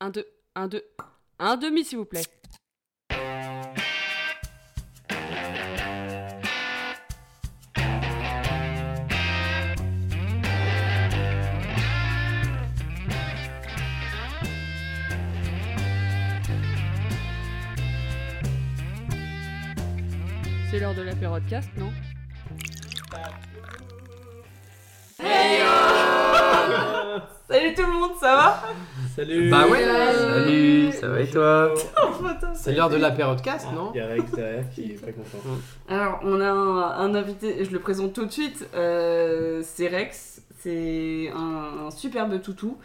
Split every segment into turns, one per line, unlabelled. Un, deux, un, deux, un demi, s'il vous plaît. C'est l'heure de la podcast, non
Salut tout le monde, ça va
Euh, Salut
Bah ouais
Salut.
Salut, ça va et toi C'est l'heure de la
Ah,
pérodcast, non
Il y a Rex derrière qui est pas content.
Alors, on a un, un invité, je le présente tout de suite, euh, c'est Rex, c'est un, un superbe toutou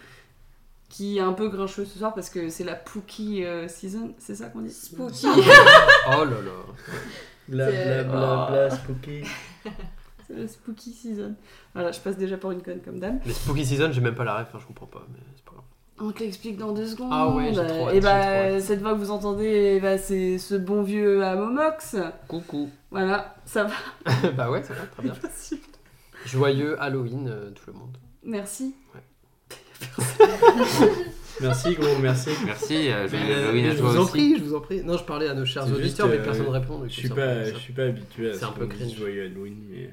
qui est un peu grincheux ce soir parce que c'est la Pookie euh, season, c'est ça qu'on dit Spooky
Oh là là
Bla bla bla
Ah.
bla, spooky.
C'est la Spooky season. Voilà, je passe déjà pour une conne comme dame.
Les Spooky Season, j'ai même pas la ref, hein, je comprends pas, mais c'est pas grave.
On te l'explique dans deux secondes.
Ah ouais, j'ai trop hâte,
Et
j'ai
bah,
trop
cette voix que vous entendez, eh bah, c'est ce bon vieux Amomox.
Coucou
Voilà, ça va.
Bah ouais, ça va, très bien. Joyeux Halloween, euh, tout le monde.
Merci.
Merci gros, merci.
Merci, euh, joyeux
Mais, euh,
Halloween à
je
toi
vous en
aussi.
prie, je vous en prie. Non, je parlais à nos chers
C'est
auditeurs,
juste,
mais
euh,
personne ne répond. donc
Je suis
ça,
pas,
ça.
je suis pas habitué à
C'est
ce
un peu
qu'on me dise
cringe.
joyeux Halloween, mais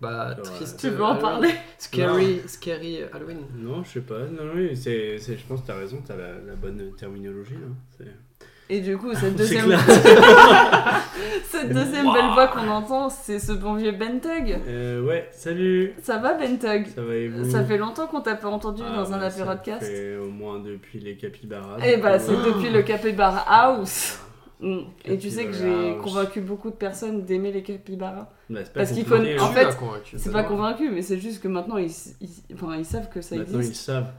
Bah,
Genre, euh,
triste.
Tu peux
euh,
en
Halloween.
parler
Scary, scary Halloween.
non, je sais pas. Non, oui, c'est, c'est- je pense que t'as raison, t'as la, la bonne terminologie. Hein. C'est...
Et du coup, cette
c'est
deuxième,
clair.
cette deuxième belle voix qu'on entend, c'est ce bon vieux Bentug.
Euh, ouais, salut.
Ça va, Bentug
Ça va et vous
Ça fait longtemps qu'on t'a pas entendu
Ah,
dans un
bah, ça
apérodcast. cast.
fait au moins depuis les capybaras.
Eh bah,
donc,
c'est
euh, Ah,
depuis le Capybara House. Mm. Et tu sais que j'ai
Capybara House.
convaincu beaucoup de personnes d'aimer les capybaras.
bah, c'est pas
parce qu'il
compliqué,
faut- en
hein.
Tu
fait,
m'as convaincu.
C'est pas convaincu, mais c'est juste que maintenant ils, ils- enfin, ils savent que ça
Maintenant, ils
existe.
savent.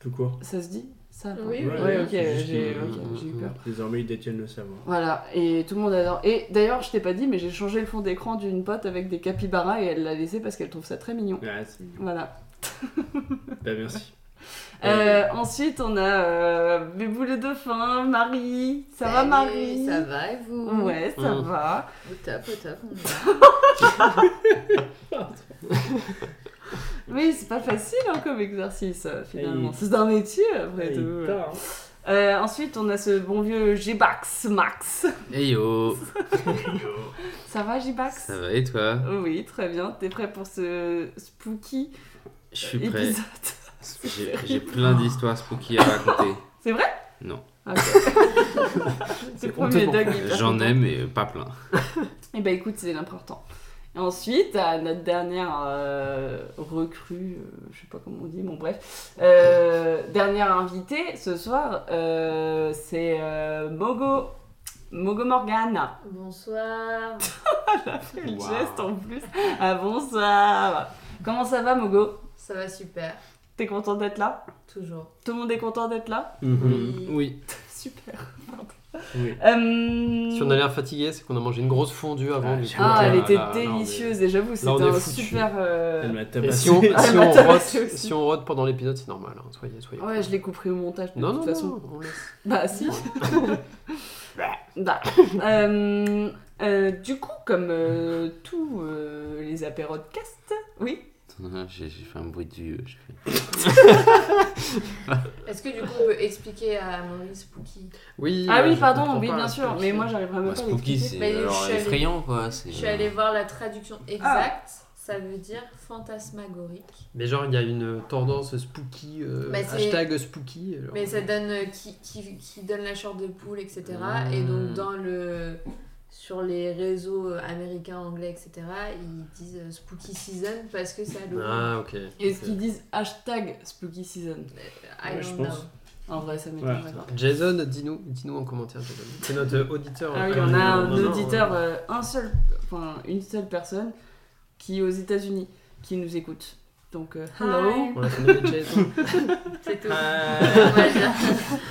Tout court.
Ça se dit Ça pardon.
Oui,
Ouais,
Ouais, ok,
c'est
j'ai
juste euh, qu'ils-
ok, j'ai eu peur.
Désormais, ils détiennent le savoir.
Voilà, et tout le monde adore. Et d'ailleurs, je t'ai pas dit, mais j'ai changé le fond d'écran d'une pote avec des capybaras et elle l'a laissé parce qu'elle trouve ça très mignon.
Ah, c'est mignon.
Voilà.
Bah, merci.
Euh, ensuite, on a euh, Bébou le dauphin, Marie. Ça va, Marie
Ça va et vous
Ouais, ça
Oh.
Mm.
va.
Au top, au top, on va.
Oui, c'est pas facile hein, comme exercice, euh, finalement.
Et-
C'est un métier, après
Et
tout.
tard, hein.
Euh, ensuite, on a ce bon vieux G-Bax, Max.
Hey yo,
Ça va, G-Bax
ça va et toi
Oui, très bien. T'es prêt pour ce spooky
Je suis prêt.
épisode
J'ai j'ai plein d'histoires spooky à raconter.
C'est vrai Ah,
Non.
Ok. c'est le premier
honteux pour
dog.
Euh, J'en ai, mais pas plein.
Et bah écoute, c'est l'important. Et ensuite, à notre dernière euh, recrue, euh, je sais pas comment on dit, bon bref, euh, dernière invitée ce soir, euh, c'est euh, Mogo. Mogo Morgan.
Bonsoir.
Quel
Wow.
geste en plus. Ah bonsoir. Comment ça va Mogo
Ça va super.
T'es content d'être là
Toujours.
Tout le monde est content d'être là
Mhm.
Oui.
Super.
Oui.
Euh,
Si on a l'air fatigué, c'est qu'on a mangé une grosse fondue avant.
Ah,
du
j'ai-
coup,
Ah,
là,
elle
là,
était
là, on est-
délicieuse et j'avoue, c'était
on est
un
foutus.
super. euh,
Elle m'a tabassé.
Et si on,
Ah,
si
bah,
on
t'as
rote,
raté aussi.
si on rote pendant l'épisode, c'est normal. hein, Soyez, soyez.
Ouais, je l'ai coupé au montage, mais
Non,
de
non,
toute
non,
façon.
on laisse.
Bah si. Bah. Euh, euh, du coup, comme euh, tous euh, les apérodcasts, oui.
Attends, non, J'ai j'ai fait un bruit de vieux. j'ai fait-
Est-ce que du coup on peut expliquer à Maurice Spooky
Oui,
Ah
euh,
oui,
je
pardon,
comprends
oui,
pas,
bien
c'est
sûr.
pas
Mais
possible.
moi, j'arriverai même
Bah,
pas à
spooky,
l'expliquer.
Mais
c'est genre
je suis allée-
effrayant quoi. c'est-
Je suis allée voir la traduction exacte. Ça veut dire fantasmagorique.
Mais genre, il y a une tendance spooky, euh,
Bah, c'est-
hashtag spooky. genre.
Mais ça donne euh, qui, qui, qui donne la chair de poule, etc.
Mm.
Et
Hmm.
donc dans le sur les réseaux euh, américains, anglais, etc. Ils disent euh, spooky season parce que ça le.
Ah, ok.
Est-ce qu'ils disent hashtag Spooky Season
I
Ouais,
don't
je
know.
pense.
En vrai, ça m'étonnerait
Ouais.
pas.
Jason, dis-nous dis en commentaire, Jason. C'est notre auditeur.
Ah oui,
euh,
on a un
non, non,
auditeur,
non.
euh, un seul, enfin une seule personne qui est aux États-Unis, qui nous écoute. Donc, euh, hello.
Hi.
On l'a fait nommer Jason.
C'est tout.
Euh.
Ah.
Voilà.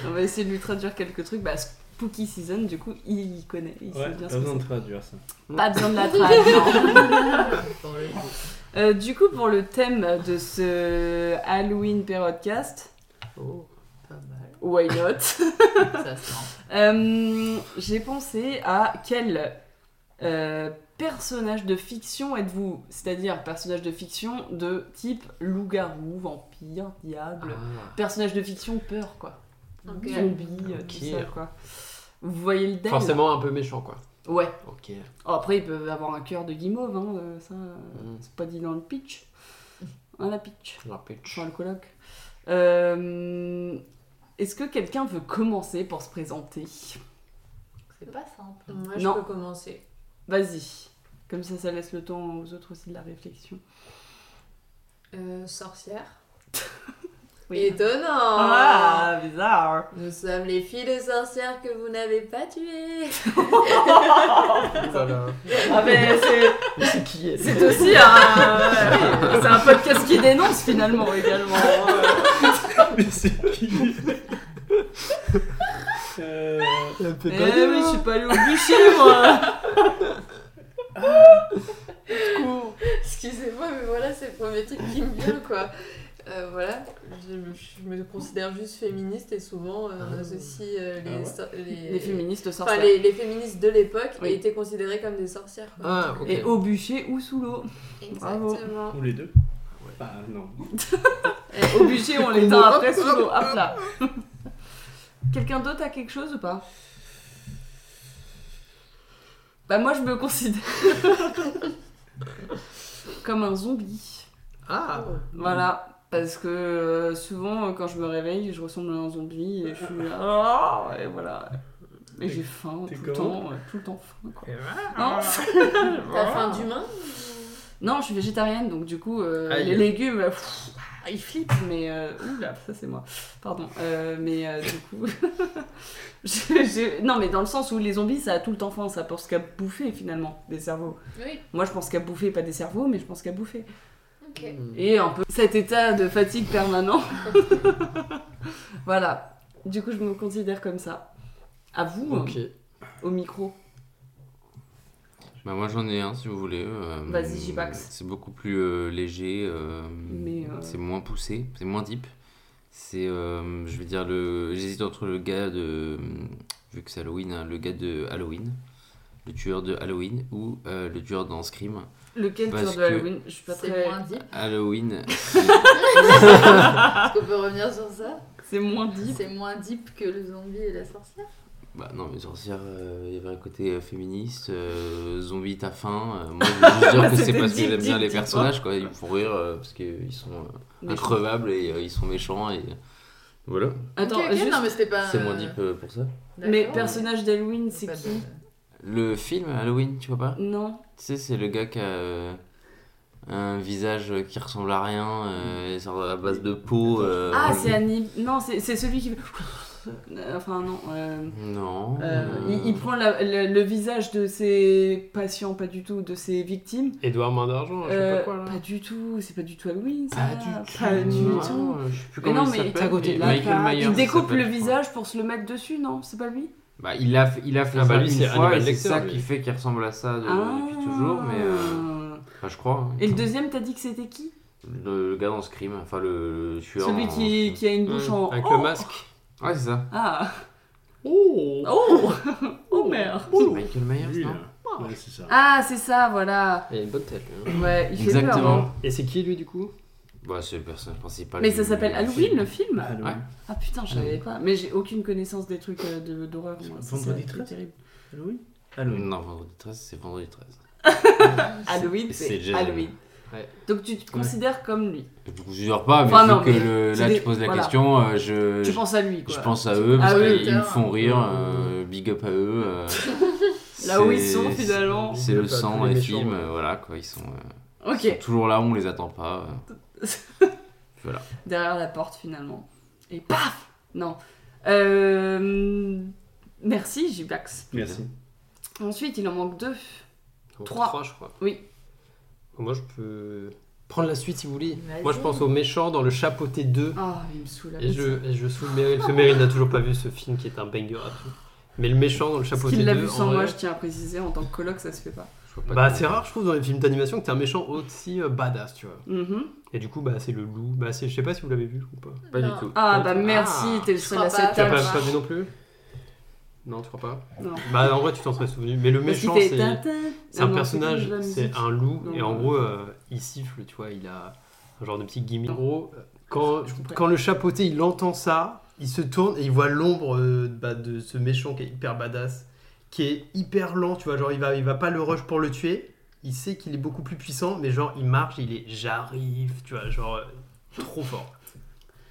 On va essayer de lui traduire quelques trucs. Bah, Spooky Season, du coup, il connaît. Il sait
Ouais,
bien
t'as
ce
ah
que
besoin de
c'est.
traduire ça.
Pas besoin de la traduire.
Pour le coup.
Euh, du coup, pour le thème de ce Halloween podcast,
Oh, pas mal.
why not
Ça sent.
Euh, J'ai pensé à quel euh, personnage de fiction êtes-vous C'est-à-dire personnage de fiction de type loup-garou, vampire, diable.
Ah.
Personnage de fiction peur, quoi.
Ok.
zombies, euh, tout
Ok.
ça, quoi. Vous voyez le dalle
Forcément un peu méchant, quoi.
Ouais.
Ok.
Oh, après, ils peuvent avoir un cœur de guimauve, hein, euh, ça, euh,
Mm.
c'est pas dit dans le pitch. Hein, la pitch.
Alors, pitch.
Enfin, le colloque. Euh, Est-ce que quelqu'un veut commencer pour se présenter
C'est pas simple.
Moi,
Non.
je peux commencer.
Vas-y. Comme ça, ça laisse le temps aux autres aussi de la réflexion.
Euh, sorcière.
Oui.
Étonnant
Ah, bizarre
Nous sommes les filles de sorcières que vous n'avez pas tuées.
Voilà.
Ah, mais c'est...
Mais c'est qui elle
C'est aussi un... ouais, c'est un podcast qui dénonce finalement également. euh.
Ah, Mais c'est qui Euh,
Elle
Eh
peut pas dire.
oui, je suis pas allée au bûcher moi
Excusez-moi, mais voilà, c'est le premier truc qui me vient, quoi. Euh, voilà, je, je me considère juste féministe et souvent euh, on associe euh, les,
Ah ouais.
sor- les,
Les féministes sortent.
enfin, les, les féministes de l'époque
Oui.
étaient considérées comme des sorcières. Quoi.
Ah, ok.
Et au bûcher ou sous l'eau. bravo.
Exactement.
Ou les deux Bah non.
Au bûcher, on l'éteint après sous l'eau. Hop là. Quelqu'un d'autre a quelque chose ou pas Bah moi je me considère comme un zombie.
Ah
Voilà. Parce que euh, souvent euh, quand je me réveille, je ressemble à un zombie et je suis là, Ah et voilà. Et
T'es-
j'ai faim
t'es
tout le
comment
temps, euh, tout le temps faim quoi. Non,
Ah.
T'as faim d'humain
non, je suis végétarienne donc du coup euh,
Aïe.
les légumes, euh, pff, ils flippent mais euh, oula, ça c'est moi. Pardon, Euh, mais euh, du coup, je- je- non mais dans le sens où les zombies ça a tout le temps faim, ça pense qu'à bouffer finalement des cerveaux.
Oui,
Moi je pense qu'à bouffer pas des cerveaux mais je pense qu'à bouffer.
ok.
Hmm.
Et un peu cet état de fatigue permanent. voilà. Du coup, je me considère comme ça. À vous, hein,
Ok.
au micro.
Bah moi j'en ai un si vous voulez. euh,
Vas-y, Jibax.
C'est beaucoup plus euh, léger, euh,
Mais, euh,
c'est moins poussé, c'est moins deep. C'est, euh, je vais dire, le... j'hésite entre le gars de... Vu que c'est Halloween, hein, le gars de Halloween, le tueur de Halloween ou euh, le tueur dans Scream.
Lequel
Parce
tueur de
que-
Halloween Je suis pas
C'est
très.
moins dit.
Halloween,
Est-ce qu'on peut revenir sur ça
C'est moins dit.
C'est moins deep que le zombie et la sorcière.
Bah non, mais sorcière, euh, il y avait un côté euh, féministe, euh, zombie, t'as faim. euh, moi, je veux juste dire que c'est
Bah, C'était
parce que
deep,
j'aime bien
deep,
les
deep,
personnages, quoi. Ils me font rire euh, parce qu'ils sont euh,
Mais je-
increvables et euh, ils sont méchants et voilà.
Attends,
Ok, ok,
juste-
non, mais c'était pas.
C'est moins
euh,
deep euh, pour ça.
d'accord.
mais personnage d'Halloween, c'est
Pas de-
qui
Le film Halloween, tu vois pas Tu
Non.
sais, c'est le gars qui a euh, un visage qui ressemble à rien, euh, et sort à base de peau. euh,
ah, c'est Annie. Non, c'est c'est celui qui. Enfin, non. euh,
Non.
euh, il, il prend la- le, le visage de ses patients, pas du tout, de ses victimes.
Édouard Main d'Argent, Oh, je sais
Euh,
pas quoi là.
du tout, c'est pas du tout Halloween, ça.
Pas du tout.
Pas du
Non,
tout.
euh, Je sais plus
Mais
comment
non,
il
mais il
s'appelle.
est à côté de
mais
la
Michael
carte.
Myers.
Il découpe
s'appelle,
le
je crois.
visage pour se le mettre dessus, non C'est pas lui
Bah, il a, fait- il a fait
Ah
ça
bah lui,
une
c'est
fois
Hannibal
et c'est
Lecter,
ça
lui.
qui fait qu'il ressemble à ça de- Euh, depuis toujours, mais euh,
Ah.
enfin, je crois. hein.
Et le deuxième, t'as dit que c'était qui
Le, le gars dans Scream, enfin le, le tueur.
Celui
en-
qui, qui a une bouche
euh,
Hmm,
en.
Avec
Oh
le masque.
Ouais, c'est ça.
Ah
Oh
Oh Oh merde
C'est Michael Myers,
Lui,
non
là. Ouais, c'est ça.
Ah, c'est ça, voilà
Il a une bonne tête. lui, hein.
Ouais, il fait peur,
Exactement.
hein.
Et c'est qui lui du coup
Bah, c'est le personnage principal.
Mais
du-
ça s'appelle
du
Halloween
film.
le
bah,
film
Halloween.
Ouais.
Ah putain, je savais pas. Mais j'ai aucune connaissance des trucs euh, de- d'horreur. moi. Ça,
Vendredi
c'est
13.
terrible.
Halloween Halloween.
Non, vendredi 13, c'est vendredi 13.
Halloween,
Ah, C'est
c'est
Jason.
Halloween.
Ouais.
Donc tu te considères comme lui.
Je vous jure pas, mais
Enfin,
vu
non,
que
mais
le-
c'est
là
des-
tu poses la
voilà.
question, euh, je,
Tu
je-
penses à lui, quoi.
je pense à eux parce
Ah oui, Mm.
qu'ils me font rire,
Mmh.
euh, big up à eux. euh,
Là où
c'est-
ils sont,
c'est-
finalement.
C'est
Big
le
up à
sang
tous
et
les
les
méchants,
films,
ouais.
euh, voilà quoi, ils sont, euh,
Ok.
ils sont toujours là, on les attend pas. euh.
derrière la porte finalement. Et paf Non. Euh, Merci, Jibax.
Merci.
Ensuite, il en manque deux.
Donc,
Trois.
je crois.
Oui.
Moi je peux prendre la suite si vous voulez.
Vas-y.
Moi je pense au méchant dans le chapeauté 2.
Ah, il me saoule.
Et je, et je saoule Meryl, parce que Meryl n'a toujours pas vu ce film qui est un banger absolu. Mais le méchant dans le
Parce
chapeauté 2.
qu'il l'a vu sans
en
moi,
vrai,
je tiens à préciser, en tant que coloc, ça se fait pas.
Je vois pas
Bah
comment-
c'est rare je trouve dans les films d'animation que t'as un méchant aussi euh, badass tu vois.
Mhm.
Et du coup bah c'est le loup. Bah c'est je sais pas si vous l'avez vu ou pas.
Pas du
Non.
tout.
Ah, bah
Ah,
merci, t'es le seul
crois
à cette
pas.
T'as
table.
pas, pas vu non plus Non tu crois pas
Non.
Bah en vrai tu t'en serais souvenu. Mais le
Parce qu'il
méchant
fait
c'est...
Tintin.
C'est un
Ah non,
personnage,
de la
c'est
musique.
un loup,
Non,
et en
non.
gros, euh, il siffle, tu vois, il a un genre de petit gimmick. En
Non.
gros, euh, quand,
Je comprends.
quand le chapeauté, il entend ça, il se tourne et il voit l'ombre euh, bah, de ce méchant qui est hyper badass, qui est hyper lent, tu vois, genre il va, il va pas le rush pour le tuer, il sait qu'il est beaucoup plus puissant, mais genre il marche, il est j'arrive, tu vois, genre euh, trop fort.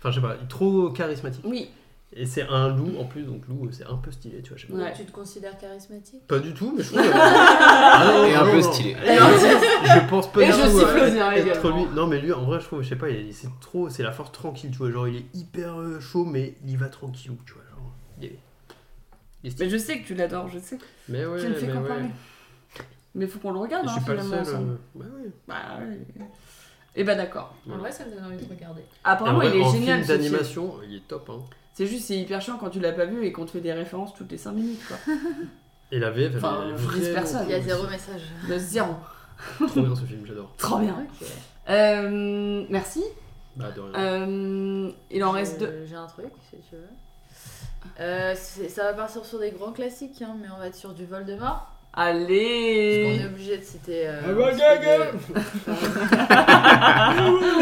Enfin, je sais pas, il est trop charismatique.
Oui,
Et c'est un loup en plus, donc loup, c'est un peu stylé, tu vois, je sais pas.
Ouais.
Tu te considères charismatique
Pas du tout, mais je trouve. Ah non,
Et un
non,
peu
non.
stylé.
Et un peu- je pense pas
Et
du
je
tout,
siffle
euh,
aux yeux
être
également.
lui. Non, mais lui, en vrai, je trouve, je sais pas, il- c'est trop, c'est la force tranquille, tu vois. Genre, il est hyper euh, chaud, mais il y va tranquille, tu vois. Genre, il est. il est
mais
stylé.
je sais que tu l'adores, je sais.
Mais ouais,
Tu ne fais
mais
qu'en
ouais.
parler.
Mais faut qu'on le regarde,
Je
hein,
suis pas le
finalement.
seul.
ensemble.
euh, bah ouais.
Bah, ouais. Et bah d'accord.
En vrai, ça me donne envie de regarder.
Et en
Apparemment,
vrai,
il est
en
génial.
film
ce film.
d'animation, il est top. Hein.
C'est juste, c'est hyper chiant quand tu l'as pas vu et qu'on te fait des références toutes les 5 minutes, quoi.
Et la VF, elle
Enfin,
est
dix
vraiment
personnes.
Il y a
cool.
zéro message.
De zéro.
Trop bien ce film, j'adore.
Trop bien. Euh, merci.
Bah, de rien.
Euh, il en
Je-
reste deux.
J'ai un truc, si tu veux. Euh, c'est- ça va partir sur des grands classiques, hein, mais on va être sur du Voldemort. Parce qu'on
Allez.
est obligé de citer. euh,
Ah bah,
un petit
gaga
peu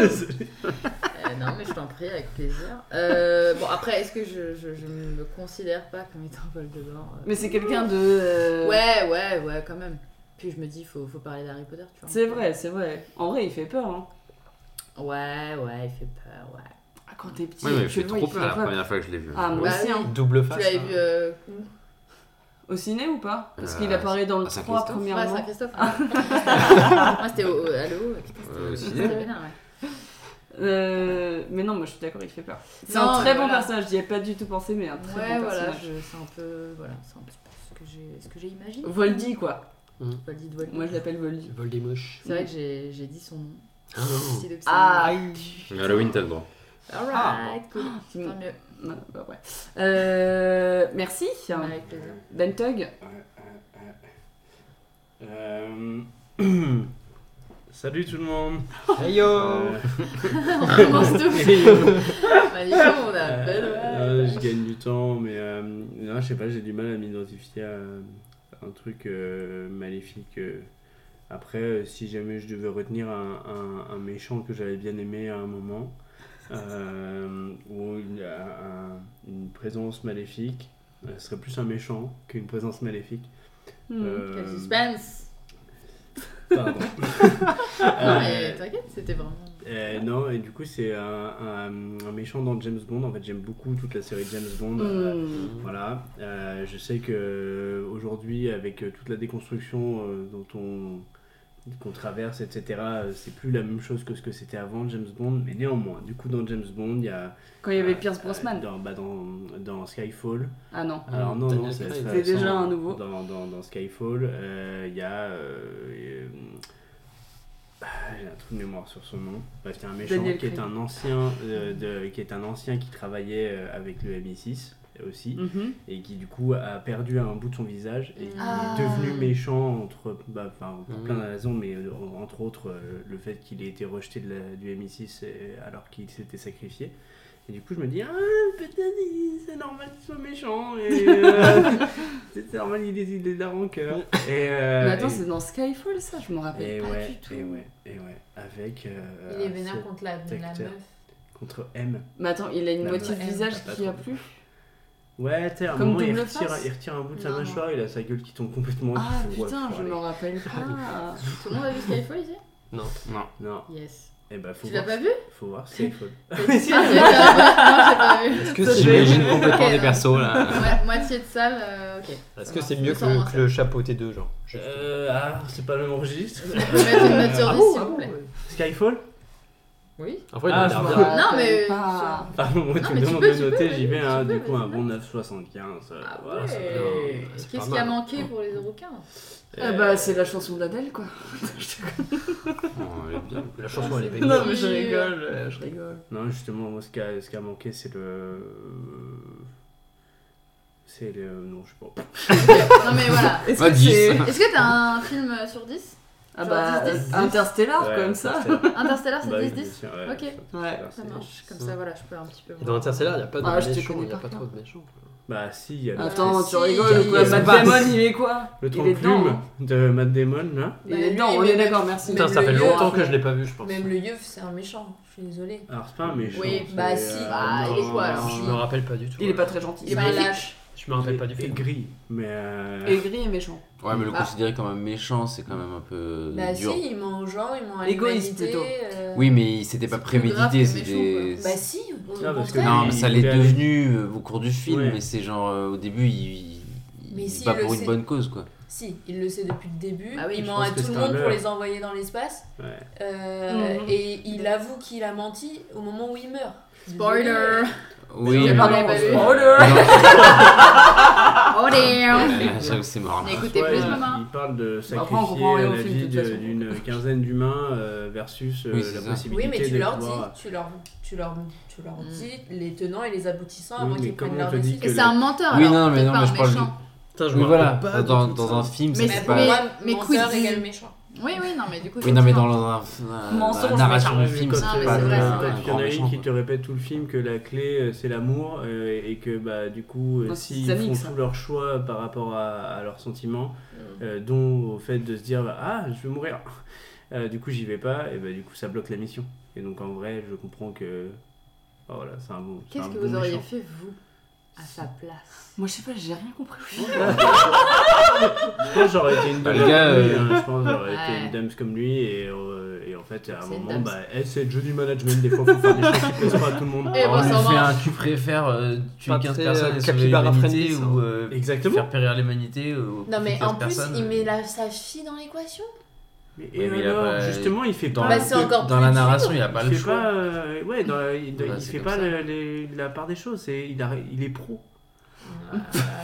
de- Euh, non, mais je t'en prie, avec plaisir. Euh, bon, après, est-ce que je, je, je me considère pas comme étant Voldemort euh,
Mais c'est quelqu'un de. euh,
Ouais, ouais, ouais, quand même. Puis je me dis, faut, faut parler d'Harry Potter, tu vois.
C'est vrai, c'est vrai. En vrai, il fait peur. Hein.
Ouais, ouais, il fait peur, ouais.
Ah, quand t'es petit,
Oui, mais
tu
je
le vois,
trop
il fait
peur la
peur.
première fois que je l'ai vu.
Ah, moi
Bah
aussi,
oui.
hein.
Double
Tu
face.
l'avais
hein.
vu euh,
Au ciné ou pas Parce qu'il
Euh,
apparaît dans le
à
3
Saint-Christophe.
Ouais,
premièrement.
Saint-Christophe. hein. Moi, c'était au, au- à l'eau.
Euh, au ciné.
C'était bien, ouais.
Euh, mais non, moi je suis d'accord, il fait peur. C'est
Non,
un très
mais
bon
voilà.
personnage, j'y ai pas du tout pensé, mais un très
Ouais,
bon
voilà,
personnage.
je- c'est un peu. Voilà, c'est un petit peu ce que j'ai- ce que j'ai imaginé.
Voldy, quoi.
Voldy de Voldy.
Moi je l'appelle Voldy.
Voldemort.
C'est vrai que j'ai j'ai dit son nom.
Oh.
C'est le
Ah
Mais Halloween, t'as le droit.
pseudonyme. Alright, cool.
tu
Tant mieux.
Non, bah, ouais. Euh, merci,
Avec plaisir.
Ben Tug.
Euh, Salut tout le monde.
Hey
Oh.
yo
Euh,
On commence tout. Bah, dis donc, on a
euh,
belle.
euh, je gagne du temps, mais euh, non, je sais pas, j'ai du mal à m'identifier à un truc euh, maléfique. euh. Après, euh, si jamais je devais retenir un, un- un méchant que j'avais bien aimé à un moment, euh, ou une, un- une présence maléfique, euh, ce serait plus un méchant qu'une présence maléfique.
Mmh,
Hmm.
Euh,
Quel suspense!
pardon.
Non,
Euh,
mais Ah t'inquiète, c'était vraiment.
Euh, non, et du coup, c'est un, un- un méchant dans James Bond. En fait, j'aime beaucoup toute la série James Bond.
Mmh.
Euh,
Hmm.
Voilà. Euh, je sais que euh, aujourd'hui, avec euh, toute la déconstruction euh, dont on qu'on traverse, etc., euh, c'est plus la même chose que ce que c'était avant James Bond. Mais néanmoins, du coup, dans James Bond, il y a.
Quand il y avait
euh,
Pierce Brosnan.
euh, dans, bah, dans, dans Skyfall.
Ah non.
Alors, non,
Daniel
non, ça-
Craig.
ça-
C'est
ça-
déjà un nouveau.
Dans, dans, dans Skyfall, euh, il y a. euh, euh, ah, J'ai un trou de mémoire sur son nom. Bref, c'est un méchant
Daniel
qui est
Craig.
un, ancien, euh, de, qui est un ancien qui travaillait euh, avec le MI6 aussi
Mhm.
Euh, et qui du coup a perdu un bout de son visage et qui
Ah.
est devenu méchant entre bah, enfin, pour
Mm.
plein de raisons mais euh, entre autres euh, le fait qu'il ait été rejeté de la- du MI6 euh, alors qu'il s'était sacrifié et du coup je me dis ah peut-être il- c'est normal qu'il soit méchant et euh, c'est normal il est, il est de la rancœur et, euh,
Mais attends,
et-
c'est dans Skyfall ça, je me rappelle.
et
pas
Eh ouais,
du tout.
et ouais et ouais avec euh,
Il est
un
vénère
seul-
contre la, la
acteur.
meuf.
contre M
Mais attends, il a une
La
moitié de
vraie-
visage
T'as pas
qui a
trop-
plu.
ouais tu sais, à un
Comme
moment il
double
retire,
face
il retire un bout de sa
Non, non.
mâchoire il a sa gueule qui tombe complètement et
Ah
tu fais, ouais,
putain,
faut
je
aller.
me rappelle pas.
Tout le monde a vu Skyfall ici?
Non.
non
Yes.
Eh ben, faut
Tu l'as
voir,
pas vu?
faut voir Skyfall.
Ah, tu l'as pas vu? Non, j'ai pas vu.
Est-ce que
Ça,
j'imagine
j'ai-
complètement
Ok,
des
non.
persos là
Ouais, moitié de salle, euh, ok.
Est-ce
Ça
que
marche.
c'est mieux
Ça marche.
que, que le chapeauté 2, genre Juste.
Euh, ah, c'est pas le même registre.
On peut mettre une note sur
Ah
10,
bon,
s'il
ah
vous
bon,
plaît.
ouais. Skyfall
Oui.
En vrai, il
Ah,
a
je
l'air
vois.
bien.
Ah,
non, mais.
pas.
Pardon, moi,
Non,
tu
mais
me
tu
demandes
peux,
de
tu peux,
noter,
vas-y,
j'y vais,
tu
hein, du
peux,
coup, un
vas-y,
bon 9,75. euh,
Ah
voilà, c'est bien.
ouais.
c'est
Qu'est-ce
pas
qui a
mal.
manqué pour les 0,15
Ah bah, c'est la chanson d'Adèle quoi.
On l'aime Oh, bien.
La chanson, elle est belle.
non, mais je rigole, euh, je rigole.
Non, justement, moi, ce qui a, ce qui a manqué, c'est le. C'est le. Non, je sais pas.
Non, mais voilà.
Est-ce
Bah,
que
dix.
c'est.
Est-ce que t'as un film euh, sur 10
Ah bah,
Genre dix, dix, dix.
Interstellar
Ouais,
comme ça.
Interstellar, Ah, c'est
Bah, oui,
10-10
bien sûr, Ah, ouais,
Ok.
c'est-
Ouais.
c'est-
Ça
c'est-
marche. Comme ça, voilà, je peux un petit peu.
Et dans Interstellar, il n'y a pas de
Ah, je te
méchants,
connais
il n'y a
par
pas
cœur.
trop de méchants.
Bah si, il y a le,
Attends,
si,
tu rigoles ou quoi
il
Matt
passe.
Damon, il est quoi
le
Il est dedans.
trompe-lume de Matt Damon, là.
Il
Bah,
est
lui,
dedans, on
mais
est
le-
d'accord, merci.
Putain, ça
le
fait
lieu,
longtemps
hein.
que je l'ai pas vu, je pense.
Même le yeuf, c'est un méchant, je suis désolée.
Alors c'est pas un méchant.
Oui,
c'est, euh,
bah, si.
Ah,
Bah, il est quoi, alors
Je me rappelle pas du tout.
Il est pas très gentil.
Il est lâche.
Je me rappelle pas du
Il est
film.
gris, mais... euh,
Aigri et méchant.
Ouais, mais le
Bah.
considérer comme un méchant, c'est quand même un peu euh,
Bah
dur.
si, il ment aux gens, il ment à
Égoïste,
l'humanité,
plutôt.
euh,
Oui, mais c'était pas
C'est plus grave
prémédité,
que
c'était.
méchant,
Bah si, au
Ah, parce que-
contraire.
Non, mais
Il
ça l'est
voulait aller-
devenu euh, au cours du film,
Ouais.
mais c'est genre euh, au début, il, il
Mais
il
si,
bat
il le
pour une
sait.
bonne cause quoi.
Si, il le sait depuis le début.
Ah oui,
il
je
ment
pense
à
que
tout
c'est
le
un
monde pour
leurre.
les envoyer dans l'espace.
Ouais.
Euh,
Mhm.
Et il avoue qu'il a menti au moment où il meurt.
Spoiler
Oui,
Mais
mais-
pardon,
mais-
spoiler.
mais non,
Oh damn
euh, j'avoue que c'est marrant.
N'écoutez
ouais,
plus
il-
maman
Il parle de
Bah, après, on comprend
sacrifier
rien au
la
film,
vie
de toute
de-
façon.
d'une quinzaine d'humains euh, versus euh,
Oui, c'est
la
ça.
Oui,
possibilité
mais tu
de
leur
pouvoir-
dis, tu leur, tu leur, tu leur
Mm.
dis les tenants et les aboutissants
Oui,
avant
mais
qu'ils
comment
prennent
on
leur
te dit
décision.
Et
que
c'est un menteur
Oui,
alors,
non, mais
peut-être
non,
pas
mais
un
je parle du-
méchant.
Putain, je
Oui,
me
voilà,
rappelle pas du
dans,
tout de
dans
ça.
un film,
Mais
c'est
Mais
c'est
pour
pas.
moi,
Mais
menteur
quiz-
égale méchant.
Oui, oui, non, mais du coup...
Oui, non, mais
effectivement.
dans un, un-
Mensonge,
la narration
mais
du film,
quand
c'est
pas
vrai, c'est
le- un
vrai.
grand
Il y en a
méchant,
une qui
quoi.
te répète tout le film que la clé euh, c'est l'amour euh, et que bah, du coup euh,
Ah,
s'ils
ça
font
mixe, ça.
tous leurs choix par rapport à, à leurs sentiments,
hein. Mm.
euh, dont au fait de se dire ah je vais mourir, Euh, du coup j'y vais pas et bah, du coup ça bloque la mission. Et donc en vrai je comprends que bah, voilà c'est un bon. c'est
Qu'est-ce
un
que
bon
vous auriez
méchant.
fait, vous, à sa place
Moi, je sais pas, j'ai rien compris.
Je pense que j'aurais été une
Bah,
dame
le gars,
comme lui,
euh,
hein. Je pense que j'aurais été
Ouais.
une dame comme lui et, euh, et en fait à un
C'est une
moment
dame.
bah eh, c'est le jeu du management des fois faut faire des choses qui plaisent pas à tout le monde.
Eh,
On
bah,
lui
ça
fait
va.
un tu préfères euh, tuer
Pas
15
très,
personnes
euh,
et sauver
capybara
l'humanité
friendly, ça.
ou euh,
Exactement.
faire périr l'humanité euh, au
Non mais
profit de
en
15
plus,
personnes,
il
euh,
met la, sa fille dans l'équation.
Mais,
Ouais,
et
mais il a
alors,
pas-
justement, il fait
dans,
pas.
Bah,
la-
c'est encore
dans
plus
la
dur.
narration, il a pas
il
le
fait
choix.
pas. euh, ouais, dans la- il,
Bah,
il
c'est
fait
comme
pas
ça.
le- les- la part des choses. c'est- il, a, il est pro.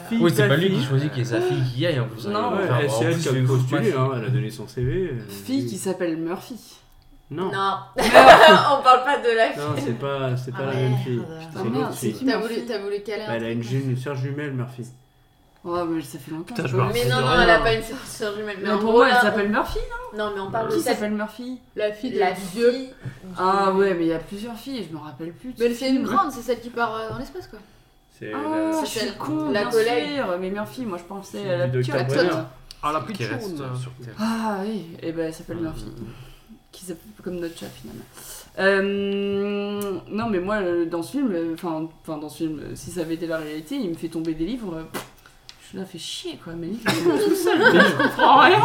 Fille,
Oui, c'est
ta
pas lui
fille.
qui choisit, qui est sa fille qui y aille en plus.
Non,
Enfin,
Ouais,
en
elle, c'est
plus,
elle qui
il
a
faut
postulé.
pas-
hein, elle a donné son CV. euh,
Fille qui s'appelle Murphy.
Non. Non,
on parle pas de la fille.
c'est pas, c'est pas
Ah,
la
merde.
même fille.
Ah,
C'est une
merde,
autre
c'est
fille.
qui
T'as
Murphy
voulu, t'as voulu caler un
Bah, elle a une,
truc,
gemme- une sœur jumelle, Murphy.
Ouais, Oh, mais ça fait longtemps.
Putain,
que
je
je
me
vois.
rappelle.
Mais non, non, elle a pas une sœur jumelle.
Mais
en
pour
gros,
moi, elle
là, on-
s'appelle Murphy.
Non mais on parle
Qui
de
s'appelle Murphy
La fille de
la
la vieux.
fille.
Ah ouais, mais il y a plusieurs filles, je me rappelle plus. de
Mais
ce
elle fait une
film.
grande, c'est celle qui part euh, dans l'espace, quoi.
C'est
Ah,
euh, la-
je suis
celle-
con,
la
bien
collègue.
sûr. Mais Murphy, moi je pensais
Fille
à la
du docteur
pure.
Brenner.
Todd.
Ah, la plus
qui
de
reste
choses.
euh, sur Terre.
Ah oui, et ben elle s'appelle
Ah,
Murphy. qui s'appelle comme notre chat finalement. Euh, non mais moi euh, dans ce film, euh, enfin enfin dans ce film, euh, si ça avait été la réalité, il me fait tomber des livres. euh, pff, je suis là, fait chier quoi, mes livres ils sont tout seuls, je comprends rien.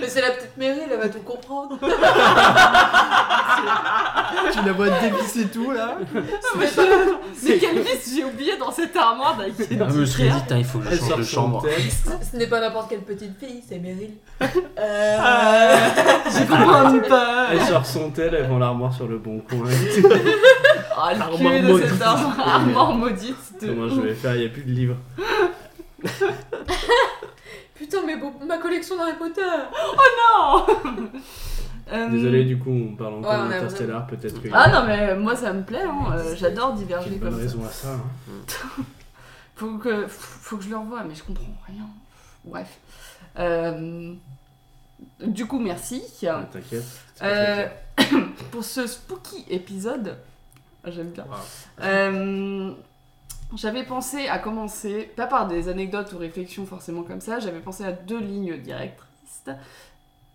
Mais c'est la petite Mary, elle va tout comprendre.
Tu la vois dévisser tout là.
Ah,
mais, mais quelle liste j'ai oublié dans cette armoire d'un
Ah, mais Je me suis dit, putain, il faut que je
Elle
change
sort
de
son
chambre.
texte.
Ce ce n'est pas n'importe quelle petite fille, c'est Meryl.
Euh,
Euh,
Ah,
J'ai compris pas.
Elle sort son tel, elle vend l'armoire sur le bon coin.
Ah le
Armoire
cul de
maudite.
cette armoire, armoire maudite. de
Comment je
ouf.
vais faire Il n'y a plus de livres.
Putain, mais bon, ma collection d'Harry Potter.
Euh,
Désolé, du coup, on parle encore
Ouais, on a
d'Interstellar. Peut-être que.
Ah non mais moi ça me plaît, hein, euh, j'adore diverger
J'ai une
comme
bonne
ça.
raison à ça. hein.
Faut que, faut que je le revoie, mais je comprends rien. Bref. Euh, du coup, merci.
Ah, T'inquiète. c'est pas très
Euh,
clair.
pour ce spooky épisode, j'aime bien.
Wow.
Euh, j'avais pensé à commencer, pas par des anecdotes ou réflexions forcément comme ça, j'avais pensé à deux lignes directrices.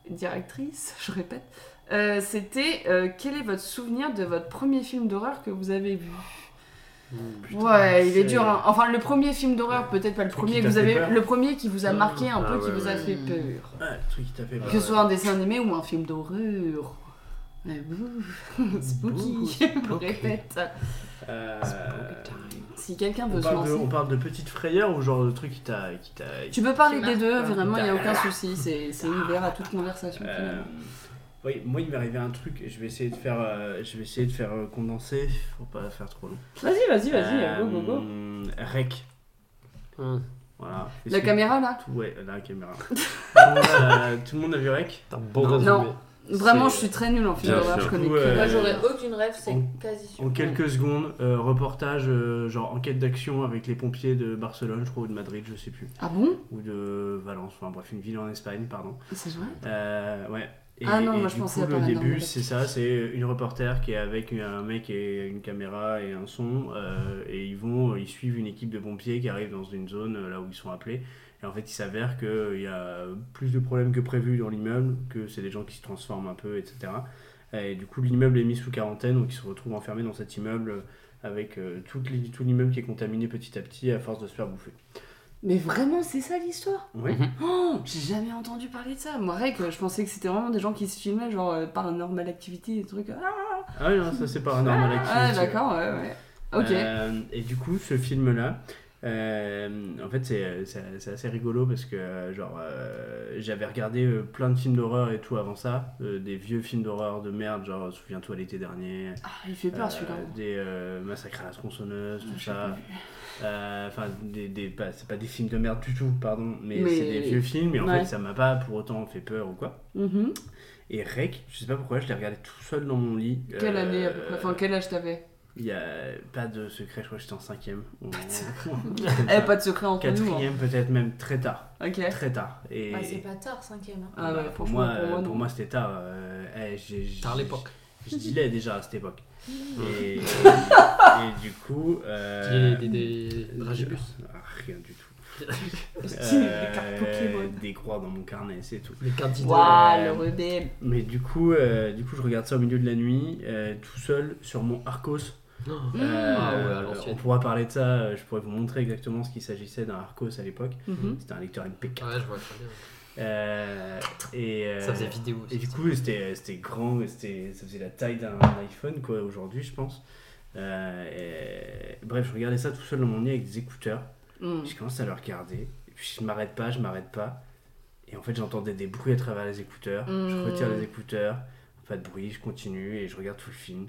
Directrice, je répète. Euh, C'était euh, quel est votre souvenir de votre premier film d'horreur que vous avez vu
Putain,
ouais, il est
c'est-
dur. hein. Enfin, le premier film d'horreur, peut-être pas le
Truc
premier
qui
que
t'a
vous
fait
avez,
peur.
le premier qui vous a marqué un
Ah
peu, qui
ouais,
vous a
ouais.
fait
Hmm.
peur.
Ah, le truc qui t'a fait peur.
Que ce soit un dessin animé ou un film d'horreur. Eh, bouh, Spooky, je le répète.
Euh,
Si quelqu'un
on,
veut se
parle de,
lancer.
on parle de petite frayeur ou genre de truc qui t'a. qui t'a-
Tu peux parler
Qui
des
marque
deux,
pas.
vraiment, il n'y a aucun souci. C'est c'est ouvert à toute conversation.
Euh,
finalement.
oui, moi, il m'est arrivé un truc. Je vais essayer de faire, euh, je vais essayer de faire euh, condenser pour pas faire trop long.
Vas-y, vas-y, vas-y,
Euh,
go, go, go.
Rec.
Euh,
Hum.
Voilà.
La caméra là
Tout- Ouais, la caméra. tout, le monde a, tout le monde a vu Rec
T'as un bon
Non.
résumé.
Non. Vraiment,
C'est-
je suis très nulle en film
Bien
d'horreur,
sûr.
je connais
Du coup,
que-
euh,
Moi, j'aurais aucune rêve, c'est quasi sûr.
En quelques secondes, euh, reportage euh, genre enquête d'action avec les pompiers de Barcelone, je crois, ou de Madrid, je sais plus,
Ah bon
ou de Valence, enfin bref, une ville en Espagne, pardon.
C'est vrai
Euh, ouais. Et,
Ah non,
et
moi, je
du
pensais
coup,
à
le
Paranormal
début,
Activity.
c'est ça, c'est une reporter qui est avec un mec et une caméra et un son, euh, et ils vont, ils ils suivent une équipe de pompiers qui arrive dans une zone euh, là où ils sont appelés. Et en fait, il s'avère qu'il y a plus de problèmes que prévu dans l'immeuble, que c'est des gens qui se transforment un peu, etc. Et du coup, l'immeuble est mis sous quarantaine, donc ils se retrouvent enfermés dans cet immeuble euh, avec euh, toute l'i- tout l'immeuble qui est contaminé petit à petit à force de se faire bouffer.
Mais vraiment, c'est ça l'histoire
Oui.
Mhm.
Oh, j'ai jamais entendu parler de ça. Moi, rec, je pensais que c'était vraiment des gens qui se filmaient, genre euh, paranormal activity, des trucs. Ah,
Ah oui, non, ça c'est paranormal
ah,
activity.
d'accord, ouais, ouais. Ok.
Euh, et du coup, ce film-là, euh, en fait, c'est- c'est c'est assez rigolo parce que genre euh, j'avais regardé euh, plein de films d'horreur et tout avant ça, euh, des vieux films d'horreur de merde, genre Souviens-toi l'été dernier,
Ah, il fait peur
euh,
celui-là.
des euh, Massacres à la tronçonneuse, tout
J'ai pas
ça.
vu.
Euh, Enfin, des, des- pas- c'est pas des films de merde du tout, pardon, mais,
Mais-
c'est des vieux films et en
Ouais.
fait, ça m'a pas pour autant fait peur ou quoi.
Mhm.
Et Rec, je sais pas pourquoi, je l'ai regardé tout seul dans mon lit.
Quelle
Euh,
année à peu près Enfin, quel âge t'avais
il n'y a pas de secret, je crois que j'étais en cinquième. Pas
de secret. Eh, pas de secret entre nous. hein.
Quatrième peut-être même, très tard.
Ok.
Très tard. Et,
Ah, c'est pas tard, cinquième. hein.
Ah ouais,
bah, pour,
franchement,
moi,
pour moi,
euh,
non.
pour moi, c'était tard. euh, eh, j'ai- j'ai-
Tard l'époque.
Je dealais déjà à cette époque. et, et- et du coup... euh,
Des, des, des dragibus.
Ah, rien du tout. euh,
Des cartes Pokémon.
des croix dans mon carnet, c'est tout.
Les cartes d'idées.
Waouh, le rebelle.
Mais du coup, euh, du coup, je regarde ça au milieu de la nuit, euh, tout seul, sur mon Arcos.
Mm.
Euh,
Ah ouais, à l'ancienne.
on pourra parler de ça, euh, je pourrais vous montrer exactement ce qu'il s'agissait d'un Arcos à l'époque.
Mhm.
C'était un lecteur MP4.
Ouais, je vois très bien.
Euh, et, euh,
Ah. Ça faisait vidéo aussi.
et du coup, c'était euh, c'était grand, et c'était- ça faisait la taille d'un iPhone quoi aujourd'hui, je pense. Euh, et- bref, je regardais ça tout seul dans mon lit avec des écouteurs.
Mhm.
Je commence à le regarder, et puis je m'arrête pas, je m'arrête pas. Et en fait, j'entendais des bruits à travers les écouteurs. Je
Mm.
retire les écouteurs, pas de bruit, je continue et je regarde tout le film.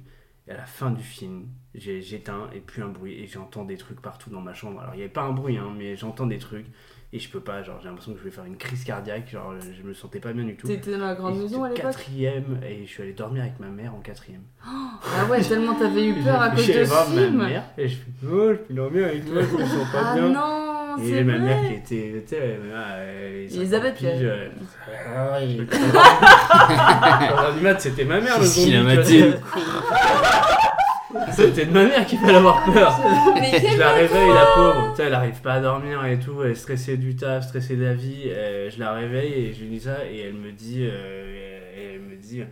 Et à la fin du film, j'ai- j'éteins et plus un bruit et j'entends des trucs partout dans ma chambre. Alors, il n'y avait pas un bruit, hein, mais j'entends des trucs et je peux pas. Genre, j'ai l'impression que je vais faire une crise cardiaque. Genre, je me sentais pas bien du tout.
T'étais dans la grande
Et
maison à
j'étais
l'époque
Quatrième, et je suis allé dormir avec ma mère en quatrième.
Ah ouais, tellement t'avais eu peur à
Je
cause
suis allé
de ce
voir ma
film.
mère et je fais Oh, je peux dormir avec toi, je me sens pas
Ah
bien.
non,
Et
c'est
ma
vrai.
mère qui était, tu sais, elle avait, euh, les
Elisabeth,
50 piges,
elle.
euh, Ah, il est con. Trois heures du mat, c'était ma mère le
Qu'est-ce qu'il
zombie, tu
a maté,
vois. C'était de ma mère qui fallait avoir peur.
Mais
Je
quel
la réveille, la pauvre. Tu sais, elle arrive pas à dormir et tout. Elle est stressée du taf, stressée de la vie. Euh, je la réveille et je lui dis ça. Et elle me dit. euh, elle me dit.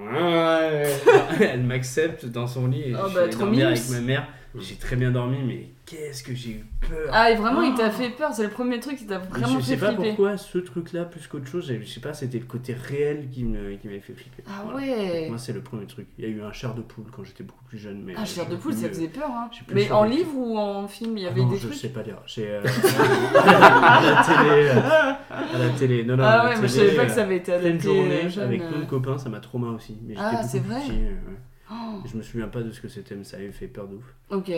euh, elle m'accepte dans son lit. Et
Oh,
je
bah,
suis allé
trop
dormir
mimes.
avec ma mère. J'ai très bien dormi, mais qu'est-ce que j'ai eu peur.
Ah, et vraiment, il t'a fait peur, c'est le premier truc qui t'a
Mais
vraiment
Oh. je
fait
sais pas
flipper.
pourquoi ce truc-là, plus qu'autre chose, je sais pas, c'était le côté réel qui me- qui m'avait fait flipper.
Ah
Voilà.
ouais
Moi, c'est le premier truc. Il y a eu un chair de poule quand j'étais beaucoup plus jeune. Mais
Ah, chair de
j'ai
poule,
plus,
ça
euh,
faisait peur, hein.
j'ai plus
Mais en
survécu.
livre ou en film, il y
ah
avait
non,
des
je sais
trucs
pas lire. J'ai, euh, à la télé. euh, à la télé. Non, non, à
Ah
la
ouais, mais je
télé,
savais pas
euh,
que ça avait été
Pleine
adapté
journée,
euh, jeune,
avec
euh.
plein de copains, ça m'a traumatisé aussi. Mais
Ah,
j'étais beaucoup
c'est vrai
plus petit, euh, ouais.
Oh,
Je me souviens pas de ce que c'était, mais ça avait fait peur de ouf.
Ok.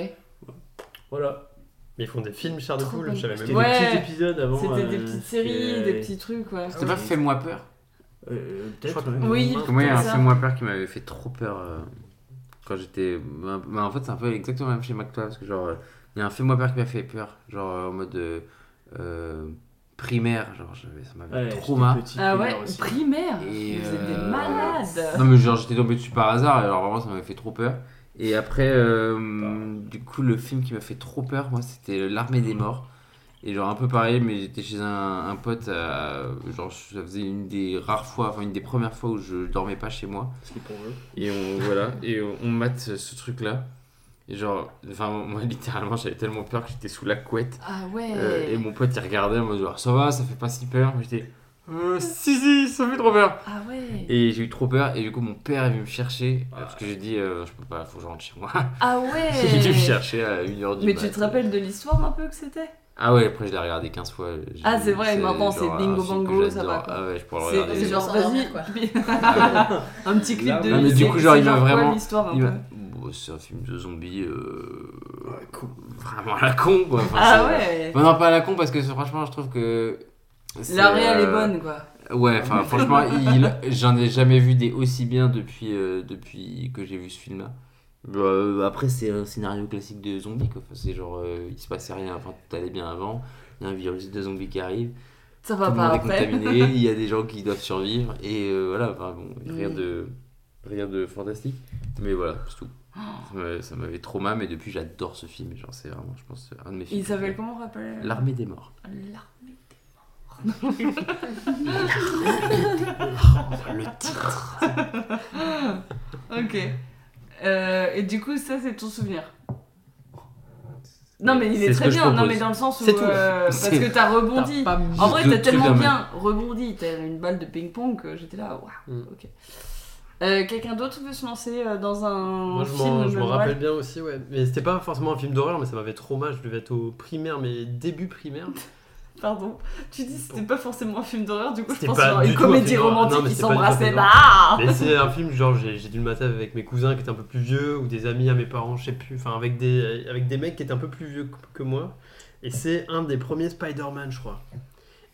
Voilà.
Mais ils font des films, Charles de
Trop
Poule.
bonne
Je savais
C'était
même
Ouais.
des petits épisodes avant.
C'était des
euh,
petites
qui,
séries,
euh,
des petits trucs, ouais.
C'était pas Fais-moi peur.
euh,
Je crois
Peut-être.
que-
ouais.
Oui,
Parce que
Moi, il y a un
c'est ça.
Fais-moi peur qui m'avait fait trop peur euh, quand j'étais. bah, bah, en fait, c'est un peu exactement le même schéma que toi, parce que genre, euh, il y a un Fais-moi peur qui m'a fait peur, genre euh, en mode euh, euh, primaire, genre j'avais- ça m'avait
Ouais,
trop
j'étais
marre.
petit,
Ah
primaire
ouais,
aussi.
primaire
Et,
Vous êtes des
euh,
malades
Non, mais genre j'étais tombé dessus par hasard, et alors vraiment ça m'avait fait trop peur. Et après, euh, du coup, le film qui m'a fait trop peur, moi, c'était L'Armée des Morts. Et genre un peu pareil, mais j'étais chez un, un pote, à- genre ça faisait une des rares fois, enfin une des premières fois où je dormais pas chez moi.
Ce qui pour eux.
Et on, voilà, et on, on mate ce, ce truc-là. Et genre, enfin, moi, littéralement, j'avais tellement peur que j'étais sous la couette.
Ah ouais
Euh, et mon pote, il regardait en mode, genre, ça va, ça fait pas si peur. Moi, j'étais, Euh, si, si, ça fait trop peur.
Ah ouais
Et j'ai eu trop peur, et du coup, mon père est venu me chercher. euh, Parce que j'ai dit, euh, je peux pas, faut que je rentre chez moi.
Ah ouais
j'ai dû me chercher à 1h du
Mais
mat.
tu te rappelles de l'histoire un peu que c'était
Ah ouais, après, je l'ai regardé 15 fois. j'ai-
Ah, c'est vrai, maintenant, c'est
genre un
bingo
film que
bango, ça
j'adore.
va, quoi.
Ah ouais, je pourrais le
C'est
regarder.
c'est genre,
Sans
vas-y,
dormir, quoi.
un petit clip de...
Non, mais du
c'est-
coup, genre,
c'est
il m'a
quoi
vraiment-
l'histoire un
Il
peu
m'a- Bon, c'est un film de zombies. euh, Vraiment à la con, quoi. Enfin,
Ah
c'est-
ouais
Bah non, pas à la con, parce que franchement, je trouve que. c'est,
La réelle
euh,
est bonne, quoi.
Ouais, enfin, franchement, il- j'en ai jamais vu des aussi bien depuis, euh, depuis que j'ai vu ce film-là. Bah, euh, après, c'est un scénario classique de zombies, quoi. Enfin, c'est genre, euh, il se passait rien, enfin, tout allait bien avant. Il y a un virus de zombies qui arrive,
Ça
tout
va
le
pas
monde est
après.
contaminé, il y a des gens qui doivent survivre, et euh, voilà, enfin, bon, rien
Mm.
de. Rien de fantastique, mais voilà, c'est tout. Ça m'a- Ça m'avait trauma, mais depuis j'adore ce film. Genre, c'est vraiment, je pense, un de mes films.
Il s'appelle
préférés.
comment on rappelle
L'armée des morts.
L'armée.
Ah, Le titre
Ok. Euh, et du coup, ça, c'est ton souvenir. Non, mais il est,
C'est ce
très
que je
bien. Non,
propose.
mais dans le sens où.
C'est tout.
euh, parce
C'est-
que t'as
T'as
rebondi.
pas mis-
En vrai,
Deux
t'as
trucs
tellement
dans ma-
bien rebondi. T'as une balle de ping-pong que j'étais là. Waouh,
Mm.
ok. Euh, Quelqu'un d'autre veut se lancer euh, dans un
Moi, je
film
m'en- je m'en
mémorable
rappelle bien aussi, ouais. Mais c'était pas forcément un film d'horreur, mais ça m'avait trauma. Je devais être au primaire, mais début primaire.
Pardon. Tu dis c'était pas forcément un film d'horreur, du coup je
C'était
pense
pas
à
du
une
tout un
comédie
film d'horreur. Non,
romantique
mais
qui
c'est pas du tout un
s'embrassait.
film
Bah
Mais c'est un film, genre, j'ai j'ai dû le mater avec mes cousins qui étaient un peu plus vieux, ou des amis à mes parents, je sais plus, enfin, avec des, avec des mecs qui étaient un peu plus vieux que, que moi. Et c'est un des premiers Spider-Man, je crois.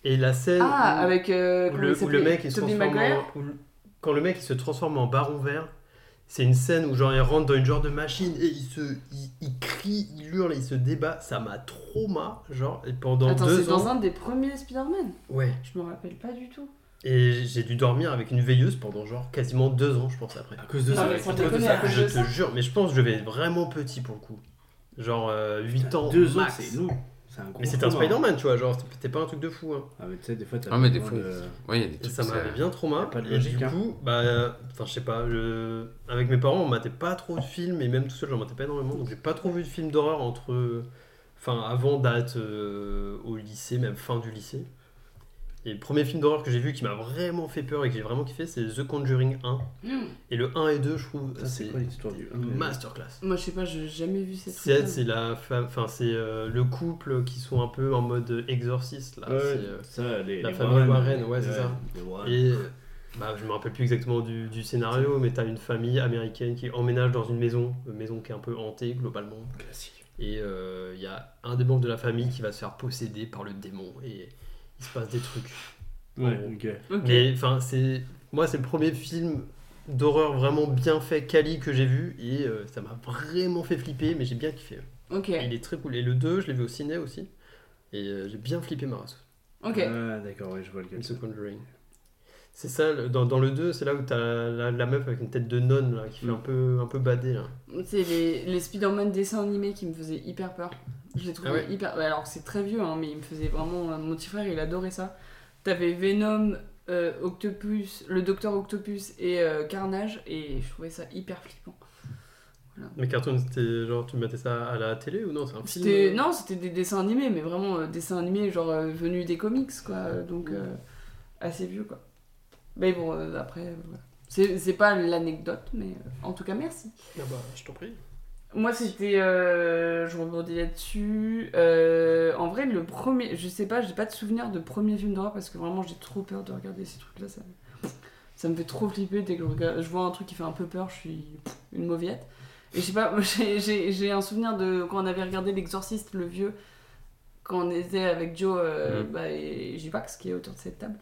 Et la scène
Ah,
où,
avec euh,
où
comment
le,
il
où le
s'appelait
mec il se
Tobey
transforme
Maguire
en- où le- quand le mec il se transforme en baron vert, c'est une scène où genre il rentre dans une genre de machine et il se il, il crie, il hurle, il se débat, ça m'a trauma, genre et pendant
Attends, c'est
deux ans.
dans un des premiers Spider-Man.
Ouais.
Je me rappelle pas du tout.
Et j'ai dû dormir avec une veilleuse pendant genre quasiment deux ans, je pense après.
À cause de
Non,
ça,
mais
à
sans
cause de
déconner,
ça.
à cause
Je
de
te jure, mais je pense que je vais être vraiment petit pour le coup. Genre euh, 8 ans.
Deux ans,
max.
c'est long. C'est un gros
Mais c'est un
trauma.
Spider-Man, tu vois, genre t'es- t'es pas un truc de fou. Hein.
Ah, mais tu sais, des fois, t'as
Ah, mais
pas
des
besoin
fois,
de-
Ouais, il y a des
Et
trucs.
ça m'avait bien
y
trauma.
a pas de
et du
logique, hein.
coup, bah, euh, enfin, je sais pas, je... avec mes parents, on matait pas trop de films, et même tout seul, j'en matais pas énormément, donc j'ai pas trop vu de films d'horreur entre. Enfin, avant date euh, au lycée, même fin du lycée. Et le premier film d'horreur que j'ai vu qui m'a vraiment fait peur et que j'ai vraiment kiffé, c'est The Conjuring 1.
Hmm.
Et le 1 et 2, je trouve,
Ça, c'est quoi l'histoire du un,
une
mais-
masterclass.
Moi je sais pas, j'ai jamais vu cette
C'est c'est la femme, enfin c'est euh, le couple qui sont un peu en mode exorciste là.
Ouais,
c'est, euh,
ça, les,
la
les
famille Warren, ouais, c'est ça.
les Warren.
Et euh, bah, je me rappelle plus exactement du, du scénario, mais t'as une famille américaine qui emménage dans une maison, une maison qui est un peu hantée globalement.
Classique.
Et il y a un des membres de la famille qui va se faire posséder par le démon et il se passe des trucs.
Ouais,
Ouais.
ok.
Mais enfin, c'est moi, c'est le premier film d'horreur vraiment bien fait, quali que j'ai vu et euh, ça m'a vraiment fait flipper, mais j'ai bien kiffé.
Ok,
Et Il est très cool. Et le 2, je l'ai vu au ciné aussi. Et euh, j'ai bien flippé ma race.
ok.
Ah, d'accord, ouais, je vois lequel.
The
c'est.
Conjuring. C'est ça, le- dans, dans le 2, c'est là où t'as la, la meuf avec une tête de nonne là, qui fait
Mm.
un peu, un peu badé. Là.
C'est les, les Spider-Man dessins animés qui me faisaient hyper peur. Je les trouvais
Ah ouais
hyper. ouais, alors c'est très vieux, hein, mais il me faisait vraiment. Mon petit frère il adorait ça. T'avais Venom, euh, Octopus, le Docteur Octopus et euh, Carnage, et je trouvais ça hyper flippant.
Mais Cartoon, c'était genre, tu mettais ça à la télé ou non C'est un film
C'était-
euh,
Non, c'était des dessins animés, mais vraiment euh, dessins animés, genre euh, venus des comics, quoi. euh, Donc, euh, assez vieux, quoi. Mais bon, euh, après, euh, voilà. C'est c'est pas l'anecdote, mais euh, en tout cas, merci.
Ah bah, je t'en prie.
Moi, c'était. euh, je rebondis là-dessus. Euh, en vrai, le premier. Je sais pas, j'ai pas de souvenir de premier film d'horreur parce que vraiment, j'ai trop peur de regarder ces trucs-là. Ça, ça me fait trop flipper dès que je, regarde- je vois un truc qui fait un peu peur, je suis pff, une mauviette. Et je sais pas, moi, j'ai- j'ai j'ai un souvenir de quand on avait regardé L'Exorciste, le vieux, quand on était avec Joe euh,
Mhm.
bah, et Jivax qui est autour de cette table.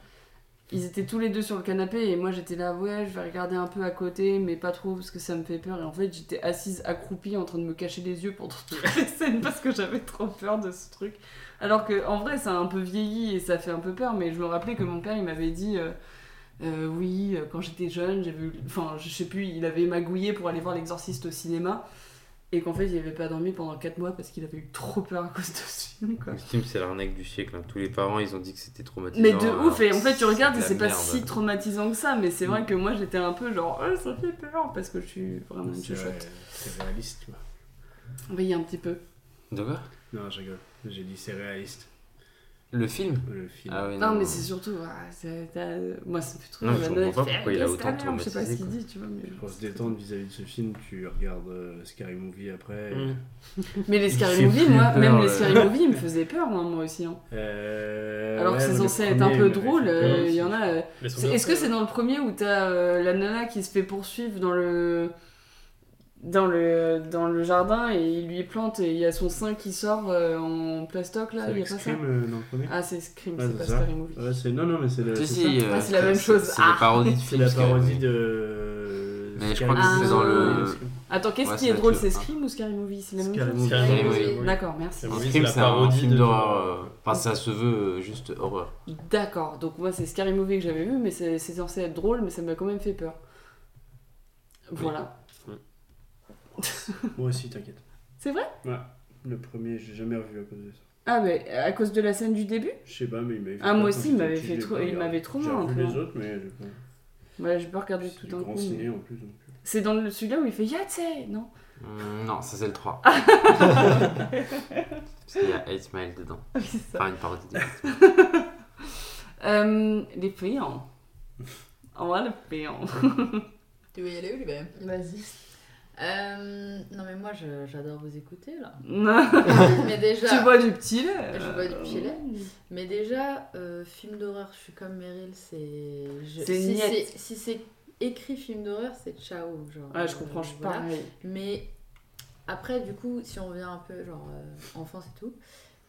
Ils étaient tous les deux sur le canapé et moi j'étais là, ouais, je vais regarder un peu à côté, mais pas trop parce que ça me fait peur. Et en fait, j'étais assise accroupie en train de me cacher les yeux pendant toutes les scènes parce que j'avais trop peur de ce truc. Alors que en vrai, ça a un peu vieilli et ça fait un peu peur, mais je me rappelais que mon père il m'avait dit. euh, euh, oui, euh, quand j'étais jeune, j'ai vu. Enfin, je sais plus, il avait magouillé pour aller voir l'exorciste au cinéma. Et qu'en fait, il avait pas dormi pendant 4 mois parce qu'il avait eu trop peur à cause de ce film, quoi.
Le film, c'est l'arnaque du siècle. hein. Tous les parents, ils ont dit que c'était traumatisant.
Mais de
alors
ouf, et en
que
fait, tu regardes et
de la
c'est pas
merde. Mm.
si traumatisant que ça, mais c'est vrai que moi j'étais un peu genre, oh, ça fait peur parce que je suis vraiment une
C'est vrai,
chuchote.
euh, c'est réaliste, quoi.
Oui, un petit peu.
De quoi
Non, je rigole. J'ai dit c'est réaliste,
Le film
le film.
Ah oui,
Non, mais c'est surtout. ah, c'est- t'as- moi ça me fait trop
Non,
mal
je
à la
comprends
tête,
pas
je fais,
pourquoi il a
qu'est-ce que
autant
t'as merde Je sais pas ce qu'il
traumatisé,
dit, tu vois.
Pour se
Mais,
détendre vis-à-vis de ce film, tu regardes euh, Scary Movie après.
Mm.
mais les
Il
Scary
fait
Movie,
plus
moi,
peur,
même les
euh.
Scary Movie, ils me faisaient peur, hein, moi aussi. hein.
Euh,
Alors
ouais,
que c'est
le
censé être
premier,
un
il
peu
m'avait fait
drôle,
peur
euh, il
aussi.
y en a. euh,
Mais ils sont
C'est-
bien
Est-ce que
faits,
c'est dans le premier où t'as euh, la nana qui se fait poursuivre dans le dans le dans le jardin et il lui plante et il y a son sein qui sort euh, en plastoc là,
C'est
il y a
avec
pas Ah.
Scream euh, dans le premier
ça Ah c'est Scream,
Ouais,
c'est
c'est
pas
ça.
Scary Movie.
Ouais, c'est- Non, non, mais c'est le-
Si,
c'est
si,
ça.
euh,
Ah, c'est la même
c'est-
chose.
C'est la
Ah.
parodie de
C'est
film.
la
parce que-
parodie de.
Mais je
Scary
crois que
c'est dans
Movie.
le-
Attends, qu'est-ce
Ouais,
qui
c'est
est
la
drôle,
queue,
c'est
hein.
Scream ou Scary Movie C'est
Ah,
la même
Scary
chose
Movie,
Scary
c'est-
Movie.
c'est- oui.
D'accord, merci.
C'est
Un
Oui,
film,
la
c'est un
parodie
film
de-
d'horreur. euh, Enfin, ça se veut euh, juste horreur.
D'accord, donc moi c'est Scary Movie que j'avais vu, mais c'est c'est censé être drôle, mais ça m'a quand même fait peur. Voilà.
Oui.
Moi aussi, t'inquiète.
C'est vrai
Le premier, j'ai jamais revu à cause de ça.
Ah, mais à cause de la scène du début
Je sais pas, mais il m'avait fait
Ah, moi
peur
aussi,
quand
il
j'étais
m'avait
petit,
fait
je l'ai
trop-
pas
il
regardé.
m'avait trop
J'ai
mal, un
revu
peu,
les
hein.
autres, mais j'ai pas-
Ouais, Bah, j'ai pas regardé
c'est
tout
du
un
grand
coup. mais-
ciné en plus. donc. euh,
C'est dans le- celui-là où il fait Yatsé, non
Hum, non, ça c'est le 3. Parce qu'il y a 8 Mile dedans.
Ah
Oui, c'est ça.
Enfin, une parodie de
Euh, les payants. On va le payant.
Tu veux y aller, Olivier
Vas-y.
Euh, Non, mais moi, je- j'adore vous écouter, là.
tu
mais déjà,
bois du petit lait
Je bois du petit lait. mais déjà euh, film d'horreur, je suis comme Meryl, c'est... je-
C'est
si
niette.
c'est Si c'est écrit film d'horreur, c'est ciao. Genre,
Ouais, je
euh,
comprends, je suis
voilà.
pareil.
Mais après, du coup, si on revient un peu, genre, euh, enfance et tout,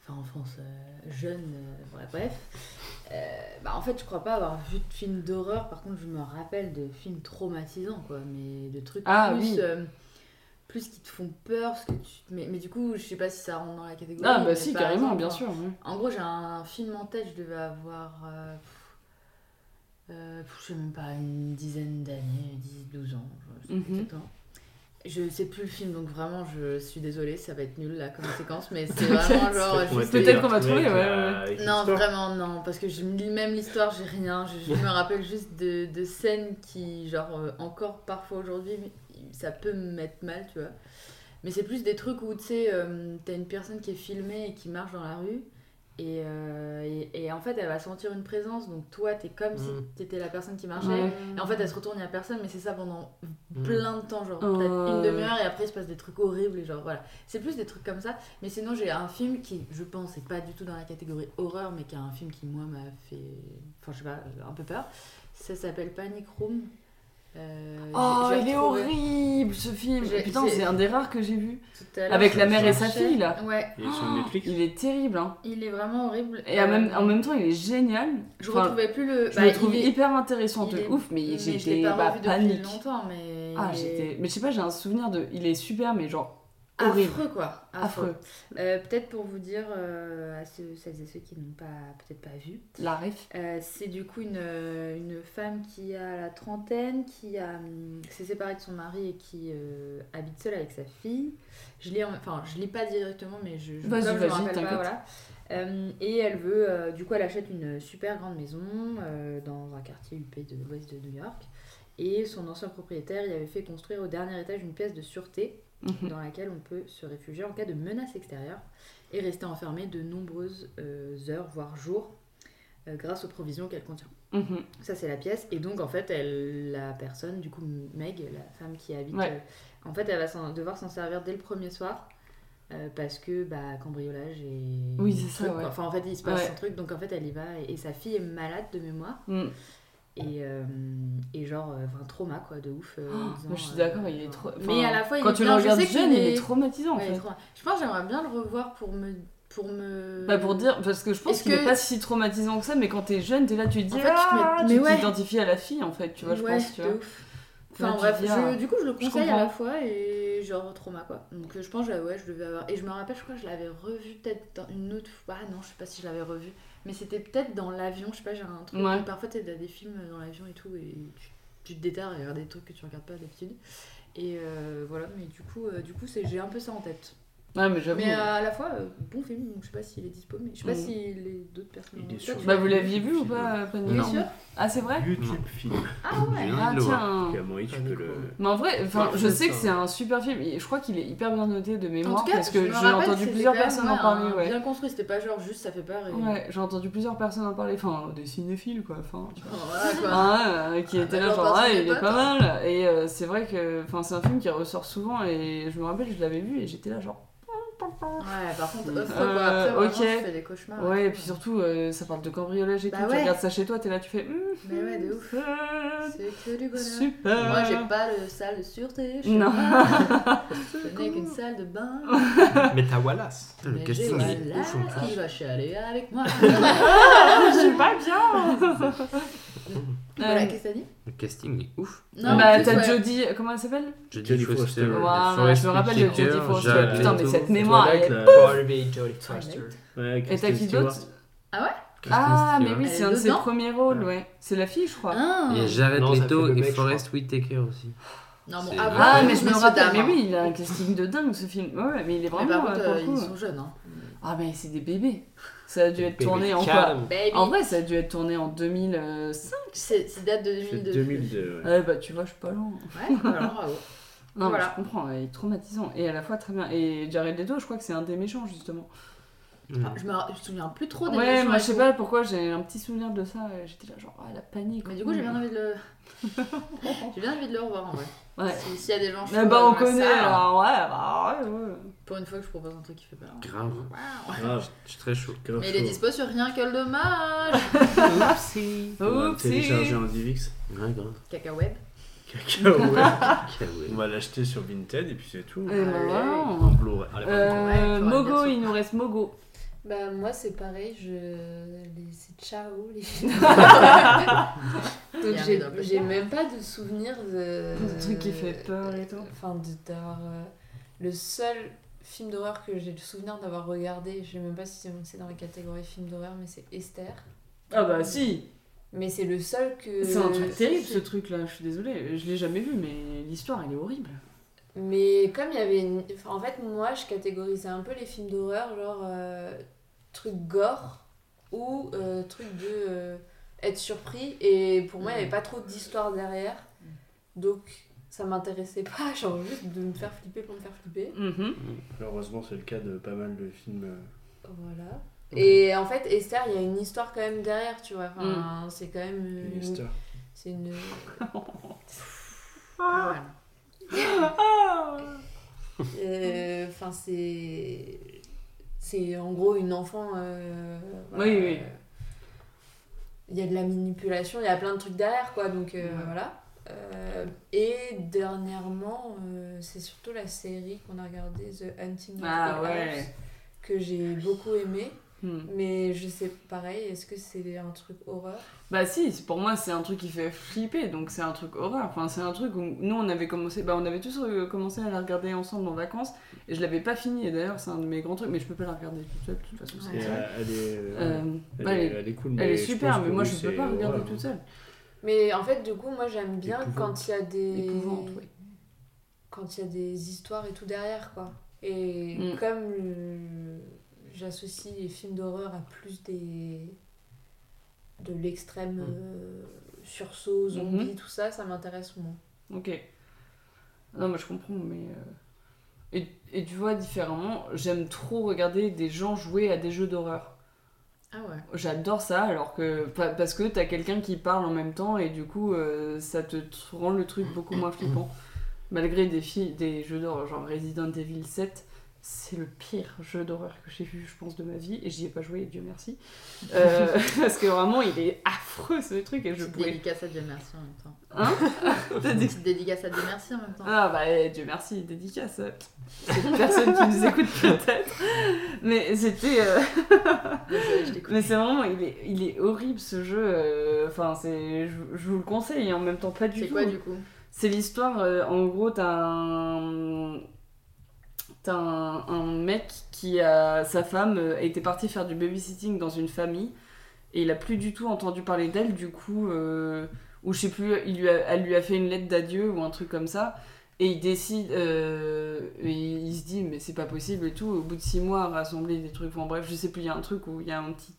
enfin, enfance euh, jeune, euh, ouais, bref, euh, bah, en fait, je crois pas avoir vu de films d'horreur. Par contre, je me rappelle de films traumatisants, quoi, mais de trucs
Ah,
plus.
oui.
euh, plus qui te font peur, parce que tu... mais, mais du coup, je sais pas si ça rentre dans la catégorie.
Ah, bah
mais
si,
par
carrément,
exemple,
bien
en-
sûr. oui.
En gros, j'ai un film en tête, je devais avoir. euh, pff, euh, pff, je sais même pas, une dizaine d'années, 10, 12 ans, je sais pas
Mhm.
exactement. Je sais plus le film, donc vraiment, je suis désolée, ça va être nul la conséquence, mais c'est vraiment genre.
Peut-être qu'on va
juste-
Peut-être qu'on va
trouver
trouver,
avec
ouais,
la- avec
Non,
l'histoire.
vraiment, non, parce que je me lis même l'histoire, j'ai rien. Je, je me rappelle juste de, de scènes qui, genre, euh, encore parfois aujourd'hui, ça peut me mettre mal, tu vois. Mais c'est plus des trucs où, tu sais, euh, t'as une personne qui est filmée et qui marche dans la rue, et, euh, et, et en fait, elle va sentir une présence, donc toi, t'es comme si
Mm.
t'étais la personne qui marchait.
Ouais.
Et en fait, elle se retourne, il n'y a personne, mais c'est ça pendant
Mm.
plein de temps, genre
Oh,
peut-être une
ouais.
demi-heure, et après il se passe des trucs horribles, et genre voilà. C'est plus des trucs comme ça, mais sinon j'ai un film qui, je pense, est pas du tout dans la catégorie horreur, mais qui est un film qui, moi, m'a fait, enfin, je sais pas, un peu peur. Ça s'appelle Panic Room. Euh, j'ai-
Oh,
j'ai
il est
retrouvé
horrible ce film.
J'ai-
Putain,
c'est-
c'est un des rares que j'ai vu.
tout à l'heure.
Avec
je
la mère et sa
cherchais.
fille, là.
Ouais,
Il est sur Netflix
Il est terrible, hein.
il est vraiment horrible.
Et en
Euh,
même, en même temps, il est génial.
je
Enfin,
retrouvais plus le.
Je
bah,
le
il
trouve
est-
hyper intéressant
il
de
est-
ouf, mais
mais je
j'étais
l'ai pas
bah,
revu depuis
panique.
longtemps, mais.
Ah,
il est
j'étais. Mais je sais pas, j'ai un souvenir de. Il est super, mais genre horrible.
Affreux quoi, affreux.
affreux.
Euh, peut-être pour vous dire euh, à ceux, celles et ceux qui n'ont pas peut-être pas vu,
La ref.
euh, c'est du coup une, euh, une femme qui a la trentaine, qui a, hum, s'est séparée de son mari et qui euh, habite seule avec sa fille. Je lis, en- enfin je lis pas directement, mais je, je,
Vas-y,
comme je me
vas-y,
rappelle pas,
t'inquiète.
voilà. Euh, et elle veut, euh, du coup, elle achète une super grande maison euh, dans un quartier huppé de l'ouest de New York. Et son ancien propriétaire, il avait fait construire au dernier étage une pièce de sûreté
Mhm.
dans laquelle on peut se réfugier en cas de menace extérieure et rester enfermé de nombreuses euh, heures, voire jours, euh, grâce aux provisions qu'elle contient.
Mhm.
Ça, c'est la pièce. Et donc, en fait, elle, la personne, du coup, Meg, la femme qui habite,
Ouais.
euh, en fait, elle va s'en- devoir s'en servir dès le premier soir. euh, parce que bah cambriolage et
Oui, c'est ça,
truc,
ouais.
quoi. enfin en fait il se passe
Ouais.
un truc donc en fait elle y va et, et sa fille est malade de mémoire
Mm.
et, euh, et genre euh, enfin trauma quoi de ouf euh,
Oh,
en disant,
moi, je suis
euh,
d'accord, il est trop.
mais
enfin,
à la fois il
quand
est
tu
bien,
le
je
regardes
sais qu'il
jeune, il est
est-
traumatisant en
Ouais, il est
fait.
trop- Je pense que j'aimerais bien le revoir pour me. Pour me...
Bah pour dire, parce que je pense
Est-ce
qu'il
que-
est pas si traumatisant que ça, mais quand t'es jeune, t'es là, tu te dis,
En fait, tu te
ah,
mets-
tu
mais ouais.
t'identifies à la fille en fait, tu vois, je
Ouais,
pense, tu
de
vois.
ouf. Enfin
Ouais, tu
bref,
dis,
je-
ah,
du coup je le
je
conseille à
comprends.
la fois et genre trauma quoi. Donc euh, je pense que ouais, je devais avoir. Et je me rappelle, je crois que je l'avais revu peut-être dans une autre fois. Ah non, je sais pas si je l'avais revu. Mais c'était peut-être dans l'avion, je sais pas, j'ai un truc.
Ouais.
Parfois t'as des films dans l'avion et tout et tu, tu te déterres à regarder des trucs que tu regardes pas d'habitude. Et euh, voilà, mais du coup, euh, du coup c'est- j'ai un peu ça en tête.
Ouais, mais j'avoue.
Mais à la fois, euh, bon film, donc je sais pas s'il est dispo, mais je sais pas
Mm.
si les d'autres personnes.
Il
l'ont
est
vu.
sur-
Toi, tu
Bah
l'as
vous
vu
l'aviez vu ou pas, Fanny
Bien
Non.
sûr.
Ah c'est vrai
YouTube film.
Ah ouais.
J'ai
Ah
envie de le voir.
tiens.
Et à Maurice, tu peux le.
Mais en vrai, enfin,
Ouais,
je
c'est
sais que
ça.
c'est un super film. et Je crois qu'il est hyper bien noté de
En
mémoire
tout cas,
parce que
je me
j'ai
rappelle
entendu
c'était
plusieurs
quand même,
personnes
ouais,
en parler.
un-
Ouais,
Bien construit, c'était pas genre juste ça fait peur et.
ouais j'ai entendu plusieurs personnes en parler. Enfin, des cinéphiles quoi. Enfin, tu vois.
Enfin, voilà, Oh, quoi.
Ah, ouais, euh, qui
Ah,
était
bah,
là
j'en
genre
pense
ah,
que
il
t'es
est
pas,
pas mal et euh, c'est vrai que enfin c'est un film qui ressort souvent et je me rappelle je l'avais vu et j'étais là genre
Ouais, par contre, offre quoi.
Euh,
Après, vraiment,
ok.
tu fais des cauchemars.
ouais et
tout.
puis surtout euh, ça parle de cambriolage et
Bah
tout tu
ouais.
regardes ça chez toi t'es là tu fais hum,
Mais ouais, de ouf.
super,
C'est que du bonheur.
super
Moi, j'ai pas le salle de sûreté. Je
Non.
Je n'ai qu'une salle de bain.
Mais t'as Wallace.
Le
mais
casting
j'ai
il est
Wallace
ouf en plus.
qui va chialer avec moi.
je suis pas bien
voilà,
Euh,
qu'est-ce que t'as dit
Le casting il est ouf.
Non,
bah
en plus,
t'as
ouais.
Jodie comment elle s'appelle
Jodie
Foster.
Foster.
Ouais,
Voilà,
Forest
je me rappelle de
Whitaker,
Jodie Foster.
Jared
Putain, mais
Leto.
cette mémoire, elle est-
Ouais,
et t'as
Kristen
qui
Stewart.
d'autre
Kristen
ah mais
Stewart.
oui
Elle
c'est
est
un de ses
dedans
premiers rôles ouais c'est la fille je crois
Ah.
Il y a Jared
Non, ça fait
Leto
le
et
mec, je
Forest Whitaker aussi.
Non,
C'est-
bon, avant,
Ah,
Ouais.
mais je me
Messieurs,
rappelle,
dames,
mais
hein.
oui, il a un casting de dingue ce film. Ouais, ouais, mais il est
Mais
vraiment.
par
euh,
contre,
pour
euh,
le coup,
ils
ouais.
sont jeunes. Hein.
Ah, mais c'est des bébés. Ça a dû être
Bébé
tourné en quoi
calme.
Baby.
En vrai, ça a dû être tourné en 2005.
C'est c'est date de
C'est
2002.
2002. ouais.
Ouais, bah tu vois, je suis pas loin.
Ouais, alors bravo.
Non,
Voilà.
mais je comprends, il est traumatisant. Et à la fois très bien. Et Jared Leto, je crois que c'est un des méchants, justement.
Ah, Je me, je me souviens plus trop Oh, des
Ouais,
méchants
moi
et
je sais
tout.
pas pourquoi, j'ai un petit souvenir de ça. et J'étais là, genre, ah, la panique.
Mais Bah, du coup, j'ai bien envie de le. j'ai bien envie de le revoir en vrai.
Ouais.
Si- S'il y a des gens.
Mais
chauds
bah,
dans
on
la
connaît,
salle,
alors, ouais, bah, ouais, ouais.
Pour une fois que je propose un truc qui fait peur.
Grave.
Waouh.
Grave,
Je suis très chaud.
grave
Mais il est
Ah, chaud.
dispo sur rien que le dommage.
Oupsie.
On va le
Oupsie.
télécharger en DivX.
Ouais, grave.
hein. Cacahuète.
Cacao, ouais.
Cacahuète.
On va l'acheter sur Vinted et puis c'est tout.
Et bah,
Allez.
voilà.
En Blu-ray. Allez, pardon.
Euh,
Ouais, il faudra bien
Mogo,
sûr.
il nous reste Mogo.
Bah, moi, c'est pareil, je... les- c'est ciao. Les...
Il
Donc,
y a
j'ai-
un peu de
j'ai
peur.
même pas de souvenir de.
De trucs qui fait peur et tout.
Enfin, de- d'avoir. euh, Le seul film d'horreur que j'ai le souvenir d'avoir regardé, je sais même pas si c'est dans la catégorie film d'horreur, mais c'est Esther.
Ah, bah, si Euh,
Mais c'est le seul que.
C'est un truc terrible ce truc là, je suis désolée, je l'ai jamais vu, mais l'histoire elle est horrible.
Mais comme il y avait une... enfin, En fait, moi, je catégorisais un peu les films d'horreur, genre euh, truc gore ou euh, truc de euh, être surpris. Et pour moi, il n'y avait pas trop d'histoire derrière. Donc, ça m'intéressait pas, genre juste de me faire flipper pour me faire flipper.
Mm-hmm.
Malheureusement, c'est le cas de pas mal de films. euh,
Voilà.
Ouais.
Et en fait, Esther, il y a une histoire quand même derrière, tu vois. Enfin, c'est quand même.
Euh,
une-
Lannister.
C'est une.
Ah, voilà.
Euh, Enfin, c'est. C'est en gros une enfant. euh, voilà,
Oui, oui.
euh, Il y a de la manipulation, il y a plein de trucs derrière, quoi. Donc euh,
Ouais.
voilà. Euh, et dernièrement, euh, c'est surtout la série qu'on a regardée, The Hunting of
Ah
the
ouais.
House, que j'ai beaucoup aimé.
Hmm.
Mais je sais, pareil, est-ce que c'est un truc horreur
Bah si, c'est- pour moi c'est un truc qui fait flipper, donc c'est un truc horreur. Enfin c'est un truc où nous on avait commencé, bah on avait tous euh, commencé à la regarder ensemble en vacances et je l'avais pas fini. Et d'ailleurs c'est un de mes grands trucs, mais je peux pas la regarder toute seule de toute façon.
Et,
c'est
Ouais.
ça.
euh, Elle est, euh,
Euh,
elle
ouais,
est-
elle est-
elle est cool.
elle est
je
super,
pense
mais
que
moi
oui,
je peux
c'est-
pas regarder
ouais,
toute seule.
Mais en fait, du coup, moi j'aime bien
Épouvante.
quand il y a des.
Épouvante, oui.
quand il y a des histoires et tout derrière quoi. Et
Mm.
comme le- j'associe les films d'horreur à plus des de l'extrême
Mm.
euh, sursaut, zombie,
Mhm.
tout ça, ça m'intéresse moins.
Ok. Non, mais je comprends, mais. euh, Et, et tu vois, différemment, j'aime trop regarder des gens jouer à des jeux d'horreur.
Ah ouais.
J'adore ça, alors que. pa- Parce que t'as quelqu'un qui parle en même temps et du coup, euh, ça te tr- rend le truc beaucoup moins flippant. Malgré des, filles, des jeux d'horreur, genre Resident Evil 7, c'est le pire jeu d'horreur que j'ai vu, je pense, de ma vie, et j'y ai pas joué, et Dieu merci. Euh, parce que vraiment, il est affreux ce truc, et je
Petite
pouvais.
dédicace à Dieu merci en même temps.
T'as dit-
Petite dédicace à Dieu merci en même temps.
Ah bah eh, Dieu merci, dédicace. Cette personne qui nous écoute peut-être. Mais c'était... euh,
Désolée, je t'écoute.
Mais c'est vraiment... Il est, il est horrible ce jeu. euh, Enfin, c'est... Je, je vous le conseille et en même temps pas du
C'est
tout.
quoi du coup
C'est l'histoire... euh, en gros, t'as un... T'as un, un mec qui a... Sa femme euh, était partie faire du babysitting dans une famille et il a plus du tout entendu parler d'elle du coup euh, ou je sais plus il lui a- elle lui a fait une lettre d'adieu ou un truc comme ça et il décide euh, et il il se dit mais c'est pas possible et tout au bout de six mois à rassembler des trucs enfin bref je sais plus il y a un truc où il y a un petit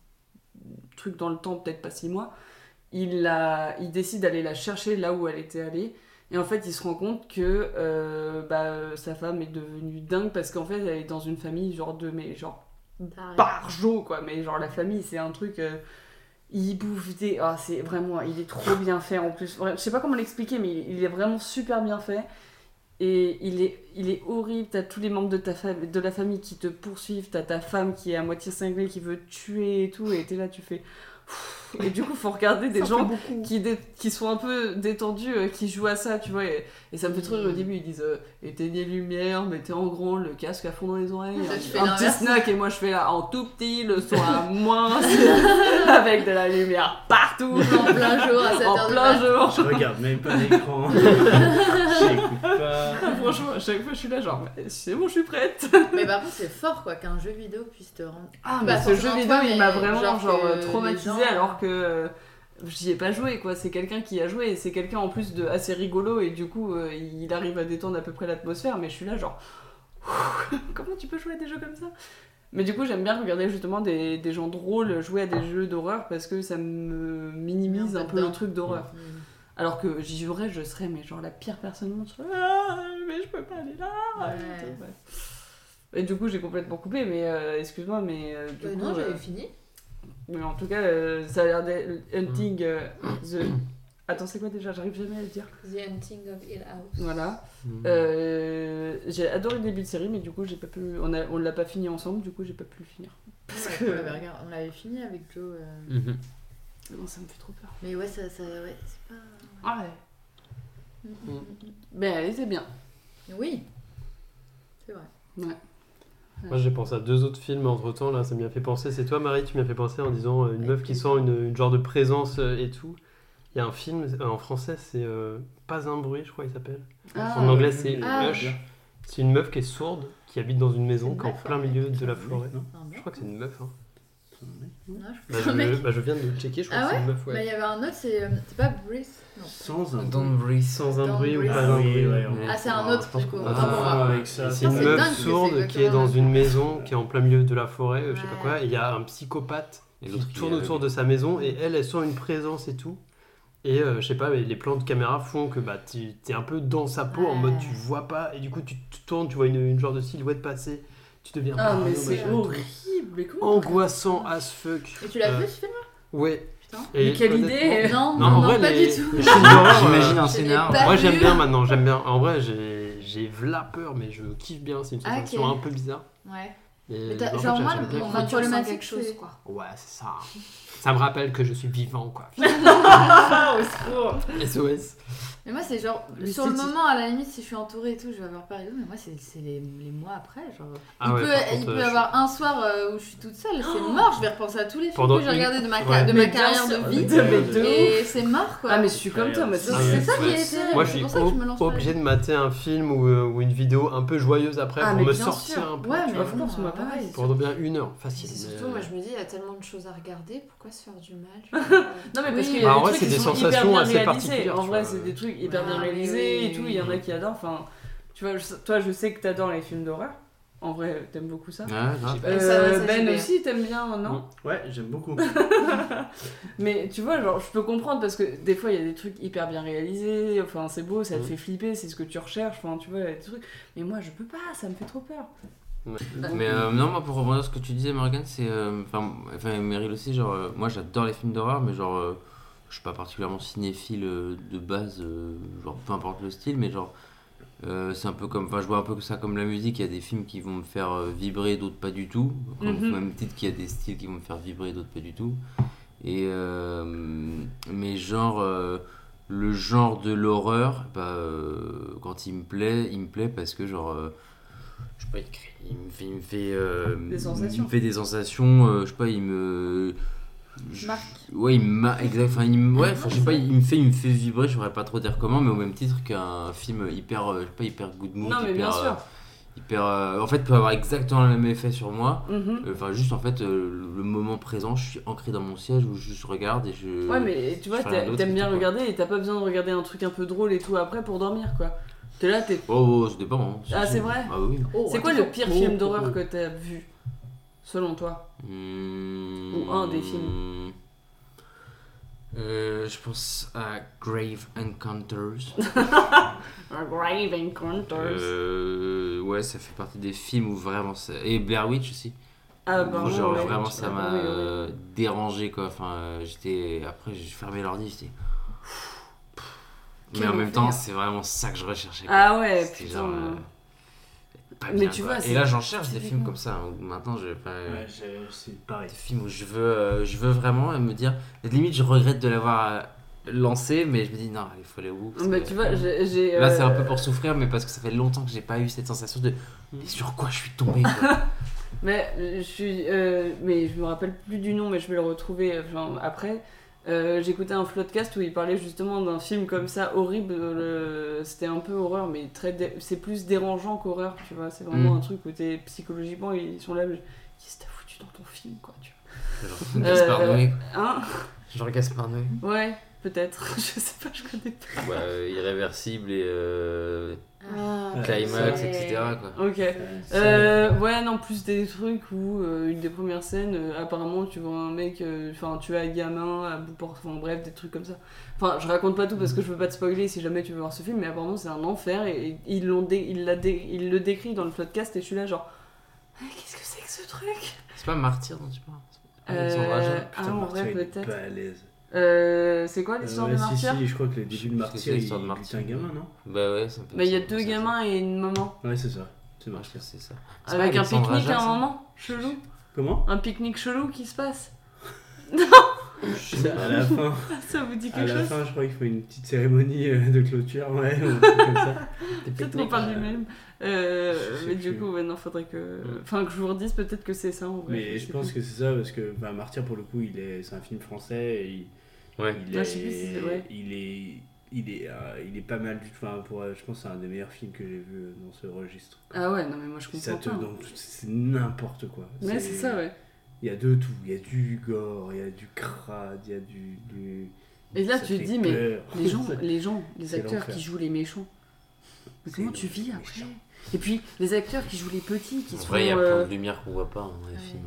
truc dans le temps peut-être pas six mois il la il décide d'aller la chercher là où elle était allée et en fait, il se rend compte que euh, bah, sa femme est devenue dingue parce qu'en fait, elle est dans une famille genre de mais genre Bah, barjo Ah, quoi mais genre la famille c'est un truc euh, il bouffe des ah c'est vraiment il est trop bien fait en plus Vra- je sais pas comment l'expliquer mais il il est vraiment super bien fait et il est il est horrible t'as tous les membres de ta fam- de la famille qui te poursuivent t'as ta femme qui est à moitié cinglée qui veut te tuer et tout et t'es là tu fais Pfff. et du coup faut regarder des gens qui, dé- qui sont un peu détendus, euh, qui jouent à ça, tu vois. Et, et ça me fait trop rire au début. Ils disent euh, éteignez les lumières, mettez en grand le casque à fond dans les oreilles,
Toi,
un-
tu fais
un, petit
l'inverse.
snack. Et moi, je fais là en tout petit, le son à moins, avec de la lumière partout,
En plein jour à 7h
en plein jour.
Je regarde même pas l'écran. J'écoute pas.
Franchement, à chaque fois, je suis là, genre, mais c'est bon, je suis prête.
Mais par contre, c'est fort quoi qu'un jeu vidéo puisse te rendre.
Ah, mais
Bah,
ce
forcément,
jeu vidéo,
toi,
il m'a
mais
vraiment
genre
genre, euh,
que
traumatisé
les gens-
alors que. euh, j'y ai pas joué quoi, c'est quelqu'un qui a joué et c'est quelqu'un en plus de assez rigolo et du coup euh, il arrive à détendre à peu près l'atmosphère mais je suis là genre Ouh, comment tu peux jouer à des jeux comme ça Mais du coup j'aime bien regarder justement des, des gens drôles jouer à des jeux d'horreur parce que ça me minimise
Met un peu
un peu le
dedans.
truc d'horreur.
Mm.
Alors que j'y jouerais, je serais mais genre la pire personne au monde. Je serais, Ah, mais je peux pas aller là.
Ouais.
Et, tout, ouais. Et du coup j'ai complètement coupé mais euh, excuse-moi mais euh, du
Euh,
coup,
non,
euh,
j'avais fini.
mais en tout cas, euh, ça a l'air d'être Hunting euh, the. Attends, c'est quoi déjà J'arrive jamais à le dire.
The Hunting of Hill House.
Voilà.
Mhm.
Euh, j'ai adoré le début de série, mais du coup, j'ai pas pu. On, a, on l'a pas fini ensemble, du coup, j'ai pas pu le finir. Parce
Ouais,
que.
on l'avait regardé- on l'avait fini avec Joe. euh,
Mhm.
Non, ça me fait trop peur.
Mais ouais, ça, ça, ouais, c'est pas.
Ah Ouais. Mm.
Mm.
Mais elle était bien.
Oui. C'est vrai.
Moi j'ai pensé à deux autres films entre temps, là ça m'y a fait penser. C'est toi Marie, tu m'y as fait penser en disant euh, une meuf qui sent une, une genre de présence euh, et tout. Il y a un film euh, en français, c'est euh, Pas un bruit, je crois il s'appelle.
Ah.
En anglais c'est
Ah.
Hush. C'est une meuf qui est sourde, qui habite dans une maison,
C'est une
qui est en
meuf,
plein milieu de la forêt.
Non,
Un mec.
Je crois que c'est une meuf. Hein.
Non, je
Bah,
crois que c'est
je,
un mec.
bah, je viens de le checker, je crois
Ah
que c'est une meuf.
Mais il y avait un autre, c'est euh, c'est pas Brice. Non.
Sans un.
Don't breathe.
Sans un
Dans
bruit ou
Ah, Breeze.
pas
Ah
un
oui,
bruit.
ouais,
ouais.
on-
Ah, c'est un
on-
autre,
je pense
du coup.
qu'on
on
Ah,
Autant pour
confond
moi.
avec ça.
C'est une
c'est dingue,
meuf
c'est
sourde qui est
exactement
dans
la
une
même.
maison, qui est en plein milieu de la forêt, euh, je sais pas
Ouais.
quoi. Et il y a un psychopathe
Et
qui
l'autre, il est
tourne autour
aveugle.
de sa maison et elle, elle sent une présence et tout. Et euh, je sais pas, mais les plans de caméra font que bah, tu t'es un peu dans sa peau en
Ouais.
mode tu vois pas. Et du coup, tu te tournes, tu vois une, une genre de silhouette passer. Tu deviens
Ah, mais
parano,
c'est
machin.
horrible. Mais comment
angoissant as fuck.
Et tu l'as
Euh,
vu ce film
Ouais.
Putain.
Et
Mais quelle
honnêtement-
idée
Non,
Non,
non,
en
non,
vrai,
pas
les-
du tout.
les films d'horreur,
J'imagine un
je l'ai
scénar.
pas
Moi
vu.
j'aime bien maintenant, j'aime bien. En vrai, j'ai j'ai v'là peur, mais je kiffe bien. C'est une
Ah,
sensation
ok.
un peu bizarre.
Ouais.
Et
Mais t'as-
en fait,
genre, moi,
j'aime bien
mon-
kiffer.
ma
tu ressens
problématique,
quelque chose,
c'est-
quoi.
Ouais, c'est ça. Ça me rappelle que je suis vivant, quoi. SOS.
Mais moi, c'est genre,
Mais
sur
c'est-
le moment, à la limite, si je suis entourée et tout, je vais avoir peur et tout, mais moi, c'est c'est les, les mois après. Genre.
Ah
il
ouais,
peut,
par contre,
il
euh,
peut
je-
y avoir un soir euh, où je suis toute seule, c'est mort, je vais repenser à tous les films
Pendant
que j'ai
une-
regardés de ma, ca-
Ouais.
de
Oh Mais
ma
bien
carrière
sûr,
de
mais
vie,
de- mais de ouf.
et c'est mort quoi.
Ah, mais je suis comme toi, moi.
Donc,
Ah,
c'est
ouais.
ça qui
Ouais.
est terrible.
Moi, je
c'est
suis
pour ça que je me lance
ob-
pas
obligé de mater un film ou, euh, ou une vidéo un peu joyeuse après
Ah,
pour
mais
me
bien
sortir
sûr.
un peu.
Ouais,
tu
mais
vois.
vois,
vraiment,
c'est pas
ouais.
pareil.
Pendant bien une heure, facile.
C'est
mais-
surtout, moi je me dis, il y a tellement de choses à regarder, pourquoi se faire du mal genre, euh,
Non, mais parce
Oui.
qu'il y
Bah,
a
en
des
vrai,
trucs
c'est
qui
des
sont hyper
sensations
bien
assez
réalisés.
particulières,
En
tu
vrai,
vois.
c'est des trucs hyper
Ah,
bien
oui,
réalisés
oui,
et tout.
oui,
Il y en a
oui.
qui adorent. Enfin, tu vois, je- toi, je sais que t'adores les films d'horreur. En vrai, t'aimes beaucoup ça.
Ouais, grave.
Euh,
Ça va, ça, j'aime
ben
bien.
aussi, t'aimes bien, non
Ouais, j'aime beaucoup.
Mais tu vois, genre, je peux comprendre parce que des fois, il y a des trucs hyper bien réalisés. Enfin, c'est beau, ça te
Mhm.
fait flipper, c'est ce que tu recherches. Enfin, tu vois, il y a des trucs. Mais moi, je peux pas, ça me fait trop peur.
Mais euh, non, moi pour rebondir sur ce que tu disais, Morgan, c'est. euh, Enfin, enfin, Meryl aussi, genre, euh, moi j'adore les films d'horreur, mais genre, euh, je suis pas particulièrement cinéphile euh, de base, euh, genre, peu importe le style, mais genre, euh, c'est un peu comme. Enfin, je vois un peu que ça comme la musique, il y a des films qui vont me faire euh, vibrer, d'autres pas du tout. Comme
Mhm.
Au même titre qu'il y a des styles qui vont me faire vibrer, d'autres pas du tout. Et. euh, mais genre. euh, le genre de l'horreur, bah, euh, quand il me plaît, il me plaît parce que genre, euh, je sais pas, il, crée- il me fait, il me fait, euh,
Des sensations.
il me fait des sensations, euh, je sais pas, il me, je- ouais, il me, mar- exact, enfin, il me, ouais, enfin, je sais pas, il me fait, il me fait vibrer, je saurais pas trop dire comment, mais au même titre qu'un film hyper, euh, je sais pas, hyper good mood,
non, mais
hyper,
bien
euh,
sûr.
hyper, euh, en fait, peut avoir exactement le même effet sur moi.
Mhm.
Euh, Enfin, juste en fait, euh, le moment présent, je suis ancré dans mon siège où je, je regarde et je.
Ouais, mais tu vois,
je fais rien
t'a-
d'autre,
t'aimes bien
quoi.
regarder et t'as pas besoin de regarder un truc un peu drôle et tout après pour dormir, quoi. T'es là, t'es.
Oh, oh, ça dépend. hein.
Ah,
Si-
c'est vrai
Ah oui.
Oh,
C'est
ouais.
quoi le pire
Oh,
film
oh,
d'horreur
oh.
que t'as vu Selon toi
Ou
un des
films Euh, Je pense à Grave Encounters.
Grave Encounters.
Euh, ouais, ça fait partie des films où vraiment ça... Et Blair Witch aussi.
Ah,
Où
bah,
oh, genre
ouais,
vraiment
ouais,
ça
ouais,
m'a
ouais, ouais.
euh, dérangé quoi. Enfin, euh, j'étais... Après, j'ai fermé l'ordi, j'étais... Mais
Quel
en même
enfer.
temps, c'est vraiment ça que je recherchais. quoi.
Ah ouais,
C'était
putain. Ah,
genre, euh, pas
Mais
bien,
tu
quoi.
vois, c'est-
Et là, j'en cherche des films
typiquement.
comme ça. hein, où Maintenant, je... enfin, euh,
Ouais, je- c'est pareil.
des films où je veux, euh, je veux vraiment euh, me dire. Limite, je regrette de l'avoir euh, lancé, mais je me dis non, il faut aller au bout. parce
Mais
que-
tu vois, j'ai. j'ai,
Là,
euh, Mm.
c'est un peu pour souffrir, mais parce que ça fait longtemps que j'ai pas eu cette sensation de. Mais sur quoi je suis tombé quoi.
Mais euh, je suis, euh, mais je me rappelle plus du nom, mais je vais le retrouver euh, enfin, après. Euh, J'écoutais un podcast où il parlait justement d'un film comme ça horrible. euh, le- C'était un peu horreur, mais très, dé- c'est plus dérangeant qu'horreur, tu vois. C'est vraiment
Mm.
un truc où t'es psychologiquement ils sont là, mais qu'est-ce que t'as foutu dans ton film, quoi, tu
Genre, Gaspard
Euh,
Noé.
vois. Hein
Genre Gaspard Noé.
Ouais, peut-être. Je sais pas, je connais pas.
Bah, euh, irréversible et euh,
Ah,
climax,
c'est-
etc. Quoi.
Ok. Euh, ouais, non, plus des trucs où euh, une des premières scènes, euh, apparemment, tu vois un mec, euh, enfin, tu as un gamin à bout portant, enfin, bref, des trucs comme ça. Enfin, je raconte pas tout parce que je veux pas te spoiler si jamais tu veux voir ce film, mais apparemment, c'est un enfer et, et ils l'ont dé- ils l'a dé- ils le décrivent dans le podcast et je suis là, genre, Ah, qu'est-ce que c'est que ce truc
C'est pas Martyr dont tu parles
Euh, Ah, en
Martyr,
vrai,
il est
peut-être.
pas à l'aise.
Euh, c'est quoi l'histoire
Euh,
de
ouais, si,
Martyr
si, je crois que le
Je sais
début de
plus ce que
Martyr,
c'est,
il
l'histoire de
bute
Martyr.
un gamin, non
Bah ouais, ça peut
Bah, il y a
être ça,
deux
ça.
gamins et une maman.
Ouais, c'est ça. C'est
Ouais, je
Martyr.
pense que c'est ça. C'est
Avec
pas
un
Alexandre
pique-nique à
Aja,
hein.
un
ça
moment, chelou.
Comment
Un pique-nique chelou qui se passe.
À la fin.
Ça vous dit
À
quelque
la
chose
fin, je crois qu'il faut une petite cérémonie euh, de clôture, ouais, ou un truc comme ça.
Peut-être qu'on parle du même. Euh,
Je sais
mais du
plus.
coup, maintenant, faudrait que.
Ouais.
Enfin, que je vous redise peut-être que c'est ça en vrai.
Mais je pense que c'est ça parce que bah, Martyr, pour le coup, il est, c'est un film français. Et il,
Ouais.
il, est,
Ah, je sais plus si c'est- ouais.
il est, il est, euh, il est pas mal du tout. Enfin, pour, euh, je pense que c'est un des meilleurs films que j'ai vu euh, dans ce registre.
Ah ouais, non, mais moi je
ça
comprends
te
pas.
donne, tout- c'est n'importe quoi.
Ouais, c'est ça, ouais.
Il y a de tout. Il y a du gore, il y a du crade, il y a du. du-
Et là,
ça
tu te
fait
dis, mais
peur.
Les gens, les gens, les
C'est
acteurs
l'enfer.
qui jouent les méchants. Mais
C'est
comment tu
les
vis après
méchants.
Et puis, les acteurs qui jouent les petits, qui
En
sont.
vrai, il y a
euh,
plein de lumière qu'on voit pas hein, dans les
Ouais.
films.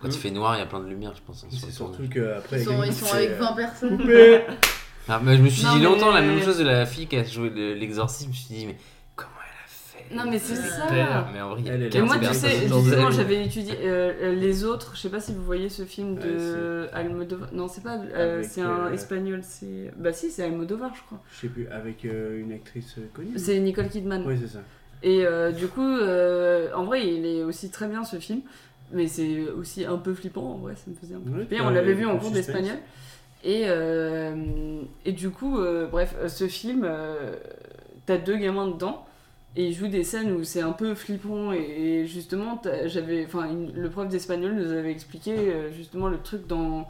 Quand
Mm.
il fait noir, il y a plein de lumière, je pense. hein, sur
C'est
le
surtout
tournage.
qu'après.
Ils sont, ils sont
euh,
euh, avec 20 personnes.
Coupé
Ah, mais je me suis
Non,
dit
mais-
longtemps la même chose de la fille qui a joué le- l'exorcisme. Je me suis dit, mais comment elle a fait
Non, mais c'est
J'ai
ça.
peur. Mais en vrai, il y a
Elle est
Et
15
moi, tu
personnes
sais,
dans
justement,
elle.
j'avais étudié euh, les autres. Je sais pas si vous voyez ce film
Ouais,
de Almodovar. Non, c'est pas. euh,
Avec,
c'est un
euh,
espagnol. C'est. Bah si, c'est Almodovar, je crois.
Je sais plus, avec euh, une actrice euh, connue.
C'est Nicole Kidman.
Oui, c'est ça.
Et euh, du coup, euh, en vrai, il est aussi très bien ce film, mais c'est aussi un peu flippant, en vrai, ça me faisait un peu
Ouais,
flipper.
t'as
On l'avait vu
le
en cours
suspense.
d'espagnol. Et, euh, et du coup, euh, bref, ce film, euh, t'as deux gamins dedans, et ils jouent des scènes où c'est un peu flippant, et, et justement, t'as- j'avais, enfin, une- le prof d'espagnol nous avait expliqué euh, justement le truc dans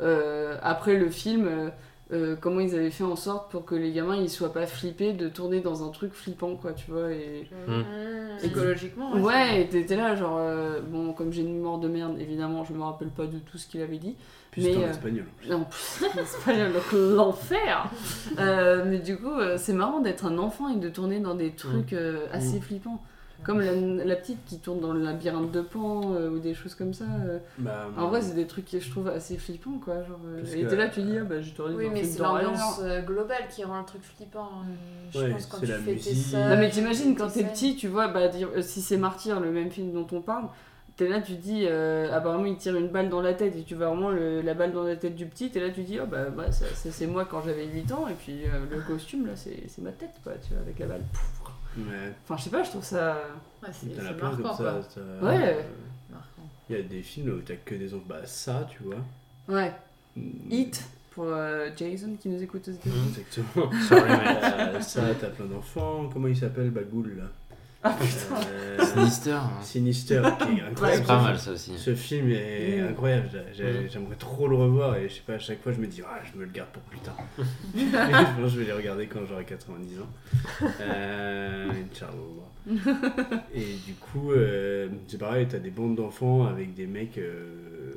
euh, après le film. euh, euh, comment ils avaient fait en sorte pour que les gamins ils soient pas flippés de tourner dans un truc flippant quoi tu vois et
Mmh. Psychologiquement,
Ouais, et t'étais là, genre, euh, bon, comme j'ai une mémoire de merde, évidemment, je me rappelle pas de tout ce qu'il avait dit.
Puis
Mais,
c'est en
euh,
espagnol.
Non, pff, l'espagnol, donc l'enfer Euh, Mais du coup, euh, c'est marrant d'être un enfant et de tourner dans des trucs euh, assez flippants. Comme la, la petite qui tourne dans le labyrinthe de Pan euh, ou des choses comme ça. euh.
Bah,
En vrai, c'est des trucs que je trouve assez flippants, quoi. Genre, euh,
Parce
et
que-
t'es là, tu dis, ah bah, j'ai tourné
Oui,
dans un
mais
film
c'est
d'horreur.
l'ambiance euh, globale qui rend le truc flippant. hein. Je
Ouais,
pense quand
c'est
tu
la
fais tes
musique.
seuls,
Non mais t'imagines quand
tes
t'es
scènes.
petit, tu vois, bah, dire, euh, si c'est Martyr, le même film dont on parle, t'es là, tu dis, euh, apparemment il tire une balle dans la tête et tu vois vraiment le- la balle dans la tête du petit, t'es là, tu dis, oh bah, bah, ça, ça, c'est moi quand j'avais 8 ans et puis euh, le costume là c'est c'est ma tête quoi, tu vois, avec la balle.
Mais
Enfin je sais pas, je trouve ça...
Ouais, c'est
t'as la
c'est
peur comme
marquant,
ça.
quoi.
ça-
Ouais.
Marquant.
Il y a des films où t'as que des enfants. Bah, ça, tu vois.
Ouais, hit pour euh, Jason qui nous écoute aux États-Unis.
Mmh. Exactement.
Sorry, mate.
Euh, ça, t'as plein d'enfants. Comment il s'appelle Bagoul, là
Ah,
Euh,
Sinister. hein.
Sinister, qui est incroyable.
C'est pas mal ça aussi.
Ce film est
Mm.
incroyable, j'a- j'a-
Mm.
j'aimerais trop le revoir et je sais pas, à chaque fois je me dis, ah, je me le garde pour plus tard. Et je pense que je vais les regarder quand j'aurai 90 ans. Euh, Inch'Allah. Et du coup, euh, c'est pareil, t'as des bandes d'enfants avec des mecs euh,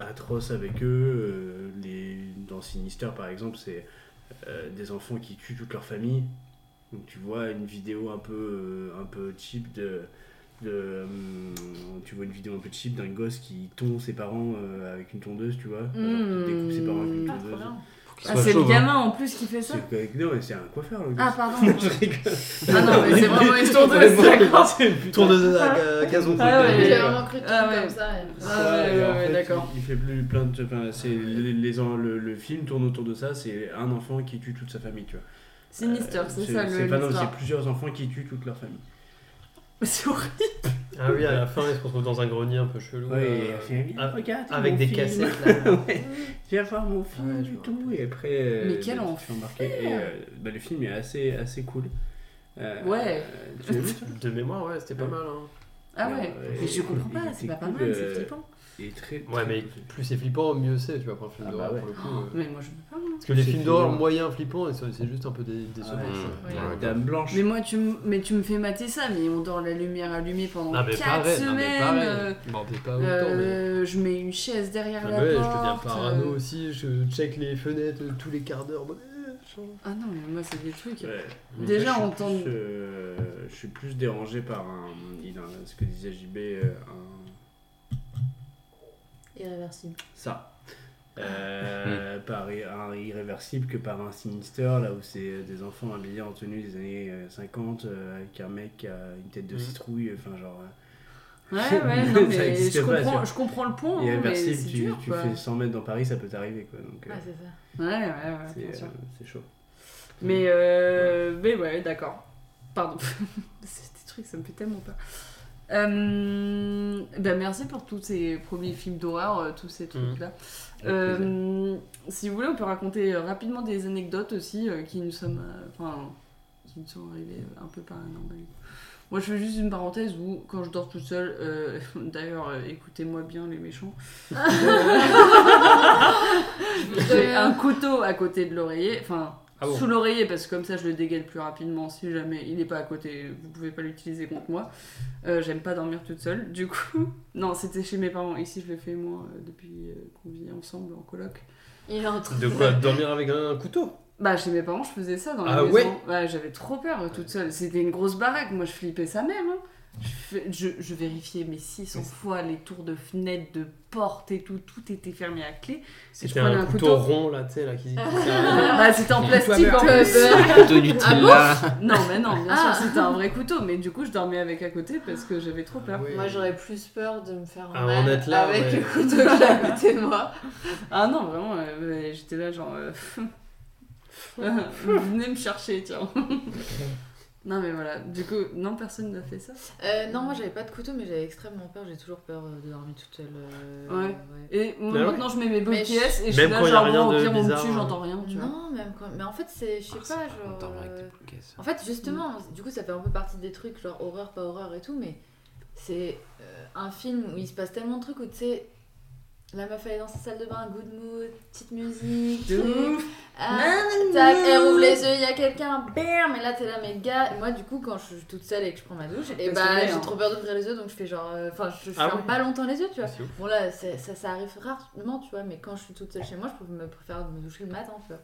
atroces avec eux. euh, les, dans Sinister par exemple, c'est euh, des enfants qui tuent toute leur famille. Donc tu vois une vidéo un peu, euh, un peu cheap de de, euh, tu vois une vidéo un peu cheap d'un gosse qui tond ses parents euh, avec une tondeuse, tu vois. Genre,
Hmm.
qui découpe ses parents avec une
Ah, trop
tondeuse.
bien.
Faut qu'il
Ah,
soit
c'est le
chauve, hein.
gamin en plus qui fait ça
C'est correct. Non, mais c'est un coiffeur, le
Ah
gosse.
pardon
Je rigole.
Ah non mais c'est vraiment une tondeuse,
Vraiment,
d'accord
c'est une putain
Tour
de- euh,
de à gazon.
Ah ouais,
J'ai
ouais.
vraiment cru tout
Ah, ouais.
comme ça. et-
Ah ouais,
Ouais, et en
ouais, ouais,
fait,
d'accord.
Il, il fait plus plein de. Enfin, c'est les, les en- le, le film tourne autour de ça. C'est un enfant qui tue toute sa famille, tu vois.
Sinister,
Euh,
c'est ça le
C'est pas non,
l'histoire.
c'est plusieurs enfants qui tuent toute leur famille.
C'est horrible.
Ah oui, à la fin, ils se retrouvent dans un grenier un peu chelou.
Ouais, et
là.
elle fait, Viens,
ah,
regarde
avec
mon
des
film.
cassettes là.
Ouais, viens voir mon film
Ouais, je
et
vois.
tout. Et après, euh,
Mais quel
bah, tu te fais embarquer. Et, euh, bah, le film est assez, assez cool. Euh,
Ouais.
euh, tu l'as vu, toi
De mémoire, ouais, c'était pas mal. hein.
Ah
Alors,
ouais,
euh,
mais je
il-
comprends
il
pas,
était
c'est pas pas
cool,
mal, c'est
euh,
flippant.
Il est très.
Ouais,
très-
mais plus c'est flippant, mieux c'est, tu vois, pour un film
Ah bah
d'horreur,
ouais.
pour le coup. euh.
Mais moi je peux pas. moi.
Parce que les
C'est
films d'horreur
fini.
moyens, flippants, c'est c'est juste un peu dé-
Ah,
décevant.
ouais,
Ouais.
la Dame Blanche.
Mais moi, tu, m- mais tu me fais mater ça, mais on dort la lumière allumée pendant
Non, mais
4
pareil, non, mais
semaines. euh,
pareil. Bon, t'es pas autant, mais.
euh, Je mets une chaise derrière
Ah
la
bah ouais, je
porte.
deviens parano
euh.
aussi, je check les fenêtres euh, tous les quarts d'heure. bah, euh, genre.
Ah non, mais moi, c'est des trucs.
Ouais. Mais
Déjà,
ça, je
on
suis
tente-
plus, euh, je suis plus dérangé par un, il a un- ce que disait JB, euh, un-
Irréversible.
ça. Euh, Par i- un irréversible que par un sinister, là où c'est euh, des enfants habillés en tenue des années euh, 50 euh, avec un mec qui a une tête de
Mm.
Mhm.
citrouille, enfin genre. euh,
Ouais, ouais, non,
Ça
mais
existe
je
pas, tu
comprends,
vois.
je comprends le
Oh,
point. hein, mais
irréversible,
c'est
tu,
dur,
tu
quoi.
fais 100 mètres dans Paris, ça peut t'arriver quoi. Donc, euh,
Ouais, c'est ça.
Ouais, ouais, ouais,
c'est,
bien sûr.
euh, c'est chaud.
Mais,
Mm.
euh, mais ouais, d'accord. Pardon. C'est des trucs, ça me fait tellement peur. Euh, ben merci pour tous ces premiers films d'horreur, euh, tous ces trucs-là.
Mm. Avec
Euh,
plaisir.
si vous voulez, on peut raconter euh, rapidement des anecdotes aussi euh, qui nous sommes, euh, enfin, qui nous sont arrivées euh, un peu paranormales. Moi, je fais juste une parenthèse où, quand je dors tout seul, euh, d'ailleurs, euh, écoutez-moi bien les méchants. J'ai un couteau à côté de l'oreiller, enfin
Ah bon
sous l'oreiller parce que comme ça je le dégaine plus rapidement si jamais il n'est pas à côté, vous pouvez pas l'utiliser contre moi. Euh, J'aime pas dormir toute seule, du coup. Non, c'était chez mes parents. Ici, je le fais moi euh, depuis euh, qu'on vit ensemble en coloc.
Il est en train
De quoi Dormir avec un couteau
Bah, chez mes parents, je faisais ça dans la
Ah
maison.
ouais
J'avais trop peur euh, toute seule. C'était une grosse baraque. Moi, je flippais ça même. hein. Je, fais- je, je vérifiais mes 600 fois les tours de fenêtres, de portes et tout. Tout était fermé à clé.
C'était
prenais
un,
un
couteau,
couteau.
rond là, tu sais, là, qui qui- Ah.
bah, c'était en
Toi,
plastique en
merde.
plus.
Couteau Nutella.
Non, mais non, bien
Ah.
sûr, c'était un vrai couteau, mais du coup, je dormais avec à côté parce que j'avais trop peur.
Ouais.
Moi j'aurais plus peur de me faire
Ah,
mal
en être là,
avec
ouais.
le couteau que j'ai à côté de moi.
Ah non, vraiment, euh, ouais, j'étais là, genre. euh, Venez me chercher, tiens. non, mais voilà, du coup, non, personne n'a fait ça.
Euh, non, moi j'avais pas de couteau, mais j'avais extrêmement peur. J'ai toujours peur euh, de dormir toute seule. euh,
Ouais. Et moi,
Ah ouais
maintenant, je mets mes
Mais
bonnes
je-
pièces et je suis
Même
là,
quand y a
genre,
rien
bon, au
de
pire, on me
bizarre,
tue,
hein.
j'entends rien, tu vois.
Non, même quand. Mais en fait, c'est. Je sais
Ah,
pas,
ça, on
genre.
dormait avec
euh,
des bouquets, ça.
En fait, justement,
Mm.
du coup, ça fait un peu partie des trucs, genre horreur, pas horreur et tout, mais c'est euh, un film où il se passe tellement de trucs où tu sais, la meuf elle est dans sa salle de bain, good mood, petite musique,
De
truc,
ouf.
ah, tac, elle rouvre les yeux, il y a quelqu'un, bam, et là t'es là, mais gars, moi du coup, quand je suis toute seule et que je prends ma douche, et
Parce
bah
que ouais,
j'ai
hein.
trop peur d'ouvrir les yeux, donc je fais genre, euh, enfin, je, je
Ah
ferme
ouais.
pas longtemps les yeux, tu vois.
C'est ouf.
Bon là, c'est- ça, ça arrive rarement, tu vois, mais quand je suis toute seule chez moi, je peux me préfère me doucher le matin, tu vois.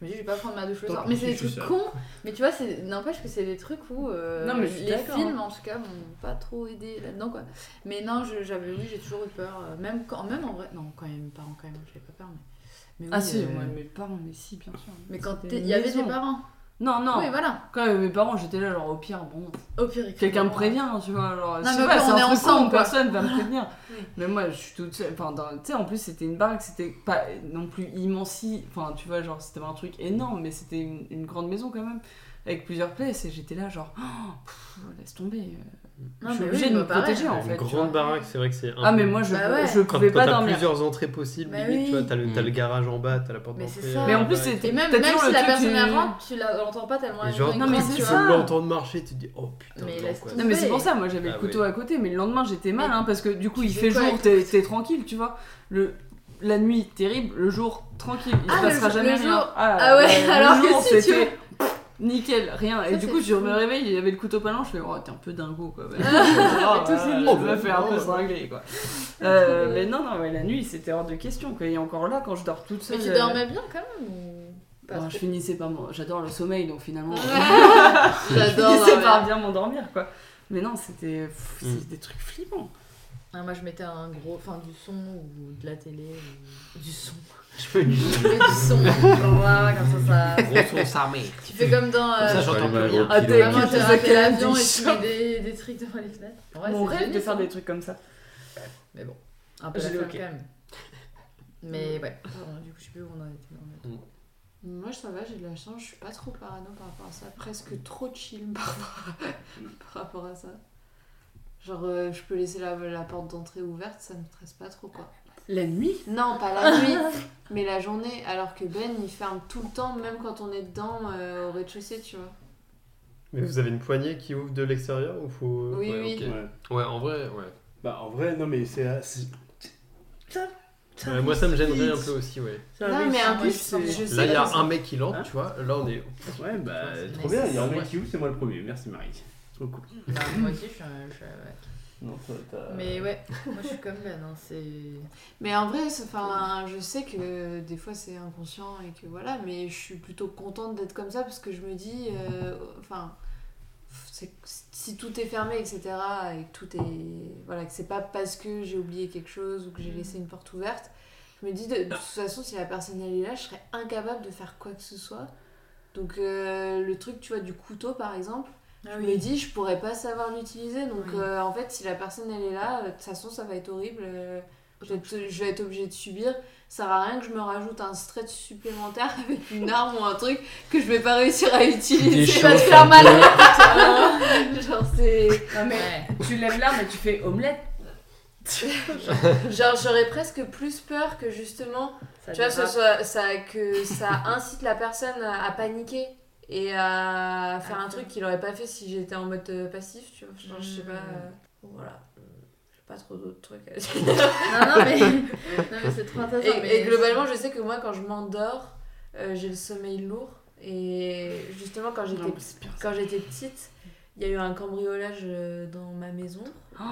Je me dis, je vais pas prendre ma douche le
Tant
soir.
pis,
Mais c'est des
je suis
trucs
seule.
cons, mais tu vois, c'est- n'empêche que c'est des trucs où euh,
Non, mais je suis
les
d'accord.
films, en tout cas, m'ont pas trop aidé là-dedans, quoi. Mais non, je- j'avais, oui, j'ai toujours eu peur, euh, même quand, même en vrai, non, quand même, mes parents, quand même, j'avais pas peur, mais. mais
Ah
oui,
si,
euh,
moi, mes parents, mais si, bien sûr.
Mais quand
C'était
t'es- il
une
y avait
maison.
des parents.
Non, non,
Oui, voilà.
quand il y avait mes parents, j'étais là, genre, au pire, bon,
Au pire, ils
Quelqu'un me
crient.
prévient, hein, tu vois. Genre,
Non,
je sais
mais au
pas,
pire,
c'est
on
un
est
truc
ensemble,
con,
quoi.
personne va me prévenir.
Oui.
mais moi, je suis toute seule. Enfin, dans- tu sais, en plus, c'était une baraque, c'était pas non plus immensi. Enfin, tu vois, genre, c'était pas un truc énorme, mais c'était une, une grande maison quand même, avec plusieurs places. Et j'étais là, genre, Oh, pff, laisse tomber. euh,
Non,
je suis
mais
obligée
oui,
de
bah,
me
pareil.
protéger en
Une
fait. tu vois.
grande baraque, c'est vrai que c'est un.
Ah,
peu-
mais moi, je,
Bah ouais.
je
quand,
pouvais
quand
pas
t'as
dormir.
plusieurs entrées possibles,
Bah
limite,
oui.
tu vois, t'as le, t'as le
Mm.
garage en bas, t'as la porte
Mais
d'entrée. euh,
c'est ça.
Mais en
la
plus,
baraque.
c'est.
Et même,
t'as
même
toujours
si
le
la
truc,
personne
tu-
elle rentre, tu la- l'entends pas tellement
Et
elle
genre,
est
Non, mais
grande,
c'est
tu
tu
vois.
ça.
l'entends marcher, tu te dis oh putain,
Mais
non,
laisse
quoi.
tomber.
Non mais c'est pour ça, moi j'avais
Ah
le couteau
ouais.
à côté, mais le lendemain j'étais mal,
Mais
hein, parce que du coup
tu
il
fais
fait
quoi
jour,
avec
t'es t'es tranquille, tu vois. Le, la nuit terrible, le jour tranquille, il
Ah,
se
le
passera
jour-
jamais
le
rien.
jour- ah ouais, alors que si tu
c'était
veux.
pff, nickel, rien.
Ça,
et du
c'est
coup je
fou.
me réveille, il y avait le couteau pas loin, je fais oh t'es un peu dingo quoi. Bah,
Et tout, c'est
on
nul.
me fait un peu
Oh.
cinglé quoi. Euh, mais non non, mais la nuit c'était hors de question quoi. Et encore là quand je dors toute
Mais
seule.
tu
euh,
dormais bien quand même ou pas
bon, Ah, je finissais pas, mon- j'adore le sommeil donc finalement.
J'adore.
finissais
dormir.
par bien m'endormir quoi. Mais non, c'était pff,
Mm.
c'est des trucs flippants.
Ah, moi je mettais un gros. Enfin, du son ou de la télé. ou- Du son.
Je fais une
Je mets du son. genre, voilà, comme ça, ça.
grosse sauce à merde.
Tu fais comme dans.
Comme ça,
euh,
j'entends
Ouais,
plus
ouais,
rien.
ouais.
Ah,
Puis
t'es
le-
Vraiment,
tu
t'es
faisais
avec l'avion
du
et tu mets
chat.
des, des trucs devant les fenêtres. En vrai,
Mon
c'est
rêve
vrai,
de
ça.
faire des trucs comme ça.
Mais bon, un peu
J'ai
la
dit
flemme
ok.
quand même. Mais ouais, Pardon, du coup, je sais plus où on en était. on en était-
Moi ça va, j'ai de la chance, je suis pas trop parano par rapport à ça. Presque trop chill par rapport à, par rapport à ça. Genre euh, je peux laisser la, la porte d'entrée ouverte, ça me stresse pas trop quoi.
La nuit
Non, pas la nuit, mais la journée. Alors que Ben, il ferme tout le temps, même quand on est dedans, euh, au rez-de-chaussée, tu vois.
Mais vous avez une poignée qui ouvre de l'extérieur ou faut.
Oui,
ouais,
oui.
ok.
Ouais.
Ouais, en vrai, ouais.
Bah, en vrai, non, mais c'est. c'est-
Ouais, moi, ça me gênerait un peu aussi, ouais.
Ah
Non, mais en
moi,
plus,
je sens-
je sais
Là, il y a
que-
un mec qui l'entre,
Hein
tu vois. Là, on est.
Ouais, bah,
Mais
trop bien.
c'est
Il y a un
ça,
mec
ouais.
qui ouvre, c'est moi le premier. Merci, Marie. Trop cool.
Bah, moi aussi, je suis un- je suis- ouais.
Non, ça, t'as-
Mais ouais, moi je suis comme Ben, hein, c'est.
Mais en vrai, c'est- enfin, je sais que des fois c'est inconscient et que voilà, mais je suis plutôt contente d'être comme ça parce que je me dis, euh, enfin, c'est- si tout est fermé, etc., et que tout est. Voilà, que c'est pas parce que j'ai oublié quelque chose ou que j'ai laissé une porte ouverte, je me dis, de, de toute façon, si la personne elle est là, je serais incapable de faire quoi que ce soit. Donc, euh, le truc, tu vois, du couteau par exemple.
Ah
Je me dis, je pourrais pas savoir l'utiliser. Donc,
Oui.
euh, en fait, si la personne elle est là, euh, de toute façon, ça va être horrible. euh, je, vais être, je vais être obligée de subir. Ça sert à rien que je me rajoute un stress supplémentaire avec une arme ou un truc que je vais pas réussir à utiliser. Ça va te faire mal. Genre, c'est.
Non, mais
ah, Ouais.
tu lèves l'arme et tu fais omelette.
Genre, j'aurais presque plus peur que justement,
Ça
tu vois, ce
dérape.
soit- ça, que ça incite la personne à, à paniquer et à faire
Ah,
un truc qu'il aurait pas fait si j'étais en mode euh, passif, tu vois. Genre, je sais pas.
Hmm.
euh, voilà. J'ai pas trop d'autres trucs à dire.
Non, non, mais, non, mais c'est trop intéressant. mais-
Et, et globalement, je sais que moi, quand je m'endors, euh, j'ai le sommeil lourd. Et justement, quand j'étais,
Non, mais c'est pire, ça.
quand j'étais petite, il y a eu un cambriolage euh, dans ma maison.
Oh,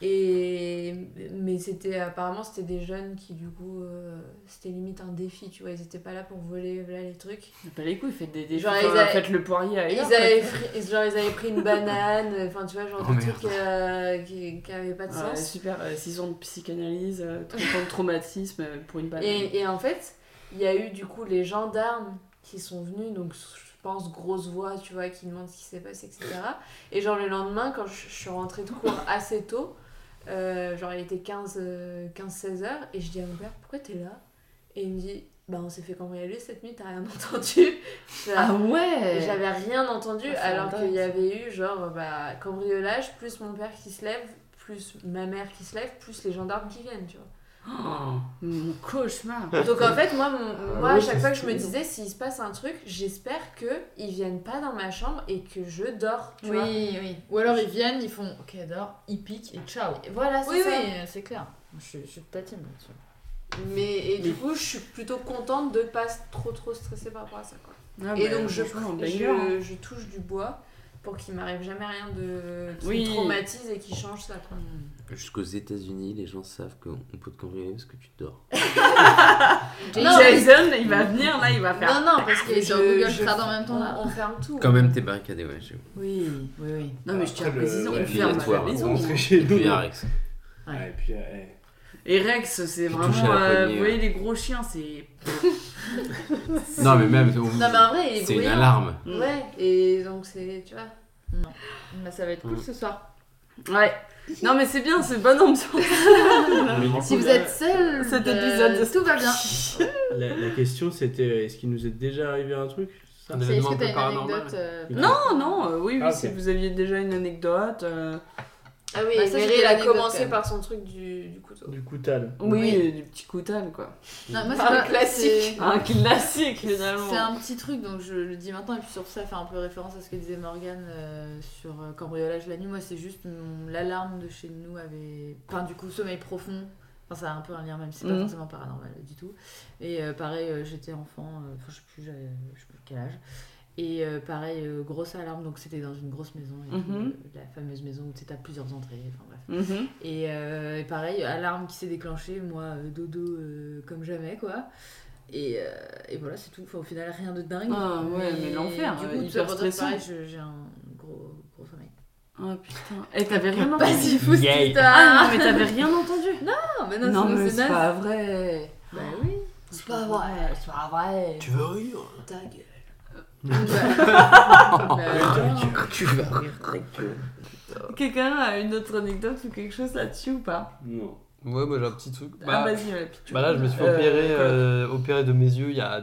Et mais c'était apparemment c'était des jeunes qui du coup euh, c'était limite un défi, tu vois, ils étaient pas là pour voler voilà, les trucs.
Mais pas les couilles, faites des, des
Genre,
enfin,
ils avaient-
faites le poirier à
Ils avaient, pris, genre, ils avaient pris une banane, enfin tu vois, genre
Oh,
des trucs euh, qui, qui avaient pas de
Ouais,
sens.
super, euh, six ans de psychanalyse, euh, 30 ans de traumatisme euh, pour une banane.
Et, et en fait, il y a eu du coup les gendarmes qui sont venus, donc je pense grosse voix, tu vois, qui demandent ce qui s'est passé, etc. Et genre le lendemain, quand je, je suis rentrée de cours assez tôt, euh, genre il était 15-16 heures, et je dis à mon père, pourquoi t'es là Et il me dit, bah on s'est fait cambrioler cette nuit, t'as rien entendu Je fais,
Ah
et
ouais
J'avais rien entendu
Ah, c'est
alors
dingue,
qu'il y
ça.
avait eu genre bah, cambriolage, plus mon père qui se lève, plus ma mère qui se lève, plus les gendarmes qui viennent, tu vois.
Oh, mon cauchemar
Donc en fait, moi, mon-
Ah
moi à
ouais,
chaque
ça,
fois que
c'est
je me
énorme.
disais, s'il se passe un truc, j'espère qu'ils viennent pas dans ma chambre et que je dors. Tu
Oui,
vois.
oui. Ou alors ils viennent, ils font OK, dors, ils piquent et ciao.
Et Voilà, c'est
Oui,
ça.
oui, c'est clair. Je suis, je suis de ta team là-dessus.
Mais et du coup, je suis plutôt contente de pas trop trop stresser par rapport à ça. quoi.
Ah,
et
bah,
donc je,
franchement,
je,
banger, hein.
je touche du bois pour qu'il m'arrive jamais rien de qui
Oui.
me traumatise et qui change ça. Quoi.
Jusqu'aux États-Unis, les gens savent qu'on peut te cambrioler parce que tu dors.
Non,
Jason, il va venir, là, il va faire...
Non, non, parce que
Et sur
je-
Google
je-
Trad en même temps
on,
là.
on ferme tout.
Quand même, t'es barricadé, ouais. j'avoue.
Oui.
Oui, oui.
Non, mais je tiens à
Après, le-
préciser,
ouais,
on
puis
ferme
la
la
toile,
maison.
Pour rentrer
Et
chez nous.
puis, Arex.
Ouais, et puis, euh,
Et Rex, c'est
Puis
vraiment...
toucher à la
euh,
poignée,
vous voyez, les gros chiens, c'est...
Non, mais même,
Non, mais en vrai, il est
c'est une
bruyant.
alarme.
Ouais, et donc c'est, tu vois.
Bah, ça va être cool ce soir.
Ouais. Non, mais c'est bien, c'est bonne ambiance.
Ah,
Si vous êtes seul,
Cet
euh,
épisode-
tout va bien.
La, la question c'était euh, est-ce qu'il nous est déjà arrivé un truc ça
Un
C'est- Est-ce
événement
que
un peu
t'as une
paranormal.
anecdote euh,
Non, non, euh, oui, oui,
Ah, ok.
si vous aviez déjà une anecdote... euh,
Ah oui,
Bah,
et
ça,
Meryl
c'était
a
l'anecdote, quand
commencé
même.
par son truc du, du couteau.
Du coup, Tal.
Oui,
Oui.
euh, du petit coutal, quoi.
Non, moi, c'est
Un
pas-
classique.
Un classique, finalement.
C'est un petit truc, donc je le dis maintenant, et puis sur ça, faire un peu référence à ce que disait Morgane euh, sur euh, cambriolage la nuit. Moi, c'est juste mon- l'alarme de chez nous avait. Enfin, du coup, sommeil profond. Enfin, ça a un peu un lien, même si c'est pas
Mhm.
forcément paranormal du tout. Et euh, pareil, euh, j'étais enfant, euh, enfin, je sais plus, j'avais- je sais plus quel âge. Et euh, pareil, euh, grosse alarme, donc c'était dans une grosse maison, et tout,
Mhm.
euh, la fameuse maison où t'as plusieurs entrées, enfin bref.
Mhm.
Et, euh, et pareil, alarme qui s'est déclenchée, moi, euh, dodo euh, comme jamais, quoi. Et, euh, et voilà, c'est tout. Enfin, au final, rien de dingue.
Ah ouais, mais l'enfer,
Du
euh,
coup, tout
hyper
ça pour dire,
stressant.
pareil, je- j'ai un gros, gros sommeil.
Oh putain. Et t'avais rien entendu
Vas-y, fous cette
Yay.
histoire.
Ah non, mais t'avais rien entendu
Ah,
Non, mais
Non, mais c'est
naze.
pas vrai
Bah oui.
C'est pas vrai, c'est pas vrai.
Tu veux rire
Ah.
Ta gueule.
Tu vas rire ta gueule.
Quelqu'un a une autre anecdote ou quelque chose là-dessus ou pas
Non.
Ouais, moi, j'ai un petit truc.
Ah
Bah,
vas-y, ouais, puis tu-
bah là, je me suis
Euh,
opéré, euh, opéré de mes yeux il y a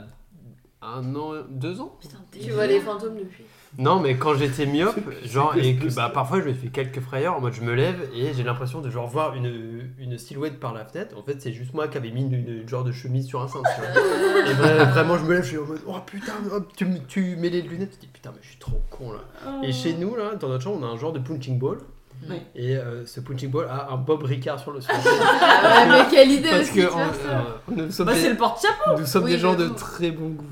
un an, deux ans
Putain, t'es-
Tu vois les fantômes depuis.
Non, mais quand j'étais myope, genre,
c'est-
et que
c'est-
bah, parfois je me fais quelques frayeurs, en mode je me lève et j'ai l'impression de genre voir une, une silhouette par la fenêtre. En fait, c'est juste moi qui avais mis une, une genre de chemise sur un cintre. tu vois. Et vra- vraiment, je me lève, je suis en mode oh putain, hop, tu, me- tu mets les lunettes, tu te dis putain, mais je suis trop con là. Et chez nous, là, dans notre chambre, on a un genre de punching ball.
Oui.
Et euh, ce punching ball a un Bob Ricard sur le sol.
Ah Ouais, mais quelle idée
Parce
aussi
que
de faire
on-
ça.
euh, nous sommes,
Bah,
des,
c'est le porte-chapeau
nous sommes
Oui,
des gens de
j'avoue.
très bon goût.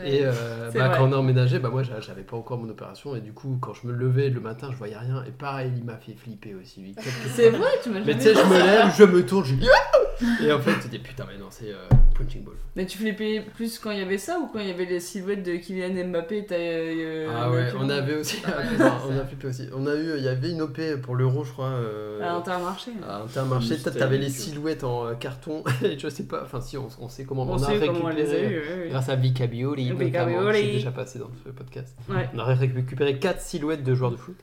Ouais.
Et euh,
C'est
bah,
vrai.
quand on a emménagé, bah, moi j'a- j'avais pas encore mon opération et du coup quand je me levais le matin je voyais rien et pareil il m'a fait flipper aussi lui. Quelque
C'est
fois.
vrai, tu m'as
Mais
jamais
tu sais
dit.
je me lève, je me tourne, je dis Ah et en fait tu dis putain mais non c'est euh, punching ball.
Mais tu flippais plus quand il y avait ça ou quand il y avait les silhouettes de Kylian Mbappé t'as, euh,
ah
un
ouais
autre-
on avait aussi,
Ah, ouais,
non,
c'est
on a
ça.
flippé aussi, on a eu, il y avait une op pour l'euro je crois. euh,
Ah,
à Ah, Intermarché.
à Intermarché,
Mustang,
t'avais les
tu-
silhouettes en euh, carton, et je sais pas, enfin si on, on sait comment
On,
on, a
sait
récupéré.
comment elle les a eues. ouais, ouais.
Grâce à Vika Bioli,
Vika
notamment, qui est
Bioli.
déjà passé dans ce podcast.
Ouais.
On aurait récupéré 4 silhouettes de joueurs de foot.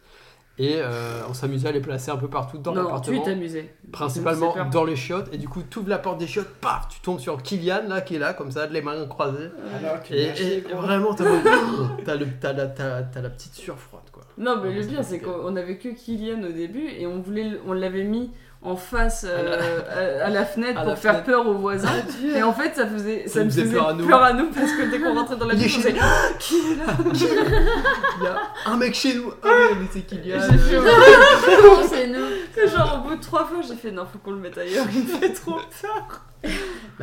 Et euh, on s'amusait à les placer un peu partout dans
Non, tu
l'appartement,
t'amusais.
principalement
tu me fais peur.
dans les chiottes. Et du coup, tu ouvres la porte des chiottes, paf, tu tombes sur Kylian là qui est là, comme ça, les mains croisées.
Alors que
Et,
merci,
et
quoi.
vraiment, t'as le- t'as le- t'as la, t'as- t'as la petite sueur froide quoi.
Non, mais
Ouais,
le
c'est
pire, c'est
compliqué.
qu'on avait que Kylian au début et on voulait, le- on l'avait mis en face euh, à, à la fenêtre
À
pour
la
faire
fenêtre.
peur aux voisins. Et en fait, ça faisait, ça, nous faisait peur à, nous. parce que dès qu'on rentrait dans la
Il est
maison, on
chez-
faisait
Il y a un mec chez nous, ah ouais, mais c'est Kylian.
J'ai fait
euh,
Non, c'est nous.
Que genre au bout de trois fois, j'ai fait non, faut qu'on le mette ailleurs, il me fait trop peur.
bah,
et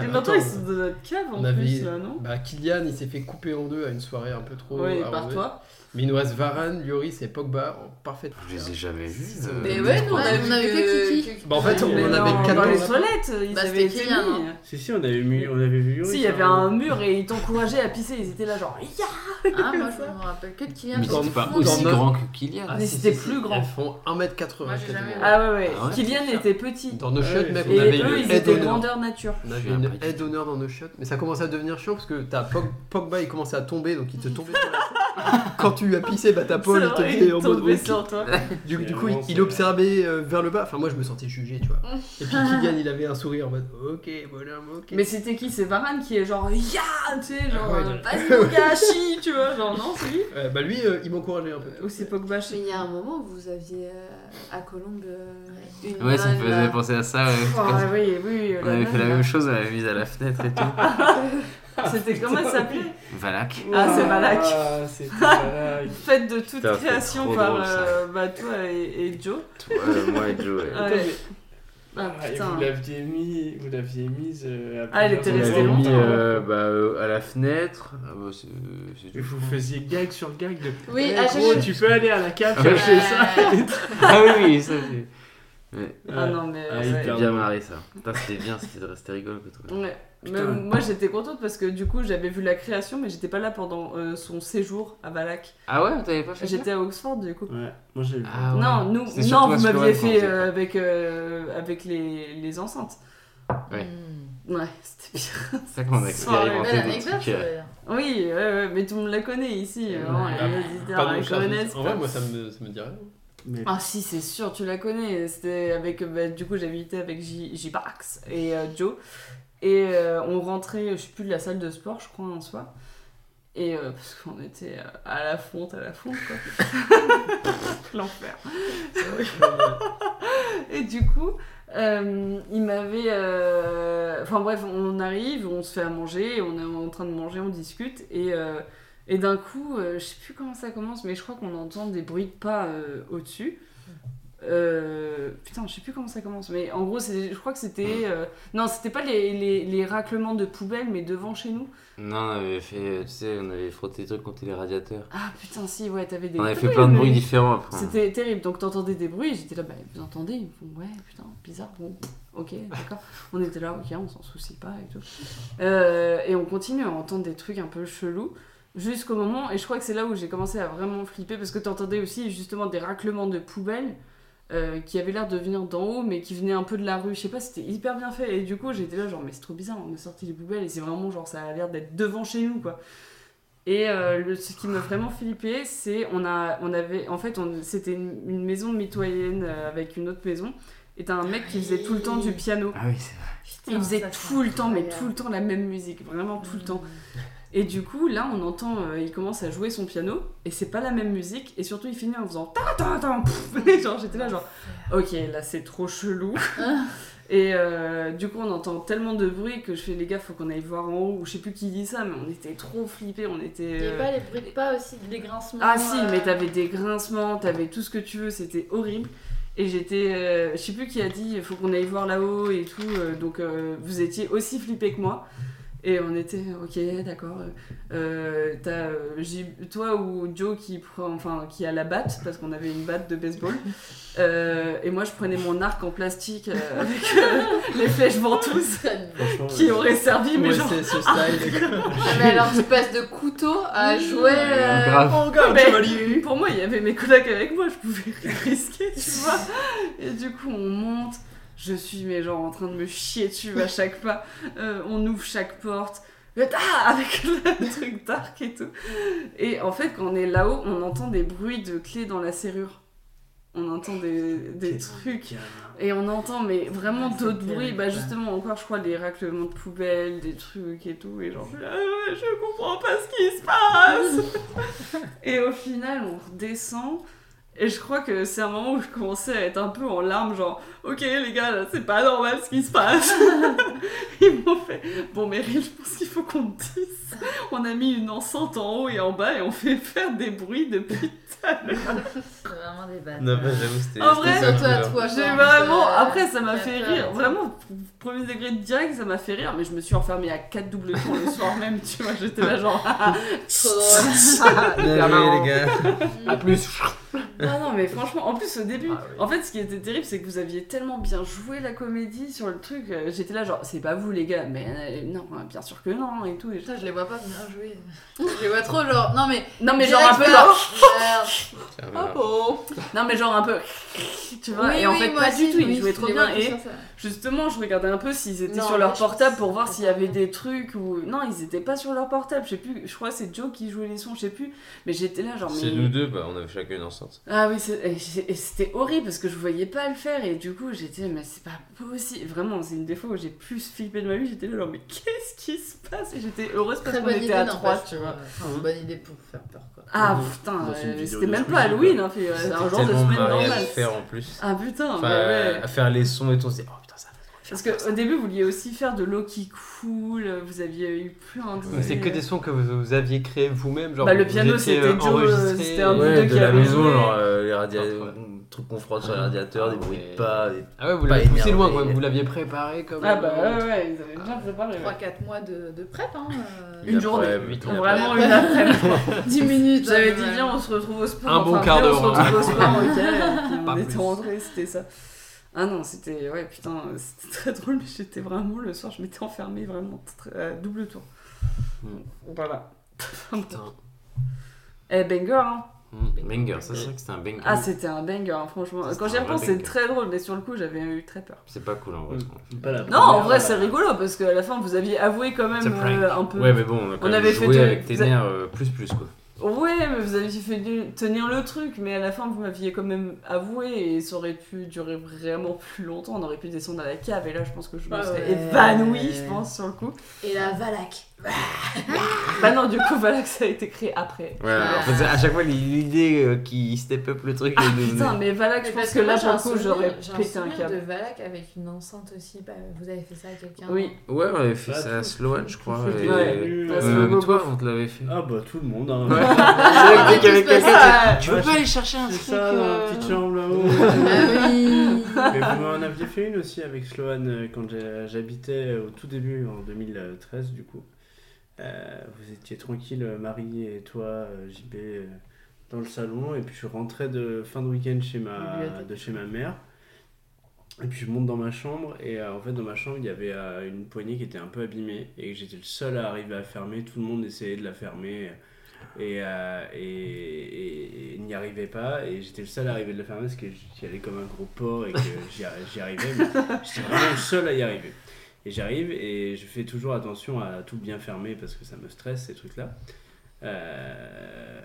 maintenant,
attends,
ils sont dans notre cave en
on avait-
plus, là, non
Bah, Kylian, il s'est fait couper en deux à une soirée un peu trop.
Oui, par
arrosée.
toi.
Mais il nous reste Varane, Lloris et Pogba en parfaite.
Je les ai jamais vus.
C'est-
euh,
Mais ouais, nous on
Ouais,
avait,
on
on
avait que Kiki.
Bah, en fait, on
Mais
en
non,
avait
Dans
14.
les toilettes, ils
Bah,
avaient
c'était
été
Kylian,
mis.
Si, si, on avait, mis, on avait vu. hein.
Si, il y avait un mur et ils t'encourageaient à pisser, ils étaient là genre ya
Ah, moi je me rappelle que de hein, Kylian.
Mais
Dans-
c'était pas
dans
aussi
notre-
grand que Kylian.
mais
si,
c'était
si, si,
plus grand.
Ils font 1m80
Moi, j'ai jamais
quasiment.
vu.
Ah ouais, ouais.
Ah ouais
Kylian était petit.
Dans nos
Ah
chiottes,
ouais,
mec,
c'est-
on
Et
avait
eux,
une
ils
aide
étaient
d'honneur.
grandeur nature.
On avait
Je suis
une
impressionné.
aide d'honneur dans nos chiottes, mais ça commençait à devenir chiant parce que t'as Pog- Pogba, il commençait à tomber, donc il te tombait sur la tête. Quand tu as pissé, bah ta
C'est
Paul, il te
vrai,
faisait en mode.
tombait
ok.
sur toi.
Du, du coup,
Vraiment,
il
c'est-
observait euh, vers le bas. Enfin, moi, je me sentais jugé, tu vois. Et puis Kylian, il avait un sourire en mode Ok, bonhomme, ok.
Mais c'était qui C'est Varane qui est genre ya Tu sais, genre
Ah ouais,
euh,
il
vas-y mon gars, chie Tu vois, genre non, c'est lui.
Ouais, bah lui, euh, il m'encourageait un peu.
Ou c'est Pogba
Mais
chie.
il y a un moment où vous aviez euh, à Colombe euh, une.
Ouais, ça me
nonne,
faisait
là.
penser à ça. ouais.
Oh, ouais, oui, oui,
On
la
avait
nana,
fait la
là.
même chose, on l'avait mise à la fenêtre et tout.
C'était comment ça s'appelait
Valak.
Ah, c'est Balak.
Ah, c'était Balak.
Fête de toute
Putain, c'est
création
trop
par
drôle, ça.
euh, bah, toi et, et Joe.
Toi, euh, moi et Joe. ouais.
Ouais. Ah,
Ah, et
putain.
vous l'aviez mis, vous l'aviez mise. euh, à
Ah, elle
On
plusieurs
était restée
l'avait
endroits.
mis
longtemps. hein.
euh, bah, euh, à la fenêtre. Ah, bah, c'est euh, c'est
Et
tout.
vous faisiez gag sur gag de.
Oui,
ah,
Eh,
à chaque
gros,
fois.
tu peux aller à la cave
Ouais.
chercher ça.
Ah oui, oui, ça c'est.
Ah non, mais.
Ah,
ouais.
il
C'était bien marré ça. Putain, c'était bien, c'était c'était rigolo. quoi, tout.
Ouais.
Putain.
Même moi j'étais contente parce que du coup j'avais vu la création mais j'étais pas là pendant euh, son séjour à Valak.
Ah ouais, t'avais pas fait ça
J'étais à Oxford du coup.
Ouais, moi j'ai vu.
Ah ouais.
Non, nous,
C'était
non
surtout à
vous
ce
m'aviez
moment-là
fait
qu'on faisait
euh,
pas.
avec, euh, avec les, les enceintes.
Ouais.
Mmh.
Ouais, c'était pire.
C'est ça qu'on a expérimenté
Belle
des
anecdote,
trucs. euh,
d'ailleurs.
Oui, ouais, ouais, mais tout le monde la connaît ici. vraiment,
Ouais.
les auditeurs
Pardon,
la
Charles,
connaissent,
En
pas.
vrai, moi, ça me, ça me dirait.
Mais
Ah si, c'est sûr, tu la connais. C'était avec, bah, du coup, j'habitais avec J. J Barks et euh, Joe. Et euh, on rentrait, je sais plus, de la salle de sport, je crois, un soir. Et euh, parce qu'on était euh, à la fonte, à la fonte, quoi. L'enfer. Et du coup, euh, il m'avait... euh, Enfin bref, on arrive, on se fait à manger, on est en train de manger, on discute. Et, euh, et d'un coup, euh, je sais plus comment ça commence, mais je crois qu'on entend des bruits de pas euh, au-dessus. Euh, putain, je sais plus comment ça commence, mais en gros, c'est- je crois que c'était. euh, non, c'était pas les, les, les raclements de poubelles, mais devant chez nous.
Non, on avait fait, euh, tu sais, on avait frotté des trucs contre les radiateurs.
Ah putain, si, ouais, t'avais des.
On avait fait plein de bruits
mais-
différents après. hein.
C'était terrible. Donc t'entendais des bruits, j'étais là, bah, vous entendez Ils me font, ouais, putain, bizarre, bon, ok, d'accord. On était là, ok, on s'en soucie pas et tout. Euh, et on continue à entendre des trucs un peu chelous jusqu'au moment, et je crois que c'est là où j'ai commencé à vraiment flipper parce que t'entendais aussi justement des raclements de poubelles. euh, qui avaient l'air de venir d'en haut mais qui venaient un peu de la rue je sais pas c'était hyper bien fait et du coup j'étais là genre mais c'est trop bizarre on est sorti des poubelles et c'est vraiment genre ça a l'air d'être devant chez nous quoi et euh, le- ce qui m'a vraiment flippé, c'est on a, on avait, en fait, on- c'était une, une maison mitoyenne euh, avec une autre maison. Et t'as un mec qui faisait tout le temps du piano.
Ah oui, c'est vrai.
Il faisait tout le temps, mais tout le
incroyable. Mm.
temps la même musique, vraiment tout le temps. Et du coup, là, on entend, euh, il commence à jouer son piano, et c'est pas la même musique, et surtout, il finit en faisant ta ta ta, pouf Et genre, j'étais là, genre, ok, là, c'est trop chelou. et euh, du coup, on entend tellement de bruit que je fais, les gars, faut qu'on aille voir en haut, ou je sais plus qui dit ça, mais on était trop flippés, on était.
Il n'y
euh,
avait pas les bruits de pas aussi, les grincements.
ah si,
euh,
mais t'avais des grincements, t'avais tout ce que tu veux, c'était horrible. Et j'étais, euh, je sais plus qui a dit, il faut qu'on aille voir là-haut et tout. euh, donc euh, vous étiez aussi flippés que moi. Et on était, ok, d'accord. euh, euh, t'as, euh, j'ai- toi ou Joe qui prend, enfin qui a la batte parce qu'on avait une batte de baseball. Euh, et moi je prenais mon arc en plastique euh, avec euh, les flèches ventouses
Franchement,
qui
euh,
auraient servi, mais
Ouais,
genre
c'est ce style.
Ah, mais alors tu passes de couteau à jouet. euh,
Grave.
oh, gars,
Mais-
chevalier.
bah, Pour moi, il y avait mes collègues avec moi, je pouvais rien risquer, tu vois. Et du coup, on monte. Je suis, mais genre, en train de me chier dessus à chaque pas. Euh, on ouvre chaque porte. Le- Ah Avec le truc dark et tout. Et en fait, quand on est là-haut, on entend des bruits de clés dans la serrure. On entend des, des trucs. Et on entend, mais vraiment
Ouais, c'est
d'autres bruits.
terrible,
Bah,
ouais.
justement, encore, je crois, des raclements de poubelles, des trucs et tout. Et genre, Ah ouais, je comprends pas ce qui se passe. et au final, on redescend. Et je crois que c'est un moment où je commençais à être un peu en larmes, genre, ok, les gars, là, c'est pas normal ce qui se passe. Ils m'ont fait, bon, Meryl, je pense qu'il faut qu'on te dise. On a mis une enceinte en haut et en bas et on fait faire des bruits depuis tout à l'heure.
C'est vraiment des bâtards.
Non, bah, j'avoue, c'était.
En
c'était
vrai,
ça,
Surtout à
genre.
toi.
J'ai
quand,
vraiment.
euh,
Après, ça m'a
t'as
fait
peur.
rire. Vraiment, premier degré de direct, ça m'a fait rire. Mais je me suis enfermée à 4 doubles tours le soir même, tu vois. J'étais là, genre.
Trop drôle.
Bien
Hyper marrant.
joué, les gars.
A plus. Non, non, mais franchement, en plus, au début, en fait, ce qui était terrible, c'est que vous aviez tellement bien joué la comédie sur le truc. euh, J'étais là, genre, c'est pas vous, les gars. Mais euh, non, bien sûr que non, hein, et tout. et je-
Putain, je les vois pas bien jouer. Je les vois trop genre. Non mais.
Non, mais genre un
direct,
peu.
genre,
genre,
merde.
Tiens,
Oh,
voilà.
oh.
Non, mais genre un peu. Tu vois,
Oui,
et en
oui,
fait,
moi
pas
aussi,
du tout.
oui,
Ils jouaient
je
trop
les
bien.
vois
Et
sur ça.
Justement, je regardais un peu s'ils étaient
Non,
sur leur
mais je pense
portable
que
pour voir
c'est
s'il y avait
pas
des trucs ou non, ils étaient pas sur leur portable, je sais plus, je crois que c'est Joe qui jouait les sons, je sais plus, mais j'étais là genre mais-
C'est nous deux, bah, on avait chacun une enceinte.
Ah oui, c'est- et j'ai- et c'était horrible parce que je voyais pas le faire et du coup, j'étais mais c'est pas possible. Vraiment, c'est une des fois où j'ai plus flippé de ma vie, j'étais là genre mais qu'est-ce qui se passe Et j'étais heureuse parce
Très
qu'on
bonne
était
idée,
à trois,
n'empêche,
tu vois.
Enfin, bonne idée pour faire peur quoi.
Ah
Mhm.
putain,
Dans une
euh,
vidéo
c'était
de
même pas
Squeezie,
Halloween, hein, fait- c'est un genre
C'était
de
tellement
semaine
marré à
normale.
le faire en plus.
Ah putain,
Enfin,
bah ouais.
à faire les sons et tout, on se dit, oh putain, ça va.
Parce qu'au début, vous vouliez aussi faire de l'eau qui coule, vous aviez eu plein de.
Ouais.
C'est que des sons que vous, vous aviez créés vous-même. genre
Bah, le
vous
piano,
étiez,
c'était
euh,
Joe, euh,
enregistré.
c'était un
Ouais,
deux
de
qui
la
avaient
maison,
joué.
genre euh, les radiateurs,
Ouais.
trucs qu'on frotte sur les radiateurs, des bruits de pas, des
Ah ouais, vous
Pas
l'avez poussé
énervé.
loin, quoi. Vous l'aviez préparé comme.
Ah bah ouais, ouais, ils avaient bien préparé. ouais.
3-4 mois de, de prep, hein. euh,
Une journée.
huit
Une
Vraiment une après-midi.
10 minutes.
J'avais
hein,
dit,
ouais.
viens, on se retrouve au sport.
Un bon
enfin,
quart
viens,
d'heure,
On se retrouve au
hein.
sport, ok. Et puis
Pas
on était
plus.
rentrés, c'était ça. Ah non, c'était. Ouais, putain, c'était très drôle, mais j'étais vraiment. Le soir, je m'étais enfermée vraiment très- à double tour.
Mm.
Voilà.
Putain.
Eh, banger, hein.
Hmm, Banger, ça c'est vrai que c'était un banger.
Mm.
Ah, c'était un banger, hein, franchement.
C'était
Quand j'y
un
repense,
vrai
c'est
banger.
très drôle, mais sur le coup, j'avais eu très peur.
c'est pas cool en vrai.
Mm. Pas la
Non, en vrai, c'est rigolo parce qu'à la fin, vous aviez avoué quand même
C'est prank.
euh, un peu.
Ouais, mais bon, on a quand
On
même
avait
joué
fait de-
avec tes
vous avez-
nerfs euh, plus plus quoi.
Ouais, mais vous aviez fait de- tenir le truc, mais à la fin, vous m'aviez quand même avoué et ça aurait pu durer vraiment plus longtemps. On aurait pu descendre à la cave et là, je pense que je me
Ah
serais
ouais.
évanouie, je pense, sur le coup.
Et la Valak.
bah non, du coup, voilà que ça a été créé après.
Ouais, en fait, à chaque fois, l'idée euh, qui step up le truc.
Ah
elle nous-
putain, mais voilà que
Mais
je
parce
pense que là,
moi,
pour le
j'ai
coup,
souvenir-
j'aurais
j'ai
pété un
souvenir de
câble.
Valak avec une enceinte aussi. Bah, vous avez fait ça à quelqu'un
Oui.
Ouais, on avait fait
Ah,
ça à
tout-
Sloan, je crois.
tout-
et-
Ouais.
Euh,
Ah, c'est
Euh,
le
mais
beau
toi, on te l'avait fait.
Ah bah tout le monde hein.
C'est vrai que dès qu'il y avait quelqu'un,
Ah,
tu
Ouais,
peux
je-
pas aller chercher un
C'est
truc.
ça, dans la
euh,
petite chambre là-haut.
Ah oui.
Mais vous m'en aviez fait une aussi avec Sloan euh, quand j'a- j'habitais au tout début, en 2013 du coup. Euh, vous étiez tranquille, euh, Marie et toi, euh, JB, euh, dans le salon. Et puis je rentrais de fin de week-end chez ma,
Bibliothèque.
de chez ma mère. Et puis je monte dans ma chambre. Et euh, en fait, dans ma chambre, il y avait euh, une poignée qui était un peu abîmée. Et j'étais le seul à arriver à fermer. Tout le monde essayait de la fermer. Et, euh, et, et- et n'y arrivait pas. Et j'étais le seul à arriver de la fermer parce que j'y allais comme un gros porc et que j'y arri- j'y arrivais. Mais j'étais vraiment le seul à y arriver. Et j'arrive et je fais toujours attention à tout bien fermer parce que ça me stresse ces trucs-là. Euh,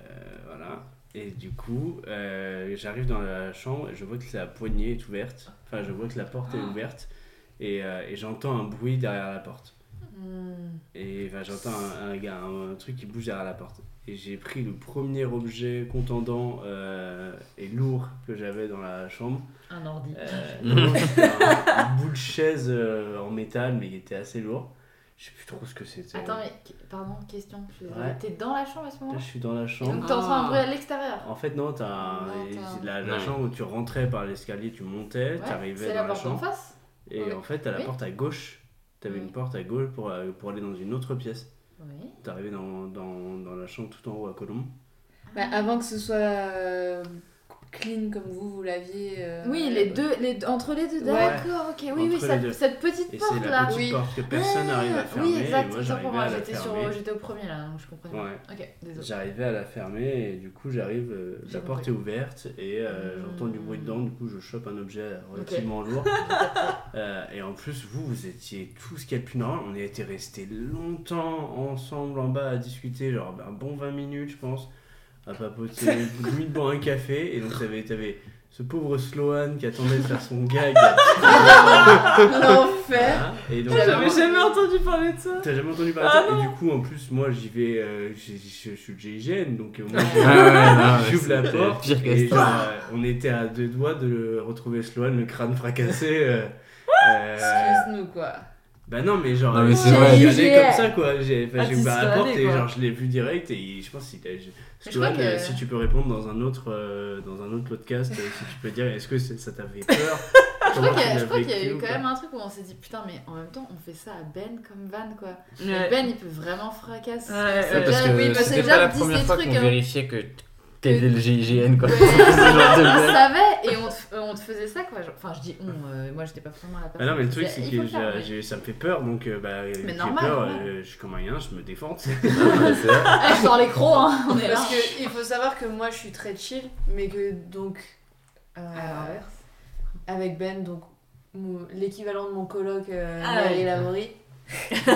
voilà. Et du coup, euh, j'arrive dans la chambre et je vois que la poignée est ouverte. Enfin, je vois que la porte est ouverte et, euh, et j'entends un bruit derrière la porte.
Hmm.
Et enfin, j'entends un, un gars, un, un truc qui bouge derrière la porte. Et j'ai pris le premier objet contendant euh, et lourd que j'avais dans la chambre.
Un ordi.
Euh, non, c'était un, un bout de chaise euh, en métal, mais il était assez lourd. Je sais plus trop ce que c'était.
Attends, mais qu- pardon, question. je suis désolée.
Euh, Ouais.
T'es dans la chambre à ce
Là,
moment-là
je suis dans la
Et
chambre.
donc t'entends un
Ah.
bruit à l'extérieur.
En fait, non, t'as
Non,
et
t'as-
la, la
Ouais.
chambre où tu rentrais par l'escalier, tu montais,
Ouais,
tu arrivais
C'est
dans
la
la,
porte d'en
chambre.
face
Et
Ouais.
en fait, t'as la
Oui.
porte à gauche. T'avais
Oui.
une porte à gauche pour, euh, pour aller dans une autre pièce.
Oui.
T'arrivais dans, dans, dans la chambre tout en haut à Colombe.
Bah, avant que ce soit euh, clean comme vous, vous l'aviez. euh,
Oui, les deux, les deux- entre les deux,
Ouais.
d'accord, ok, oui,
Entre
oui,
les
cette,
deux.
cette petite
Et c'est
porte
la
là.
petite
Oui.
porte que personne n'arrive à
Ah,
fermer.
Oui,
et
exact,
moi,
autant pour
j'arrivais
moi,
à la
j'étais sur-
fermer.
j'étais au premier là, donc je comprenais.
Ouais.
Ok, désolé.
J'arrivais à la fermer et du coup j'arrive, euh,
J'ai
la porte
compris.
est ouverte et euh, j'entends du bruit dedans, du coup je chope un objet relativement lourd. Euh, et en plus vous, vous étiez tous ce qu'il y a de plus normal, on était restés longtemps ensemble en bas à discuter, genre ben, un bon 20 minutes je pense, à papoter, limite boire un café et donc t'avais, t'avais ce pauvre Sloan qui attendait de faire son gag.
L'enfer
Hein, et donc
J'avais
vraiment-
jamais entendu parler de ça.
T'as jamais entendu
Ah
parler de ça Et du coup, en plus, moi, j'y vais, euh, j'ai- j'ai- je suis le GIGN, donc euh, moi,
Ouais, ouais, non, mais
j'ouvre la
Ah, c'était
porte.
pire que
et
ça.
genre, euh, on était à deux doigts de le retrouver Sloan, le crâne fracassé. euh, euh,
Excuse-nous quoi.
bah non, mais genre,
Non, mais
euh,
c'est
j'y
vrai.
allais
JGN.
comme ça, quoi. J'ai enfin,
Ah,
j'ai
t'y
ouvert la
serais
porte
allé,
et
quoi.
genre, je l'ai vu direct et il- je pense qu'il a. je-
Mais je
Sloan,
crois que-
euh, si tu peux répondre dans un autre, euh, dans un autre podcast, euh, si tu peux dire, est-ce que c'est- ça t'avait peur
Je crois
Comment
qu'il
tu
y a-
l'as
je crois qu'il y a
vécu
eu
ou
quand
pas
même un truc où on s'est dit putain, mais en même temps, on fait ça à Ben comme Van quoi.
Ouais.
Ben il peut vraiment fracasser.
Ouais,
C'est
ouais,
bien-
parce que
oui, bah, c'est
c'était
déjà
pas la
dit
première
des
fois
trucs,
qu'on
hein.
vérifiait que t'étais le GIGN, quoi.
Ouais.
C'est ce genre de blague.
On savait et on te, euh, on te faisait ça quoi. genre- Enfin, je dis on, euh, moi j'étais pas forcément la
Bah
personne.
non, mais le
qui
truc,
disait,
c'est
il
que
faut le faire,
j'ai-
mais-
j'ai- ça me fait peur, donc euh, bah, j'ai
normal,
peur,
normal.
euh, je suis comme un rien, je me défends. tu sais.
Ouais, c'est vrai.
Ah, je sors les crocs, hein, on est là.
Euh, Parce que il faut savoir que moi je suis très chill, mais que donc. euh,
À l'inverse.
avec Ben, donc mon- l'équivalent de mon coloc euh,
Ah ouais.
Marie Laverie.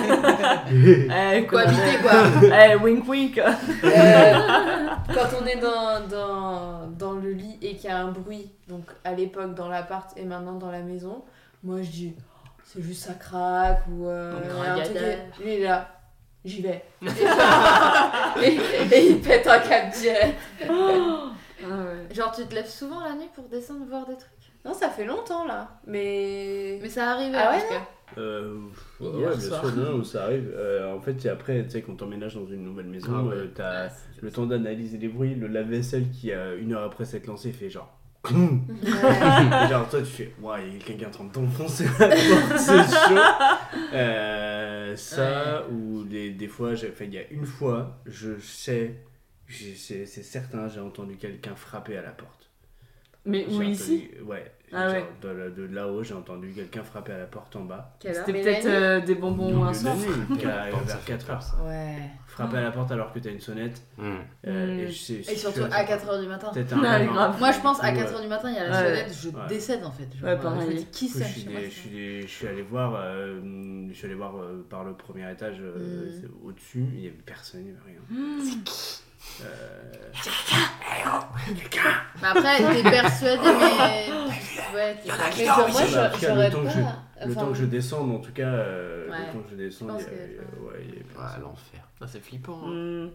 Eh, quoi,
Cohabiter quoi.
Eh, wink wink.
Euh, quand on est dans, dans, dans le lit et qu'il y a un bruit, donc à l'époque dans l'appart et maintenant dans la maison, moi je dis Oh, c'est juste ça craque ou euh,
Un grand
un truc.
gadin.
Lui il est là, j'y vais. et, et il pète un cap direct. Ah
Genre, tu te lèves souvent la nuit pour descendre voir des trucs.
Non, ça fait longtemps là, mais.
Mais ça hein, arrive
Ah ouais,
en tout cas.
Euh, ouais,
Hier
ouais, bien
soir.
sûr, non, ça arrive. Euh, en fait, c'est après, tu sais, quand t'emménages dans une nouvelle maison,
Ah ouais.
euh, t'as
Ouais, c'est-
le temps d'analyser les bruits. Le lave-vaisselle qui, euh, une heure après s'être lancé, fait genre.
Ouais.
Et genre, toi, tu fais, ouais, il y a quelqu'un qui est en train d'enfoncer la porte, c'est chaud. Euh, ça, ou des, des fois, j'ai- enfin, il y a une fois, je sais, j'ai- c'est c'est certain, j'ai entendu quelqu'un frapper à la porte.
Mais
J'ai
où ici
entendu- Ouais.
Ah
Genre,
ouais.
De, la- de là-haut, j'ai entendu quelqu'un frapper à la porte en bas.
Quelle heure
C'était
Mais
peut-être
la nuit.
euh, des bonbons
Au
un
milieu de
soir.
la nuit, qu'à-
Porte, ça
vers
fait
4
peur,
heures.
Ouais.
Frapper à la porte alors que t'as une sonnette.
Hmm.
euh,
Mm.
je sais-
Et
si
surtout
tu as-
à 4h du matin.
Peut-être un
Ouais,
rêve, hein.
grave.
Moi, je pense à
Du coup,
4h du matin, il y a la
Ouais.
sonnette, je
Ouais.
décède en fait. Genre,
Ouais, pareil.
Je me dis, qui
Du coup,
c'est
je, suis des- je, suis des- je suis allé voir, euh, je suis allé voir euh, par le premier étage euh,
Mm.
c'est au-dessus, il n'y avait personne, il n'y avait rien.
Mm.
Euh,
Mais après, t'es persuadé, mais. Ouais, t'es
Mais
persuadé.
genre, moi
Bah, en
j'a-
tout cas, le
j'aurais
temps
pas.
que je- le
enfin,
temps que je descende, en tout cas, euh,
Ouais.
le temps que je descende,
pense
il y avait,
que-
euh, ouais, il y avait
Ah,
personne.
l'enfer.
Ah, c'est flippant. hein.
Hmm,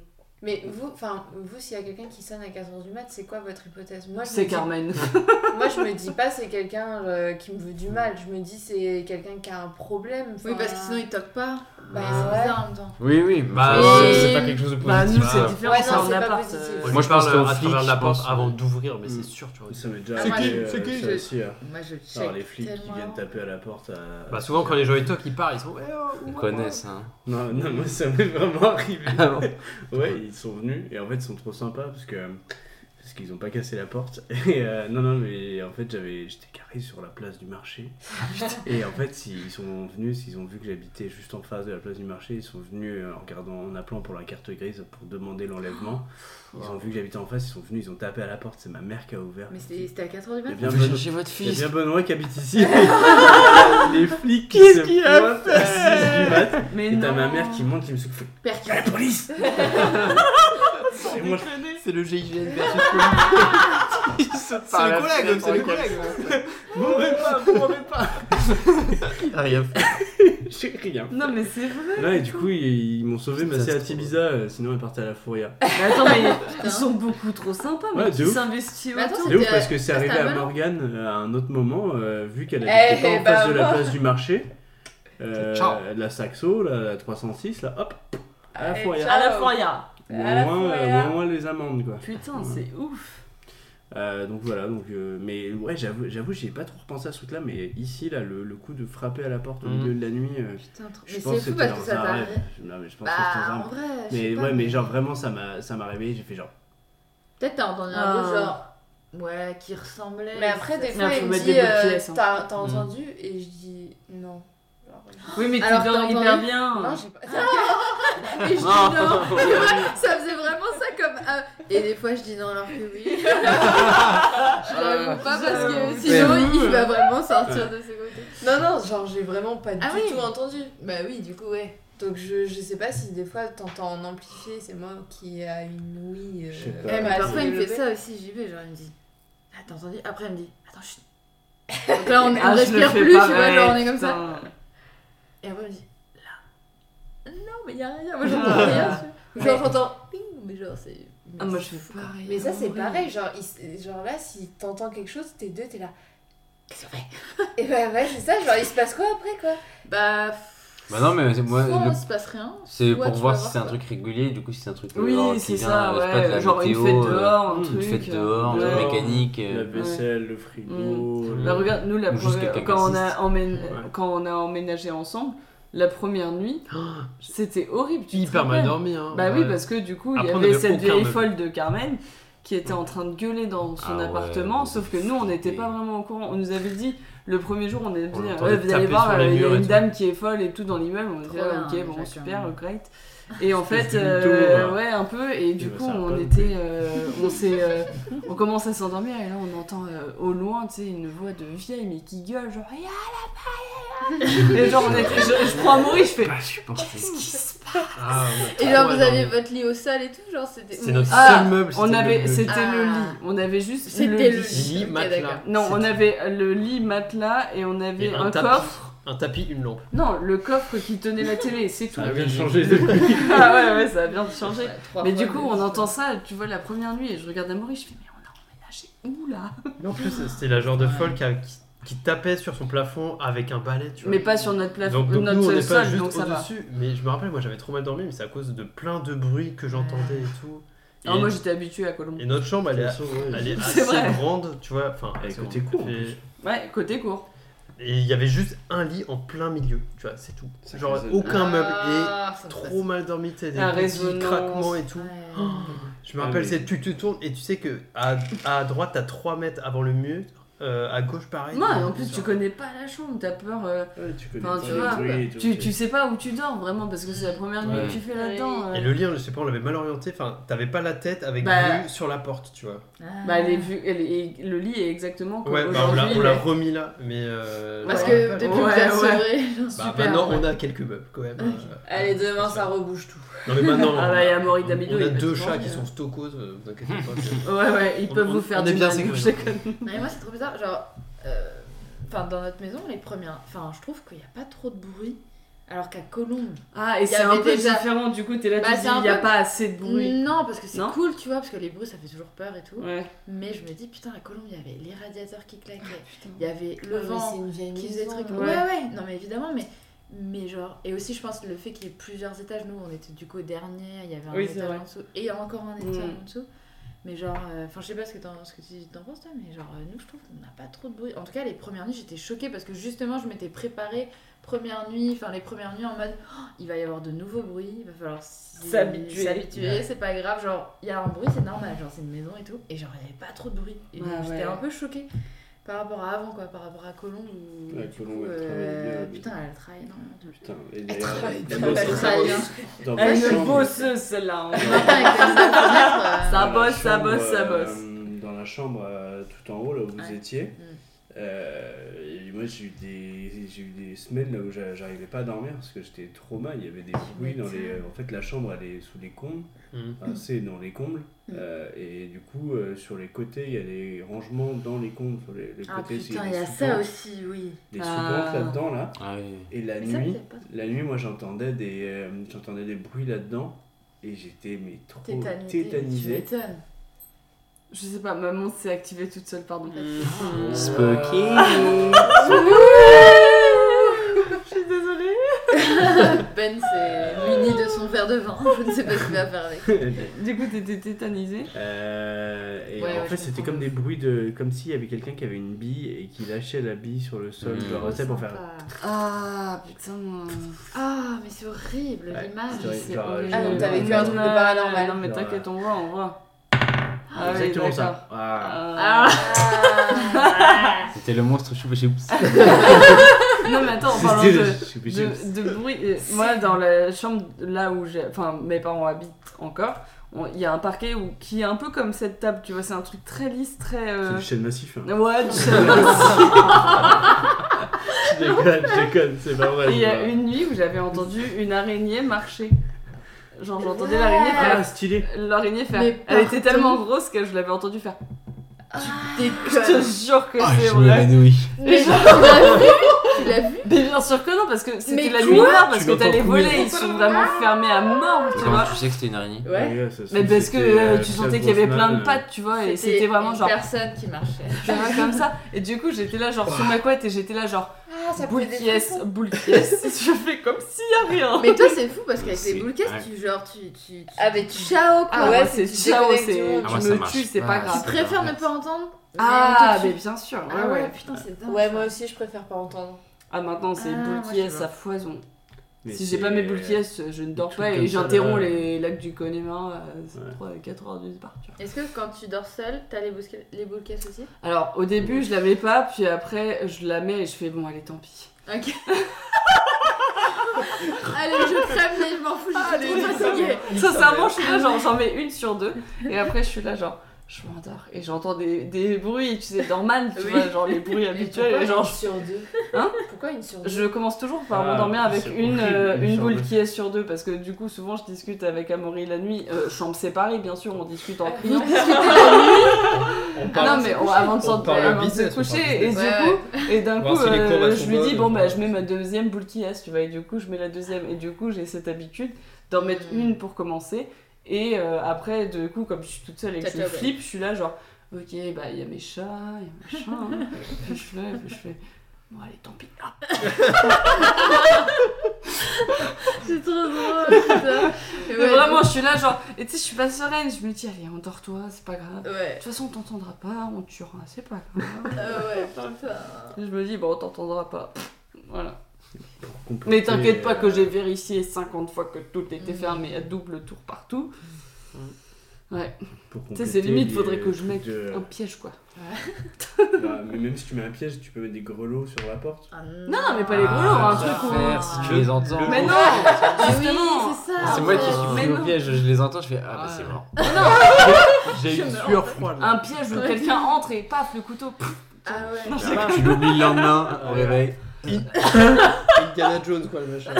Mais vous, enfin, vous, s'il y a quelqu'un qui sonne à 14h du mat, c'est quoi votre hypothèse Moi, je
C'est
me dis-
Carmen.
moi, je me dis pas c'est quelqu'un euh, qui me veut du mal. Je me dis c'est quelqu'un qui a un problème.
Oui,
enfin,
parce que sinon, il toque pas.
Bah
Mais c'est
ouais.
bizarre en même temps.
Oui, oui, bah,
Et-
c'est-
euh,
c'est pas quelque chose de
Bah,
positif.
nous, c'est
Ah.
différent,
Ouais, non,
c'est en
c'est pas
appart.
positif.
euh,
Moi,
Moi,
je
je
pense
parle
qu'aux
à
flics,
travers la
je
porte
pense,
avant
euh,
d'ouvrir, mais
Mm.
c'est sûr, tu vois.
Ça m'est déjà
C'est qui
arrivé,
C'est
euh,
qui
ça
Je-
aussi, hein.
Moi, je check.
Alors, les flics qui
tellement.
viennent taper à la porte. à-
Bah, souvent, quand les gens ils toquent, ils partent, ils sont. Ouais,
Ils connaissent, hein.
Non, non, moi ça m'est vraiment arrivé.
Ah bon
ouais, ils sont venus et en fait ils sont trop sympas parce que parce qu'ils ont pas cassé la porte. Et euh, non, non, mais en fait j'avais j'étais carré sur la place du marché. et en fait ils sont venus, ils ont vu que j'habitais juste en face de la place du marché, ils sont venus euh, en regardant, en appelant pour la carte grise pour demander l'enlèvement. Ils ont vu que j'habitais en face, ils sont venus, ils ont tapé à la porte. C'est ma mère qui a ouvert.
Mais c'était c'était à 4h du
Il y a
matin.
bien
Vous
Benoît-
cherchez votre
il y a
fils.
bien Benoît qui habite ici. les flics qui se pointent à 6 du mat.
Mais
Et t'as
non.
ma mère qui monte, qui me souffle.
Père qui-
La police Et moi, je-
C'est le GIGN versus C'est le collègue, c'est le collègue.
Vous m'aurez pas, vous m'aurez pas
Rien fait.
J'ai rien.
Non, mais c'est vrai.
Ouais, et du coup, ils, ils m'ont sauvé ma
Ça se
Seat
trouve.
Ibiza, euh, sinon elle partait à la Foria.
Ah,
Mais attends, mais
Putain.
ils sont beaucoup trop sympas.
Ouais,
mais
de
qui
ouf.
s'investit
Mais attends,
autour.
C'est ouf
C'était,
parce que c'est
euh,
arrivé
c'était à
à
Melun
Morgane euh, à un autre moment, euh, vu qu'elle
Eh,
habitait pas en
bah,
face de la
moi.
place du marché. euh,
Ciao.
la Saxo, la, la 306, là, hop, à la
Eh,
Foria.
À la
Ciao.
foria.
Moins,
À la
euh,
Foria.
moins les amendes, quoi.
Putain, c'est ouf.
Euh, donc voilà, donc, euh, mais ouais, j'avoue, j'avoue, j'ai pas trop repensé à ce truc-là, mais ici, là, le, le coup de frapper à la porte au
Mhm.
milieu de la nuit, euh,
Putain, trop-
je
hein. Mais
pense que
c'est fou
c'était
parce que
dans
ça
un
t'a.
rêve. Non, mais je pense que c'était dans un
Bah, en
rêve.
vrai, je sais
Mais
pas.
ouais, mais genre vraiment, ça m'a, ça m'a réveillé, j'ai fait genre.
Peut-être t'as entendu un
Ah.
peu genre. Ouais, qui ressemblait.
Oh. Mais après,
ça-
des
Mais
fois,
faut
il me
mettre
dit
des bouts de
euh,
pièces, hein.
T'as
Hmm.
t'as
Mm.
entendu Et je dis Non. Genre,
Oui, mais tu
Alors,
dors
t'as
hyper
entendu
Non,
Ah.
bien.
j'ai pas.
Et je dis non. Tu vois, ça faisait vraiment ça comme. ah. Et des fois, je dis non alors que oui. je l'avoue pas parce que sinon, il va vraiment sortir de ses côtés.
Non, non, genre j'ai vraiment pas
Ah
du
oui.
tout entendu.
Bah oui, du coup, ouais.
Donc je, je sais pas si des fois t'entends en amplifié, c'est moi qui a une ouïe. euh,
Je sais pas.
Eh,
Ouais,
mais
assez
parfois, il me fait
développée.
ça aussi, j'y vais. Genre, il me dit Ah, t'as entendu Après, il me dit Attends, chut. Donc là, on, on
Ah, je le
respire
fais
plus, tu
pas,
vois,
ouais,
genre, on est comme ça.
putain.
Et après, il me dit Là. Non, mais y'a rien. Moi, j'entends rien. tu vois. Genre, j'entends Ping, mais genre, c'est.
Ah, moi, je
Oh,
fais pareil.
Mais ça c'est
Ouais.
pareil, genre, il s- genre là si t'entends quelque chose, t'es deux, t'es là. Qu'est-ce qu'on fait Et bah ouais, c'est ça, genre il se passe quoi après quoi
Bah. pff,
Bah non, mais c'est- moi,
soit
le-
il se passe rien.
c'est
soit
pour
tu
voir
vas
si c'est un
quoi.
truc régulier, du coup, si c'est un truc.
Oui,
genre, qui
c'est
vient,
ça,
euh, je sais pas, de
ouais.
la
Genre
météo,
une fête
euh,
dehors, un
une
truc.
une fête dehors,
ouais.
un truc mécanique.
La
euh,
vaisselle, le frigo. le-
Bah, regarde, nous, la
Ou juste quelqu'un
première, quand, on
qui
a emmén-
Ouais.
quand on a emménagé ensemble, la première nuit, c'était horrible. tu te
Hyper mal
rappelles
dormi. Hein,
Bah oui,
Ouais.
parce que du coup, il y
Après, on
avait
avait
cette
aucun
vieille
meuble.
folle de Carmen qui était en train de gueuler dans son
Ah ouais,
appartement,
mais
sauf que nous, on n'était pas
flippé.
vraiment au courant. On nous avait dit, le premier jour, on avait dit,
On
Ouais,
l'entendait
vous allez
taper
voir,
sur les
euh, il y
murs
a
et
une
tout.
dame qui est folle et tout dans l'immeuble. On
Trop
était là, ok,
bien,
bon,
chacun.
super, great. Et en fait,
de mytho,
euh,
hein.
ouais.
ouais, un peu, et
Eh
du
ben,
coup,
ça a
on
pas loupé.
était, euh, on s'est, euh, on commence à s'endormir, et là, on entend euh, au loin, tu sais, une voix de vieille, mais qui gueule, genre, Y'a là-bas, y'a là Et genre, on est, je, je prends à mourir, je fais,
Bah, je pense.
Ah,
Eh
ouais.
Et genre,
Ouais,
vous
non,
aviez
mais
votre lit au sol et tout, genre, c'était.
C'est notre
Ah,
seul meuble.
on
c'était
avait,
le- le-
c'était le
Ah.
lit, on avait juste
C'était
le
le
lit.
lit.
Lit,
Ok,
matelas.
d'accord.
Non, on
C'était-
avait le lit, matelas et on avait
Et
un,
un tapis.
coffre.
Un tapis, une lampe.
Ah,
Non, le coffre qui tenait la télé, c'est tout.
Ça a bien changé depuis.
ah ouais, ouais, ça a bien changé.
Ouais, trois
Mais
fois
du coup,
le-
on entend ça, tu vois, la première nuit, et je regarde Amaury, je fais, mais on a emménagé où là
Mais en plus, c'était la genre de folle qui, a- qui- qui tapait sur son plafond avec un balai, tu vois.
Mais pas sur notre plafond,
donc, donc nous, on
notre
n'est pas
sol, donc
juste
ça va.
au-dessus. Mais je me rappelle, moi, j'avais trop mal dormi, mais c'est à cause de plein de bruits que j'entendais et tout. Et,
Alors Ah, moi, j'étais habituée à Colombe.
et notre chambre,
Ah,
elle est, elle est
C'est
assez
vrai.
grande, tu vois. Enfin,
Elle est
assez
côté
grande.
cour, Bah, en
Et-
plus.
Ouais, côté court.
Et il y avait juste un lit en plein milieu, tu vois, c'est tout.
Ça
Genre,
faisait-
aucun meuble.
Ah, ça
Et
me
trop mal dormi, tu sais, des
La
petits
résonance.
craquements et tout.
passe.
Oh, Je me
Ah
rappelle,
oui.
c'est tu te tournes et tu sais que à, à droite, t'as 3 mètres avant le mur, euh, à gauche, pareil.
Non, et en plus, tu connais pas la chambre, t'as peur. euh,
Ouais, tu connais
Enfin,
pas
tu
les
vois,
bruits et tout,
tu,
c'est-
tu sais pas où tu dors vraiment parce que c'est la première nuit
Ouais.
que tu fais là-dedans. euh.
Et le lit, je sais pas, on l'avait mal orienté, enfin, t'avais pas la tête avec
Bah.
vue sur la porte, tu vois.
Ah.
Bah, les vues, elle est- le lit est exactement comme
Ouais, bah, on l'a
aujourd'hui.
on l'a
mais-
remis là, mais. euh,
Parce
je me
que
rappelle.
depuis
Ouais,
que t'as
ouais.
sauvé.
Bah,
super,
maintenant,
ouais.
on a quelques meubles quand même. euh,
Allez, demain
c'est
ça
sûr.
rebouge tout.
Non, mais maintenant.
Ah bah, il y a Maury
on-
Damido,
On
il
a
va
deux
te
chats
manger,
qui
hein.
sont stokos, euh, vous inquiétez pas. que-
Ouais, ouais, ils
On-
peuvent
on-
vous faire
on
du
est bien
mal,
sécurisés.
je sais que-
Mais moi, c'est trop bizarre. Genre, euh, enfin, dans notre maison, les premières. Enfin, je trouve qu'il n'y a pas trop de bruit. Alors qu'à Colombes.
Ah, et
Il y
c'est un
avait
peu
déjà-
différent, du coup, t'es là,
Bah,
tu te
c'est
dis,
un
il n'y a
peu-
pas assez de bruit.
Non, parce que c'est
Non
cool, tu vois, parce que les bruits, ça fait toujours peur et tout.
Ouais.
Mais je me dis, putain, à Colombes, il y avait les radiateurs qui claquaient.
Putain.
Il y avait le
Ah, mais
vent.
c'est une vieille
qui faisait des
maison,
trucs.
là.
Ouais.
euh, Ouais.
ouais, non mais évidemment, mais mais genre et aussi je pense le fait qu'il y ait plusieurs étages, nous on était du coup au dernier, il y avait un
Oui, c'est
étage
vrai.
en dessous et encore un étage
Mm.
en dessous. Mais genre, euh, enfin je sais pas ce que t'en, ce que tu t'en penses toi, mais genre euh, nous je trouve qu'on n'a pas trop de bruit. En tout cas les premières nuits j'étais choquée parce que justement je m'étais préparée première nuit, enfin les premières nuits en mode Oh, il va y avoir de nouveaux bruits, il va falloir s'y-
S'habituer.
s'habituer, c'est pas grave, genre il y a un bruit c'est normal, genre c'est une maison et tout, et genre il n'y avait pas trop de bruit. Et donc
Ah,
j'étais
ouais.
un peu choquée par rapport à avant quoi, par rapport à Colombe où
Ouais,
du
Colombe,
coup,
elle travaille
euh,
bien, mais-
putain elle travaille énormément. de-
Putain, et
travaille
d'ailleurs,
bien.
dans
Elle
votre
travaille bien.
chambre- dans
Elle
votre
est une
chambre-
bosseuse, celle-là. hein.
Le matin avec les fenêtres,
Ça
euh,
dans la
bosse, ça
chambre,
bosse, ça
euh,
bosse. Mm.
Dans la chambre euh, tout en haut, là où vous
Ouais.
étiez, Euh, et moi, j'ai eu, des, j'ai eu des semaines là où j'a- j'arrivais pas à dormir parce que j'étais traumatisé. Il y avait des bruits dans les. En fait, la chambre, elle est sous les combles.
Mhm.
Mm.
Enfin, c'est dans les combles.
Mhm.
Euh, et du coup, euh, sur les côtés, il y a des rangements dans les combles. Sur les, les
Ah
côtés,
putain,
des
il y a ça
sous-pentes-
aussi, oui.
Des
Ah.
sous-pentes là-dedans, là.
Ah oui.
Et la
Mais ça,
nuit,
c'est pas-
la nuit, moi, j'entendais des, euh, j'entendais des bruits là-dedans. Et j'étais mais trop
Tétanisé. Tu
tétanisé.
m'étonnes.
Je sais pas, maman s'est activée toute seule, pardon.
Spooky.
Ah.
Je suis désolée.
Ben s'est muni de son verre de vin. Je ne sais pas ce qu'il va faire avec.
Du coup, t'étais tétanisée.
Euh, et
Ouais,
en
ouais,
fait,
je
c'était
comprends.
comme des bruits de. Comme s'il y avait quelqu'un qui avait une bille et qui lâchait la bille sur le sol,
Mmh.
genre, tu sais, pour faire.
Sympa.
Ah, putain.
Ah, mais c'est horrible
Ouais,
l'image.
c'est horrible. genre,
horrible.
je-
Ah, donc t'as vécu un truc de
Non,
paranormal.
Non, mais
Genre,
t'inquiète, on voit, on voit. Ah, oui,
Exactement
d'accord.
ça. Ah.
Ah.
C'était le monstre chou chez Oups.
Non, mais attends, Ah, en parlant
C'était le
de,
chou- chou-
de, de bruit, euh, moi dans la chambre là où j'ai. Enfin, mes parents habitent encore, on- il y a un parquet où, qui est un peu comme cette table, tu vois, c'est un truc très lisse, très.
C'est
euh,
du chêne massif. hein.
Ouais, tu sais.
Je déconne, je déconne, c'est pas vrai.
Et il y
c'est
a
pas-
une nuit où j'avais entendu une araignée marcher. Genre, j'entendais
Ouais.
l'araignée
Ah,
faire.
stylé!
L'araignée faire.
Mais
Elle était
partout.
tellement grosse que je l'avais entendu faire. Ah, Je te
Déconne.
jure que
Ah,
Ah, c'est
je
vrai.
m'évanouis.
Mais tu l'as vu Tu l'as vu
Mais bien sûr que non, parce que c'était
Mais
la
quoi
nuit noire, parce
Tu
que t'as
l'entends
les
couler.
volets, ils sont vraiment fermés à mort, tu
Comment
vois.
tu sais que c'était une araignée
Ouais.
Ouais, ça se
Mais
trouve,
parce que
c'était,
euh,
euh,
tu
Pierre
sentais qu'il y avait plein de
Brosnan,
pattes, tu vois, et c'était vraiment
une
genre.
personne qui marchait.
tu vois, comme ça. Et du coup, j'étais là, genre, sous ma couette, et j'étais là, genre,
Ah, ça
boule
pouvait
qui est, boule qui est, je fais comme s'il y a rien.
Mais toi, c'est fou parce qu'avec
C'est-
les boules caisses,
ouais.
tu genre tu tu, tu-
Avec Chao, quoi.
Ah ouais, c'est
tu
ciao,
déconnectes
c'est.
du
Tu
monde.
Ah, moi, ça
me
marche
tues, c'est
pas,
pas
tu
grave.
préfères ne pas entendre. mais
Ah,
on te
mais
tue.
bien sûr, ouais,
ah ouais,
ouais.
putain, c'est dingue.
Ouais,
ça.
moi aussi, je préfère pas entendre.
Ah, maintenant, c'est
Ah,
boule
moi,
qui
je
est,
sais
ça
pas.
foison.
mais
Si j'ai
c'est- euh,
pas mes boules qui est, je ne dors
trucs
pas, et
comme ça,
j'interromps
là.
les lacs du Connemara euh,
Ouais.
à 4 heures du départ, tu vois.
Est-ce que quand tu dors seul, t'as les, bousca- les boules caisses aussi
Alors au début je la mets pas, puis après je la mets et je fais bon allez tant pis.
Ok. Allez, je crève, mais je m'en fous, je suis trop fatiguée.
Sincèrement je suis
Ah
là genre j'en mets une sur deux et après je suis là genre je m'endors et j'entends des, des bruits tu sais normal tu
Oui.
vois genre les bruits habituels et genre
une sur deux
Hein
Pourquoi une sur deux
je commence toujours par
Ah,
m'endormir avec
c'est
une,
horrible,
euh,
une
une
sur
boule
deux.
qui est sur deux parce que du coup souvent je discute avec Amaury la nuit, euh, chambre séparée bien sûr on discute en
Vous
priant.
discutez
On
Ah
parle-
non mais on- avant
on
de s'en-
parle
avant de se
business, on parle
coucher et du
business.
Ouais,
coup Et d'un
Voir
coup,
si les
euh,
combats sont
je lui dis,
bonnes,
bon, bah,
voir
je mets ma deuxième boule qui est, tu vois, et du coup, je mets la deuxième. Et du coup, j'ai cette habitude d'en mettre
Mm.
une pour commencer. Et euh, après, du coup, comme je suis toute seule et que
T'as
je
ta
flippe, je suis là, genre, ok, bah, il y a mes chats, il y a machin. hein. puis je fais, puis je fais, bon, allez, tant pis. Ah.
C'est trop drôle, putain.
Mais
Ouais,
vraiment, je suis là, genre, et tu sais, je suis pas sereine. Je me dis, allez, endors-toi, c'est pas grave.
donc-
De
Ouais,
toute façon, on t'entendra pas, on te tuera, c'est pas grave.
ah ouais, putain.
je me dis, bon, on t'entendra pas. Voilà.
pour compléter,
Mais t'inquiète pas
euh,
que j'ai vérifié 50 fois que tout était
Mhm.
fermé à double tour partout. Tu
pour
sais, c'est
compléter,
limite,
il y a
faudrait
le
que je
truc
mette
de-
un piège quoi.
Bah, mais même si tu mets un piège, tu peux mettre des grelots sur la porte.
Ah
non, mais pas Bah, les grelots, un truc où-
faire si tu les entends.
Mais non
Mais oui,
Justement
c'est ça.
C'est moi qui
en fait.
Mais
suis
non.
au piège, je les entends, je fais Ah bah
Ouais.
c'est mort.
J'ai eu une sueur froide.
Un piège où quelqu'un entre et paf, le couteau. pff.
Ah ouais.
Tu l'oublies le lendemain au
Ouais.
réveil.
Indiana Jones, quoi, le machin.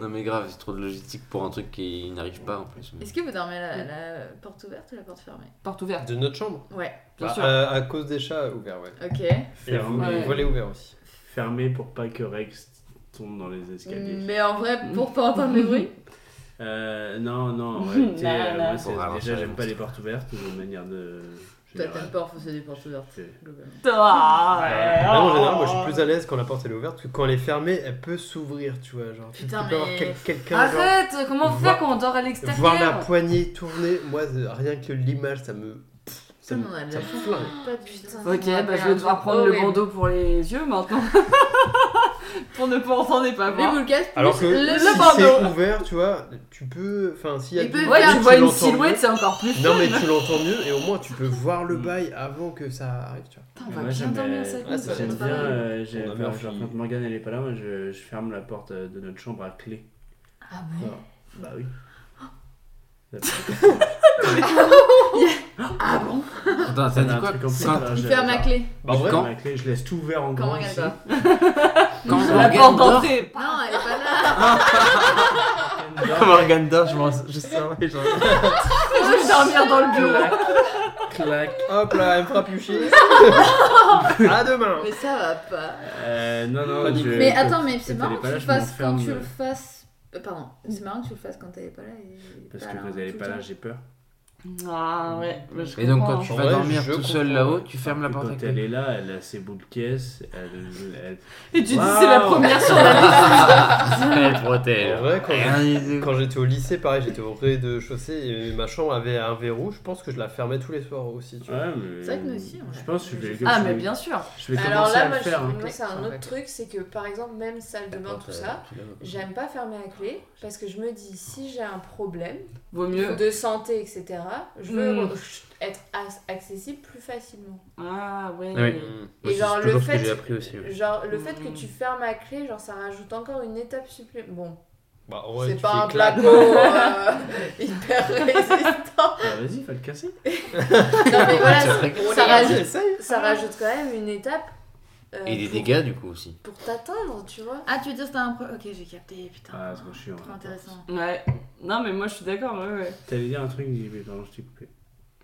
Non mais grave, c'est trop de logistique pour un truc qui n'arrive pas en plus.
Est-ce que vous dormez la, la porte ouverte ou la porte fermée
Porte ouverte,
De notre chambre
Ouais,
bien
Bah,
sûr.
euh, À cause des chats ouverts, ouais.
ok.
Et vous-
Fermé,
les volets ouverts aussi.
fermé pour pas que Rex tombe dans les escaliers.
Mais en vrai, pour pas entendre le bruit.
Euh, non, non, en réalité,
Non,
euh,
non.
moi, c'est-
Bon, alors,
déjà,
ça,
j'aime
bon.
pas les portes ouvertes de manière de.
Toi,
générale.
t'aimes pas enfoncer des portes ouvertes,
C'est-
globalement.
Ah, ouais.
Ah, en général, moi je suis plus à l'aise quand la porte elle est ouverte parce que quand elle est fermée, elle peut s'ouvrir, tu vois. Genre, tu
Putain,
peux pas avoir
mais-
quel- quelqu'un genre,
Arrête Comment
Voir-
faire quand on dort à l'extérieur
voir la poignée tourner. Moi, c'est- rien que l'image, ça me. Ça
Putain,
me...
on a de
ça
la
me
chance.
flingue.
Pas de putain.
Oh,
Oh,
Ok,
on
bah je
appelle
vais
un
devoir
truc
prendre le
horrible.
bandeau pour les yeux maintenant. pour ne pas entendre et pas
Les
voir.
boules caisses,
Alors que
plus le,
si
le
c'est
bandeau.
ouvert, tu vois, tu peux. Enfin, s'il y a
Il
du
peut
bruit,
Ouais, tu vois une
l'entends
silhouette,
mieux.
c'est encore plus.
Non, mais tu l'entends mieux et au moins tu peux voir le bail avant que ça arrive, tu vois.
Putain, on
Moi,
va bien
j'aime,
dormir
euh,
cette
ouais,
nuit,
ça
va
va
être
J'aime
J'aime
bien,
pareil.
euh, j'ai-
On a
enfin,
bien
genre,
fini.
quand Morgane elle est pas là, moi je, je ferme la porte euh,
Ah
de notre chambre à clé.
Ah ouais.
Bah oui.
Attends,
Ça
t'as dit
n'a un
quoi
truc en plus,
Quand-
là,
Il
j'ai-
ferme la clé.
Bah, en vrai,
Quand-
ma clé, je laisse tout ouvert en
Comment
grand.
elle
ici.
va
Quand
La porte
Morgane dort,
d'entrée.
Non, elle est pas là.
Morgan Dor, je m'en- je sais, ouais, genre.
Je vais dormir dans le bureau.
Clac.
Hop là, elle me fera piocher. à demain.
Mais ça va pas.
Euh, non, non,
Pas du
je...
Mais attends, mais c'est
quand
marrant
elle est
que
pas là,
tu le
je
fasses quand
m'enferme.
tu le fasses. euh, Pardon, c'est marrant que tu le fasses quand elle est pas là. et
Parce
pas
que
là, hein,
quand elle est
tout
pas
le
là,
temps.
j'ai peur.
Ah ouais. bah, je
Et donc
comprends,
quand
hein.
tu
En
vas
vrai,
dormir
je
tout seul
comprends.
là-haut, tu fermes la
Et
porte à
Quand
clé.
elle est là, elle a ses bouts de caisse. Elle, elle-
Et tu dis c'est la
Waouh.
première sur la liste.
Elle protège.
En vrai, quand-
Rien du tout.
Quand j'étais au lycée, pareil, j'étais au rez-de-chaussée et ma chambre avait un verrou. Je pense que je la fermais tous les soirs aussi. Tu vois.
Ouais, mais...
C'est vrai que nous aussi, on
Je
l'a
pense que
fait.
je vais,
Ah
je
mais
vais-
bien sûr.
je vais
Alors
commencer
là,
à
moi,
le
je-
faire. hein.
moi, c'est un autre
Ouais.
truc, c'est que par exemple, même salle de bain, tout ça, j'aime pas fermer la clé parce que je me dis, si j'ai un problème
Vaut mieux.
de santé, etc., je veux
Mm.
être as- accessible plus facilement.
Ah ouais.
Ah oui.
Et
c'est
genre, le
toujours ce
fait-
que j'ai appris aussi. ouais.
Genre, le fait que
Mm.
tu fermes la clé, genre, ça rajoute encore une étape supplémentaire. Bon,
Bah, en vrai,
c'est
tu
pas
fais
un
clac.
placo euh, hyper résistant.
Ah, Vas-y, va le casser.
Non, mais voilà,
Ça serait
c'est- ça
clair.
rajoute, ça rajoute quand même une étape euh,
Et des
pour-
dégâts du coup aussi.
pour t'atteindre, tu vois.
Ah, tu veux dire que t'as un problème Ok, j'ai capté, putain.
Ah, trop chiant.
Trop intéressant.
Ouais. Non mais moi je suis d'accord. Ouais ouais.
T'allais dire un truc, j'ai dit, mais pardon, je t'ai coupé.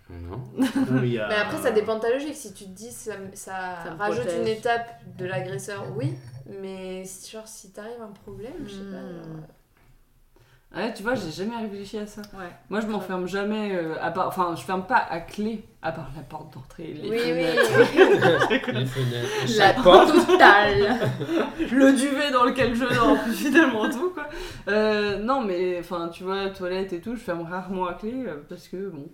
Non.
Non, il y a-
Mais après, ça dépend de ta logique. Si tu te dis ça, ça
Ça me
rajoute
protège.
une étape de l'agresseur, oui. Mais genre, si t'arrives un problème, je sais pas. genre,
Ouais tu vois j'ai jamais réfléchi à ça.
Ouais.
Moi je m'enferme jamais euh, à part. Enfin je ferme pas à clé à part la porte d'entrée. les
Oui,
fenêtres.
oui.
Les fenêtres.
La totale.
le duvet dans lequel je dors, puis finalement tout quoi. Euh, non mais enfin tu vois toilette et tout, je ferme rarement à clé euh, parce que bon.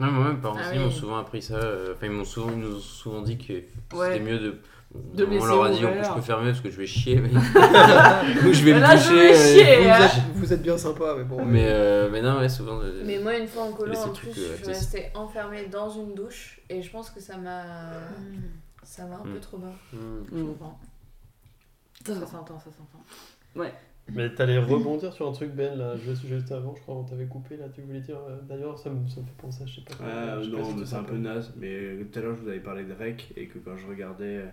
Non, mais mes parents
Ah
aussi
oui.
ils m'ont souvent appris ça. euh, Enfin, ils m'ont souvent, ils nous ont souvent dit que c'était
Ouais.
mieux de.
De
on
laisser
leur a dit
ouvert.
je peux fermer parce que je vais chier. Mais... Ou je vais me
Là, je
toucher.
vais
euh,
chier, hein.
Vous êtes bien sympa, mais bon.
Mais, euh, mais non, ouais, souvent. euh,
Mais moi, une fois en colo,
Laissez
en
le
plus,
truc,
je
euh,
suis restée enfermée dans une douche et je pense que ça m'a.
Mmh.
Ça m'a un peu
Mm.
trop bien.
Je comprends. Ça s'entend, ça s'entend.
Mais t'allais rebondir sur un truc, Ben, là, juste, juste avant, je crois, on t'avait coupé, là, tu voulais dire. euh, D'ailleurs, ça me, ça me fait penser, à- je sais pas.
Ah,
je sais pas
non,
si
mais
tu
c'est un
sais
peu naze. Mais euh, tout à l'heure, je vous avais parlé de Rec et que quand je regardais. euh,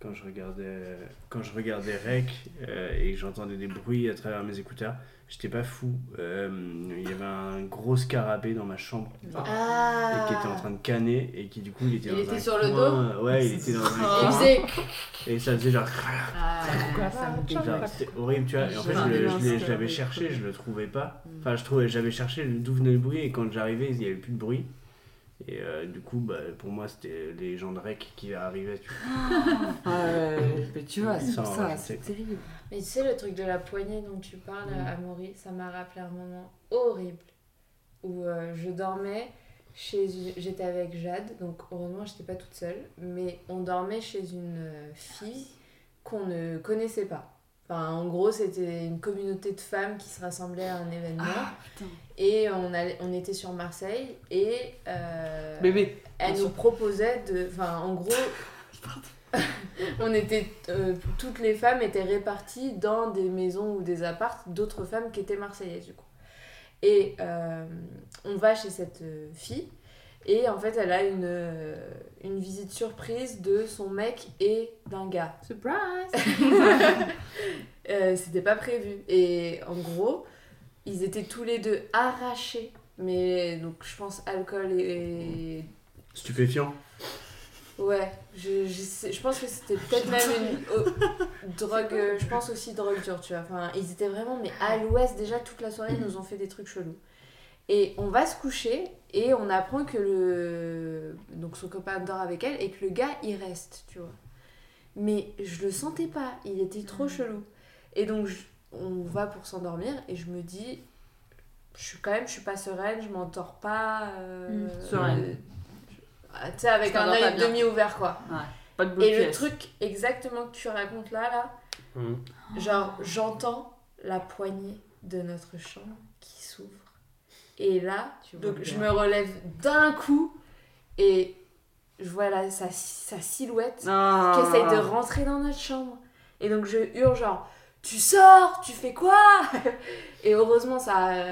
Quand je regardais, euh, quand je regardais Rec euh, et que j'entendais des bruits à travers mes écouteurs, j'étais pas fou. Euh, il y avait un gros scarabée dans ma chambre
Ah
et qui était en train de canner et qui du coup il était,
Il
dans
était
un
sur le Oh.
coin. Ouais, il était dans un
Il
coin
faisait.
et ça faisait genre.
Ah, ça me dégoûte.
Genre, C'était horrible, tu vois. Et en fait,
J'ai un
je le- je
élan
l'ai-
stéréo-
j'avais cherché, je le trouvais pas.
Mm.
Enfin, je trouvais, j'avais cherché d'où venait le bruit, et quand j'arrivais, il n'y avait plus de bruit. Et euh, du coup, bah, pour moi, c'était les gens de REC qui arrivaient. tu vois.
Ouais, mais tu vois, c'est
Ça,
ça,
ouais,
c'est
c'est-
terrible.
Mais tu sais, le truc de la poignée dont tu parles,
Mm.
Amaury, ça m'a rappelé un moment horrible où euh, je dormais chez une- J'étais avec Jade, donc heureusement, j'étais pas toute seule, mais on dormait chez une euh,
Ah
fille qu'on ne connaissait pas. Enfin, en gros, c'était une communauté de femmes qui se rassemblait à un événement.
Ah, putain.
et on, allait, on était sur Marseille et euh,
Bébé.
elle nous proposait de. Enfin, en gros, on était. euh, toutes les femmes étaient réparties dans des maisons ou des appartes d'autres femmes qui étaient marseillaises, du coup. Et euh, on va chez cette euh, fille, et en fait, elle a une, euh, une visite surprise de son mec et d'un gars.
Surprise.
Euh, c'était pas prévu. Et en gros, ils étaient tous les deux arrachés. Mais donc, je pense alcool et.
Stupéfiant.
Ouais, je, je, sais- je pense que c'était peut-être même une oh, drogue. euh, Je pense aussi drogue dure, tu vois. Enfin, ils étaient vraiment, mais à l'ouest, déjà toute la soirée, ils nous ont fait des trucs chelous. Et on va se coucher et on apprend que le. Donc son copain dort avec elle et que le gars, il reste, tu vois. Mais je le sentais pas, il était
Mm.
trop chelou. Et donc, je- on va pour s'endormir et je me dis. Je suis quand même, je suis pas sereine, je m'endors pas. euh,
Mm.
Sereine.
euh, Tu sais, avec
Je
un
t'endors pas
œil
bien.
demi-ouvert, quoi.
Pas de
Et le
blocage.
truc exactement que tu racontes là, là,
Mhm.
genre j'entends la poignée de notre chambre qui s'ouvre. Et là,
Tu vois
donc,
bien.
je me relève d'un coup et je vois la- sa, sa silhouette
Ah.
qui essaye de rentrer dans notre chambre. Et donc je hurle genre tu sors, tu fais quoi Et heureusement, ça a,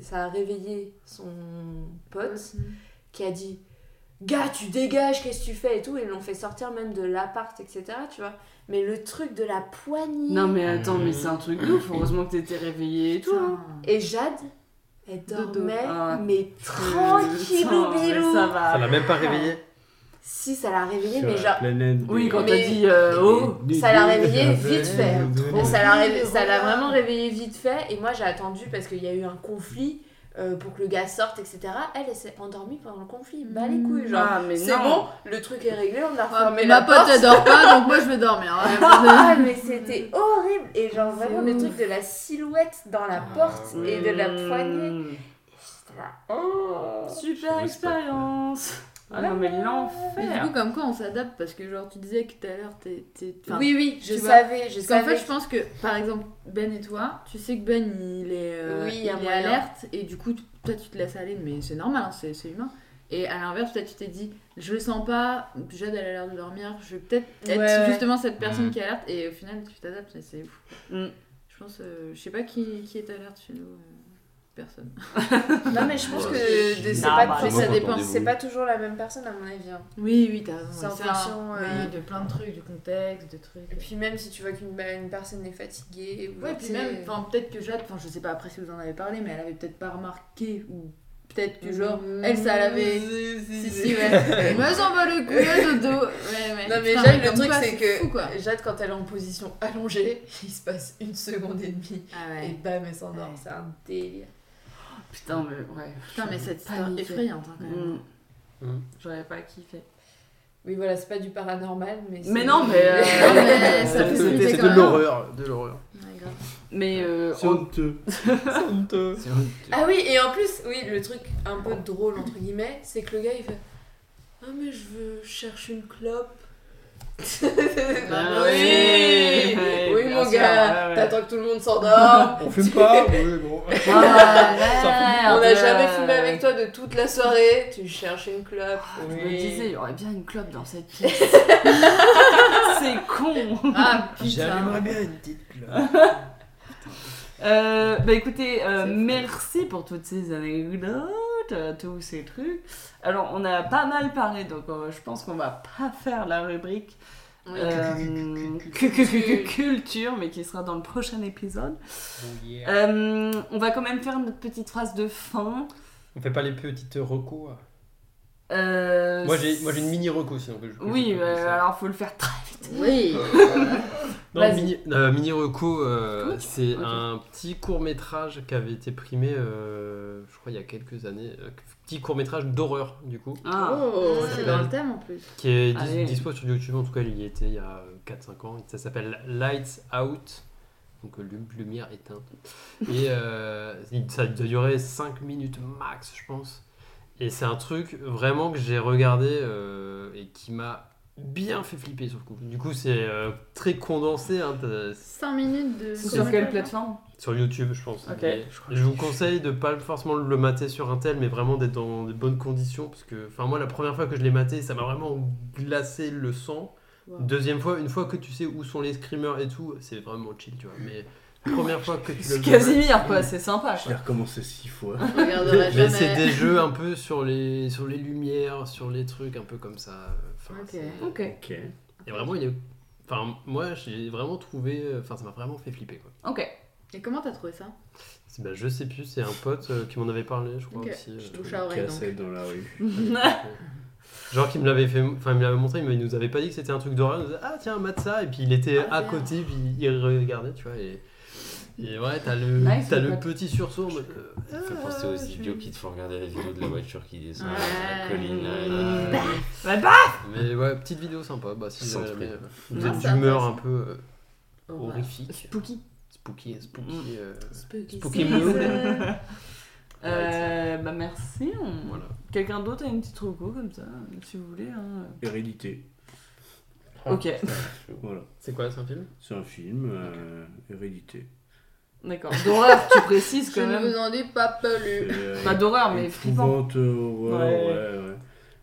ça a réveillé son pote qui a dit Gars, tu dégages, qu'est-ce que tu fais et tout. Ils l'ont fait sortir même de l'appart, etc. Tu vois. Mais le truc de la poignée.
Non, mais attends, mais c'est un truc de ouf. Heureusement que t'étais réveillé et tout. hein.
Et Jade, elle
Dodo.
dormait,
Ah.
mais
Putain,
tranquillou
mais
bilou.
Ça va.
Ça l'a même pas réveillé.
Si, ça l'a réveillée,
Sur
mais
la
genre.
planète
Oui,
des-
quand
Mais-
t'as dit euh, oh.
Ça l'a réveillé vite fait.
Trop
Ça l'a ré-
Tranquille,
ça l'a
regarde.
vraiment réveillée vite fait. Et moi, j'ai attendu parce qu'il y a eu un conflit euh, pour que le gars sorte, etc. Elle, elle s'est endormie pendant le conflit. Bah, les couilles, genre.
Ah, mais
C'est
non.
bon, le truc est réglé, on a
Ah,
refermé
ma
la
pote
porte.
elle dort pas donc moi je vais dormir. hein.
Ah, mais c'était horrible! Et genre, vraiment,
C'est
le
ouf.
truc de la silhouette dans la porte et de la poignée.
Mmh.
J'étais là, oh.
Super expérience. Ah non, mais
Mais du
l'enfer.
coup comme quoi on s'adapte parce que genre tu disais que tout à l'heure t'es t'es- enfin,
Oui, oui, je
tu vois.
savais, je
Parce qu'en fait,
savais.
je pense que, par exemple, Ben et toi, tu sais que Ben, il est, euh,
Oui, il y a
il est
moyen.
alerte, et du coup, tu- toi, tu te laisses aller, mais c'est normal, hein, c'est c'est humain. Et à l'inverse, peut-être tu t'es dit, je le sens pas, Jade, elle a l'air de dormir, je vais peut-être être
Ouais, ouais.
justement cette personne
Mm.
qui est alerte, et au final, tu t'adaptes, mais c'est ouf.
Mm.
Je pense, euh, je sais pas qui, qui est alerte chez nous, euh, personne.
Non, mais je pense
Ouais,
que de- c'est
Non,
pas,
bah,
mais
moi,
ça
quand
dépend.
on
C'est
débrouille.
pas toujours la même personne, à mon avis. hein.
Oui, oui, t'as raison.
C'est en
c'est un-
fonction,
oui,
euh,
de plein de trucs, du contexte, de trucs.
Et puis, même si tu vois qu'une bah, une personne est fatiguée, ou
Ouais,
genre,
puis
t'es-
même, enfin, peut-être que Jade, enfin, je sais pas après si vous en avez parlé, mais elle avait peut-être pas remarqué, ou peut-être que genre, elle, ça l'avait.
Mm.
Si, si, ouais. me s'en bat le cou, le dodo. Ouais, ouais.
Non mais
Putain,
Jade, le
comme
truc
quoi,
c'est que
bah, Fou, quoi.
Jade quand elle est en position allongée, il se passe une seconde et demie
Ah
et
ouais.
bam elle s'endort,
Ouais.
c'est un délire.
Putain, mais ouais.
Putain, mais cette histoire
Panique.
effrayante, hein, quand même.
Mmh.
Mmh.
J'aurais pas kiffé.
Oui voilà, c'est pas du paranormal mais c'est-
Mais non, mais. euh,
Non, mais ça
euh,
fait
c'était-
flipper
C'est
quand
de
même.
l'horreur, de l'horreur.
Ouais, grave.
Mais euh,
C'est honteux. C'est honteux.
Ah oui, et en plus, oui, le truc un peu drôle entre guillemets, c'est que le gars il fait "Ah mais je veux je cherche une clope." oui,
Ah
oui,
ouais, ouais, bien
mon
sûr, ouais,
gars,
ouais.
t'attends que tout le monde s'endort.
On fume pas ouais, gros.
Ah
On n'a jamais fumé avec toi de toute la soirée, tu cherches une clope.
Ah, Je
oui.
me disais, il y aurait bien une clope dans cette pièce. c'est con.
Ah
J'aimerais
putain.
bien une petite clope.
Euh, bah écoutez, euh,
C'est fou.
merci pour toutes ces anecdotes, euh, tous ces trucs. Alors, on a pas mal parlé, donc euh, je pense qu'on va pas faire la rubrique
Oui.
Euh, culture, mais qui sera dans le prochain épisode. Euh, on va quand même faire notre petite phrase de fin.
On fait pas les petites recos. hein.
Euh,
Moi j'ai moi, j'ai une mini reco sinon que je. que je
Oui,
peux
euh,
faire.
alors faut le faire très vite.
Oui.
Non,
Vas-y.
mini, euh, mini reco, euh,
Comment tu-
c'est
Ok.
un petit court métrage qui avait été primé, euh, je crois, il y a quelques années. Euh, petit court métrage d'horreur, du coup,
Ah.
Oh,
c'est
c'est
bien.
dans le thème en plus.
qui est dis-
Allez.
dispo sur YouTube. En tout cas, il y était il y a 4-5 ans. Ça s'appelle Lights Out, donc euh, lum- lumière éteinte. Et euh, il- ça a duré 5 minutes max, je pense. Et c'est un truc vraiment que j'ai regardé euh, et qui m'a bien fait flipper sur le coup. Du coup, c'est euh, très condensé. hein, t'as-
5 minutes de.
Sur quelle plateforme
sur YouTube, je pense.
Ok.
Mais Je vous conseille de pas forcément le mater sur un tel, mais vraiment d'être dans de bonnes conditions. Parce que, enfin, moi, la première fois que je l'ai maté, ça m'a vraiment glacé le sang.
Wow.
Deuxième fois, une fois que tu sais où sont les screamers et tout, c'est vraiment chill, tu vois. Mais la première fois que tu le euh,
C'est Casimir, quoi, c'est sympa.
Je l'ai recommencé six fois.
Je regarderai
Mais c'est
jamais.
des jeux un peu sur les, sur les lumières, sur les trucs un peu comme ça. euh, Enfin,
Ok.
c'est-
Ok.
Ok.
Et vraiment, il est. Enfin, moi, j'ai vraiment trouvé. euh, Enfin, ça m'a vraiment fait flipper, quoi.
Ok.
Et comment t'as trouvé ça
C'est- bah, je sais plus, c'est un pote euh, qui m'en avait parlé, je crois
Ok.
aussi. euh,
Je touche à
Ah
oreille donc.
Cassette dans la rue.
Genre qu'il me l'avait fait, enfin il me l'avait montré, mais il nous avait pas dit que c'était un truc d'horreur. Il nous disait ah tiens mate ça et puis il était
Ah,
à
merde.
côté puis il regardait tu vois et, et ouais t'as le
Nice,
t'as
le
le
pote.
petit sursaut. en mode,
Ça fait penser
Ah, je
aux
suis-
idiots qui te font regarder la vidéo de la voiture qui descend la
Ouais.
colline.
euh,
là, et-
Bah,
mais ouais petite vidéo sympa bah si
Sans
jamais,
prix.
euh, vous
Non,
êtes
c'est
d'humeur
intéressant.
un peu euh,
Oh,
Horreur.
horrifique
Spooky.
spooky
Mm.
spooky euh,
Spooky.
spooky mood.
Euh, bah merci. on-
Voilà.
Quelqu'un d'autre a une petite reco comme ça, si vous voulez. hein.
Hérédité.
Ok,
Voilà.
C'est quoi c'est un film
C'est un film. euh, Hérédité.
d'accord. D'horreur, tu précises
Je
quand
ne
même.
vous en ai pas parlé.
Euh,
Pas d'horreur, Ah, mais flippant.
Épouvante, horreur,
Ouais.
euh, ouais, ouais.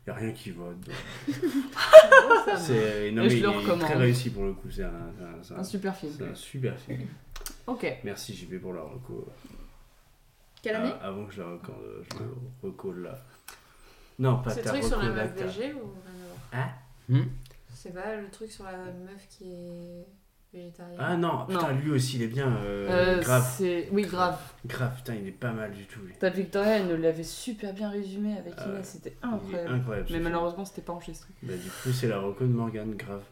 Y a rien qui va. dedans.
Ça va.
C'est, euh, non,
Et
mais
je
il
le
est
recommande.
très réussi pour le coup. C'est un, c'est un- c'est un-
Un super film.
c'est un super film.
Ok.
Merci JB pour la reco.
Quelle année
Ah, Avant que je la reco- je le reco là. Non, pas
Ce
ta
truc sur la
reco, là,
meuf
ta-
VG ou rien à voir
Hein
Hmm
Je sais pas, le truc sur la meuf qui est végétarienne.
Ah non, putain, lui aussi, il est bien. euh,
Euh,
grave,
c'est- Oui, grave.
grave, putain, il est pas mal du tout. lui.
Ta Victoria, elle nous l'avait super bien résumé avec
Ah ouais.
Inès, c'était
Il est
incroyable.
incroyable. ce
Mais
film.
malheureusement, c'était pas enregistré.
Bah, du coup, c'est la reco de Morgane, grave.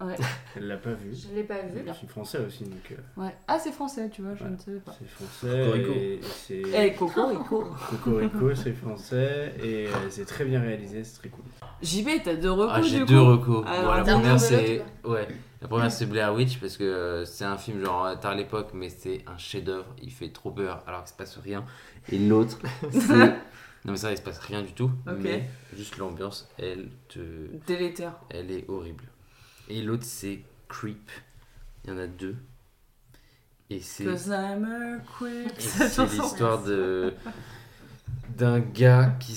Ouais.
Elle l'a pas vu.
Je l'ai pas vu.
Je suis français aussi, donc euh,
Ouais. Ah, c'est français, tu vois, je
Ouais.
ne savais pas.
c'est français.
Cocorico.
et- et c'est-
Eh, Coco, Rico.
Cocorico, c'est français et euh, c'est très bien réalisé, c'est très cool.
JB, t'as deux recours
Ah,
du
j'ai
coup.
deux recos.
Alors,
Bon, la
t'as un
première,
nom de l'autre,
c'est. Ouais. La première, c'est Blair Witch parce que euh, c'est un film genre euh, tard l'époque, mais c'est un chef-d'œuvre. Il fait trop peur alors qu'il se passe rien. Et l'autre, c'est. Non, mais ça, il se passe rien du tout.
Ok.
Mais juste l'ambiance, elle te.
Délétère.
Elle est horrible. Et l'autre, c'est Creep. Il y en a deux. Et c'est.
Cause I'm a creep.
Et
Cette
C'est
chanson.
l'histoire de d'un gars qui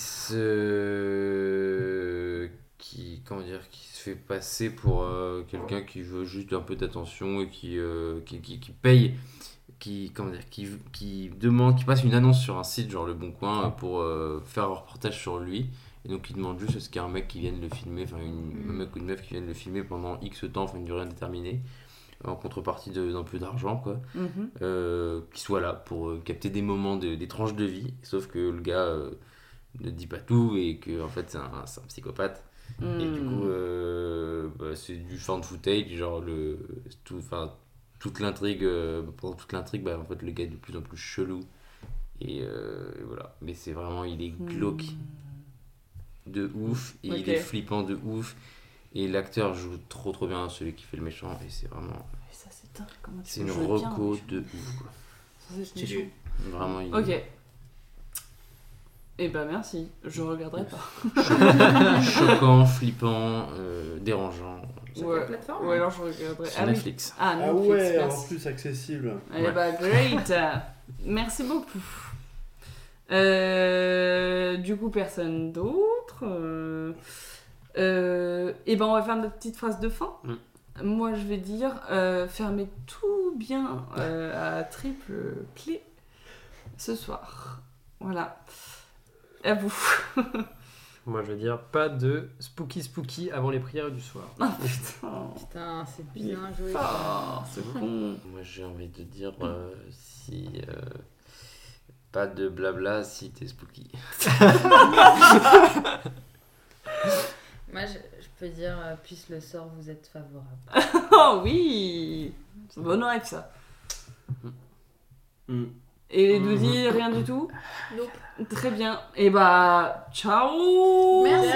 se qui comment dire qui se fait passer pour euh, quelqu'un qui veut juste un peu d'attention et qui, euh, qui, qui- qui paye qui comment dire qui, qui demande qui passe une annonce sur un site genre le bon coin euh, pour euh, faire un reportage sur lui et donc il demande juste est-ce qu'il y a un mec qui vienne le filmer enfin une, un mec ou une meuf qui vienne le filmer pendant X temps enfin une durée indéterminée en contrepartie de- d'un peu d'argent quoi
Mhm.
euh, qui soit là pour euh, capter des moments, de- des tranches de vie, sauf que le gars euh, ne dit pas tout et que en fait c'est un, c'est un psychopathe. Et
Hmm.
du coup, euh, bah, c'est du fan footage, genre le, tout, enfin, toute l'intrigue, euh, pendant toute l'intrigue, bah, en fait le gars est de plus en plus chelou. Et, euh, et voilà, mais c'est vraiment, il
Mm.
est glauque de ouf, et
Hmm. Ok.
il est flippant de ouf. Et l'acteur joue trop trop bien celui qui fait le méchant, et c'est vraiment,
Mais ça, c'est dingue. Comment tu
c'est
peux
une
jouer bien,
reco
mais
de ouf. quoi.
je- ça, c'est
Stylé.
méchant.
Vraiment, il
Ok. Eh ben merci, je regarderai pas.
choquant, flippant, euh, dérangeant.
Sur
Ouais.
quelle plateforme
Ou alors je regarderai.
Sur
Ah oui.
Netflix.
Ah, Netflix, merci.
plus accessible.
Eh
Ouais.
bah, great Merci beaucoup. Euh, du coup, personne d'autre. Euh, euh, eh ben, on va faire notre petite phrase de fin.
Mm.
Moi, je vais dire euh, fermez tout bien euh, à triple clé ce soir. Voilà. À vous.
Moi, je veux dire, pas de spooky spooky avant les prières du soir.
Ah, putain.
Putain, c'est bien joué.
Ah, c'est bon.
Moi j'ai envie de dire euh, si. euh, pas de blabla si t'es spooky.
Moi, je, je peux dire, euh, puisse le sort vous être favorable.
Oh oui C'est bon rêve, ça.
Mm.
Et nous dit rien du tout
Nope.
Très bien. Et bah, ciao
Merci.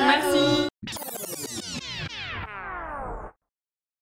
Merci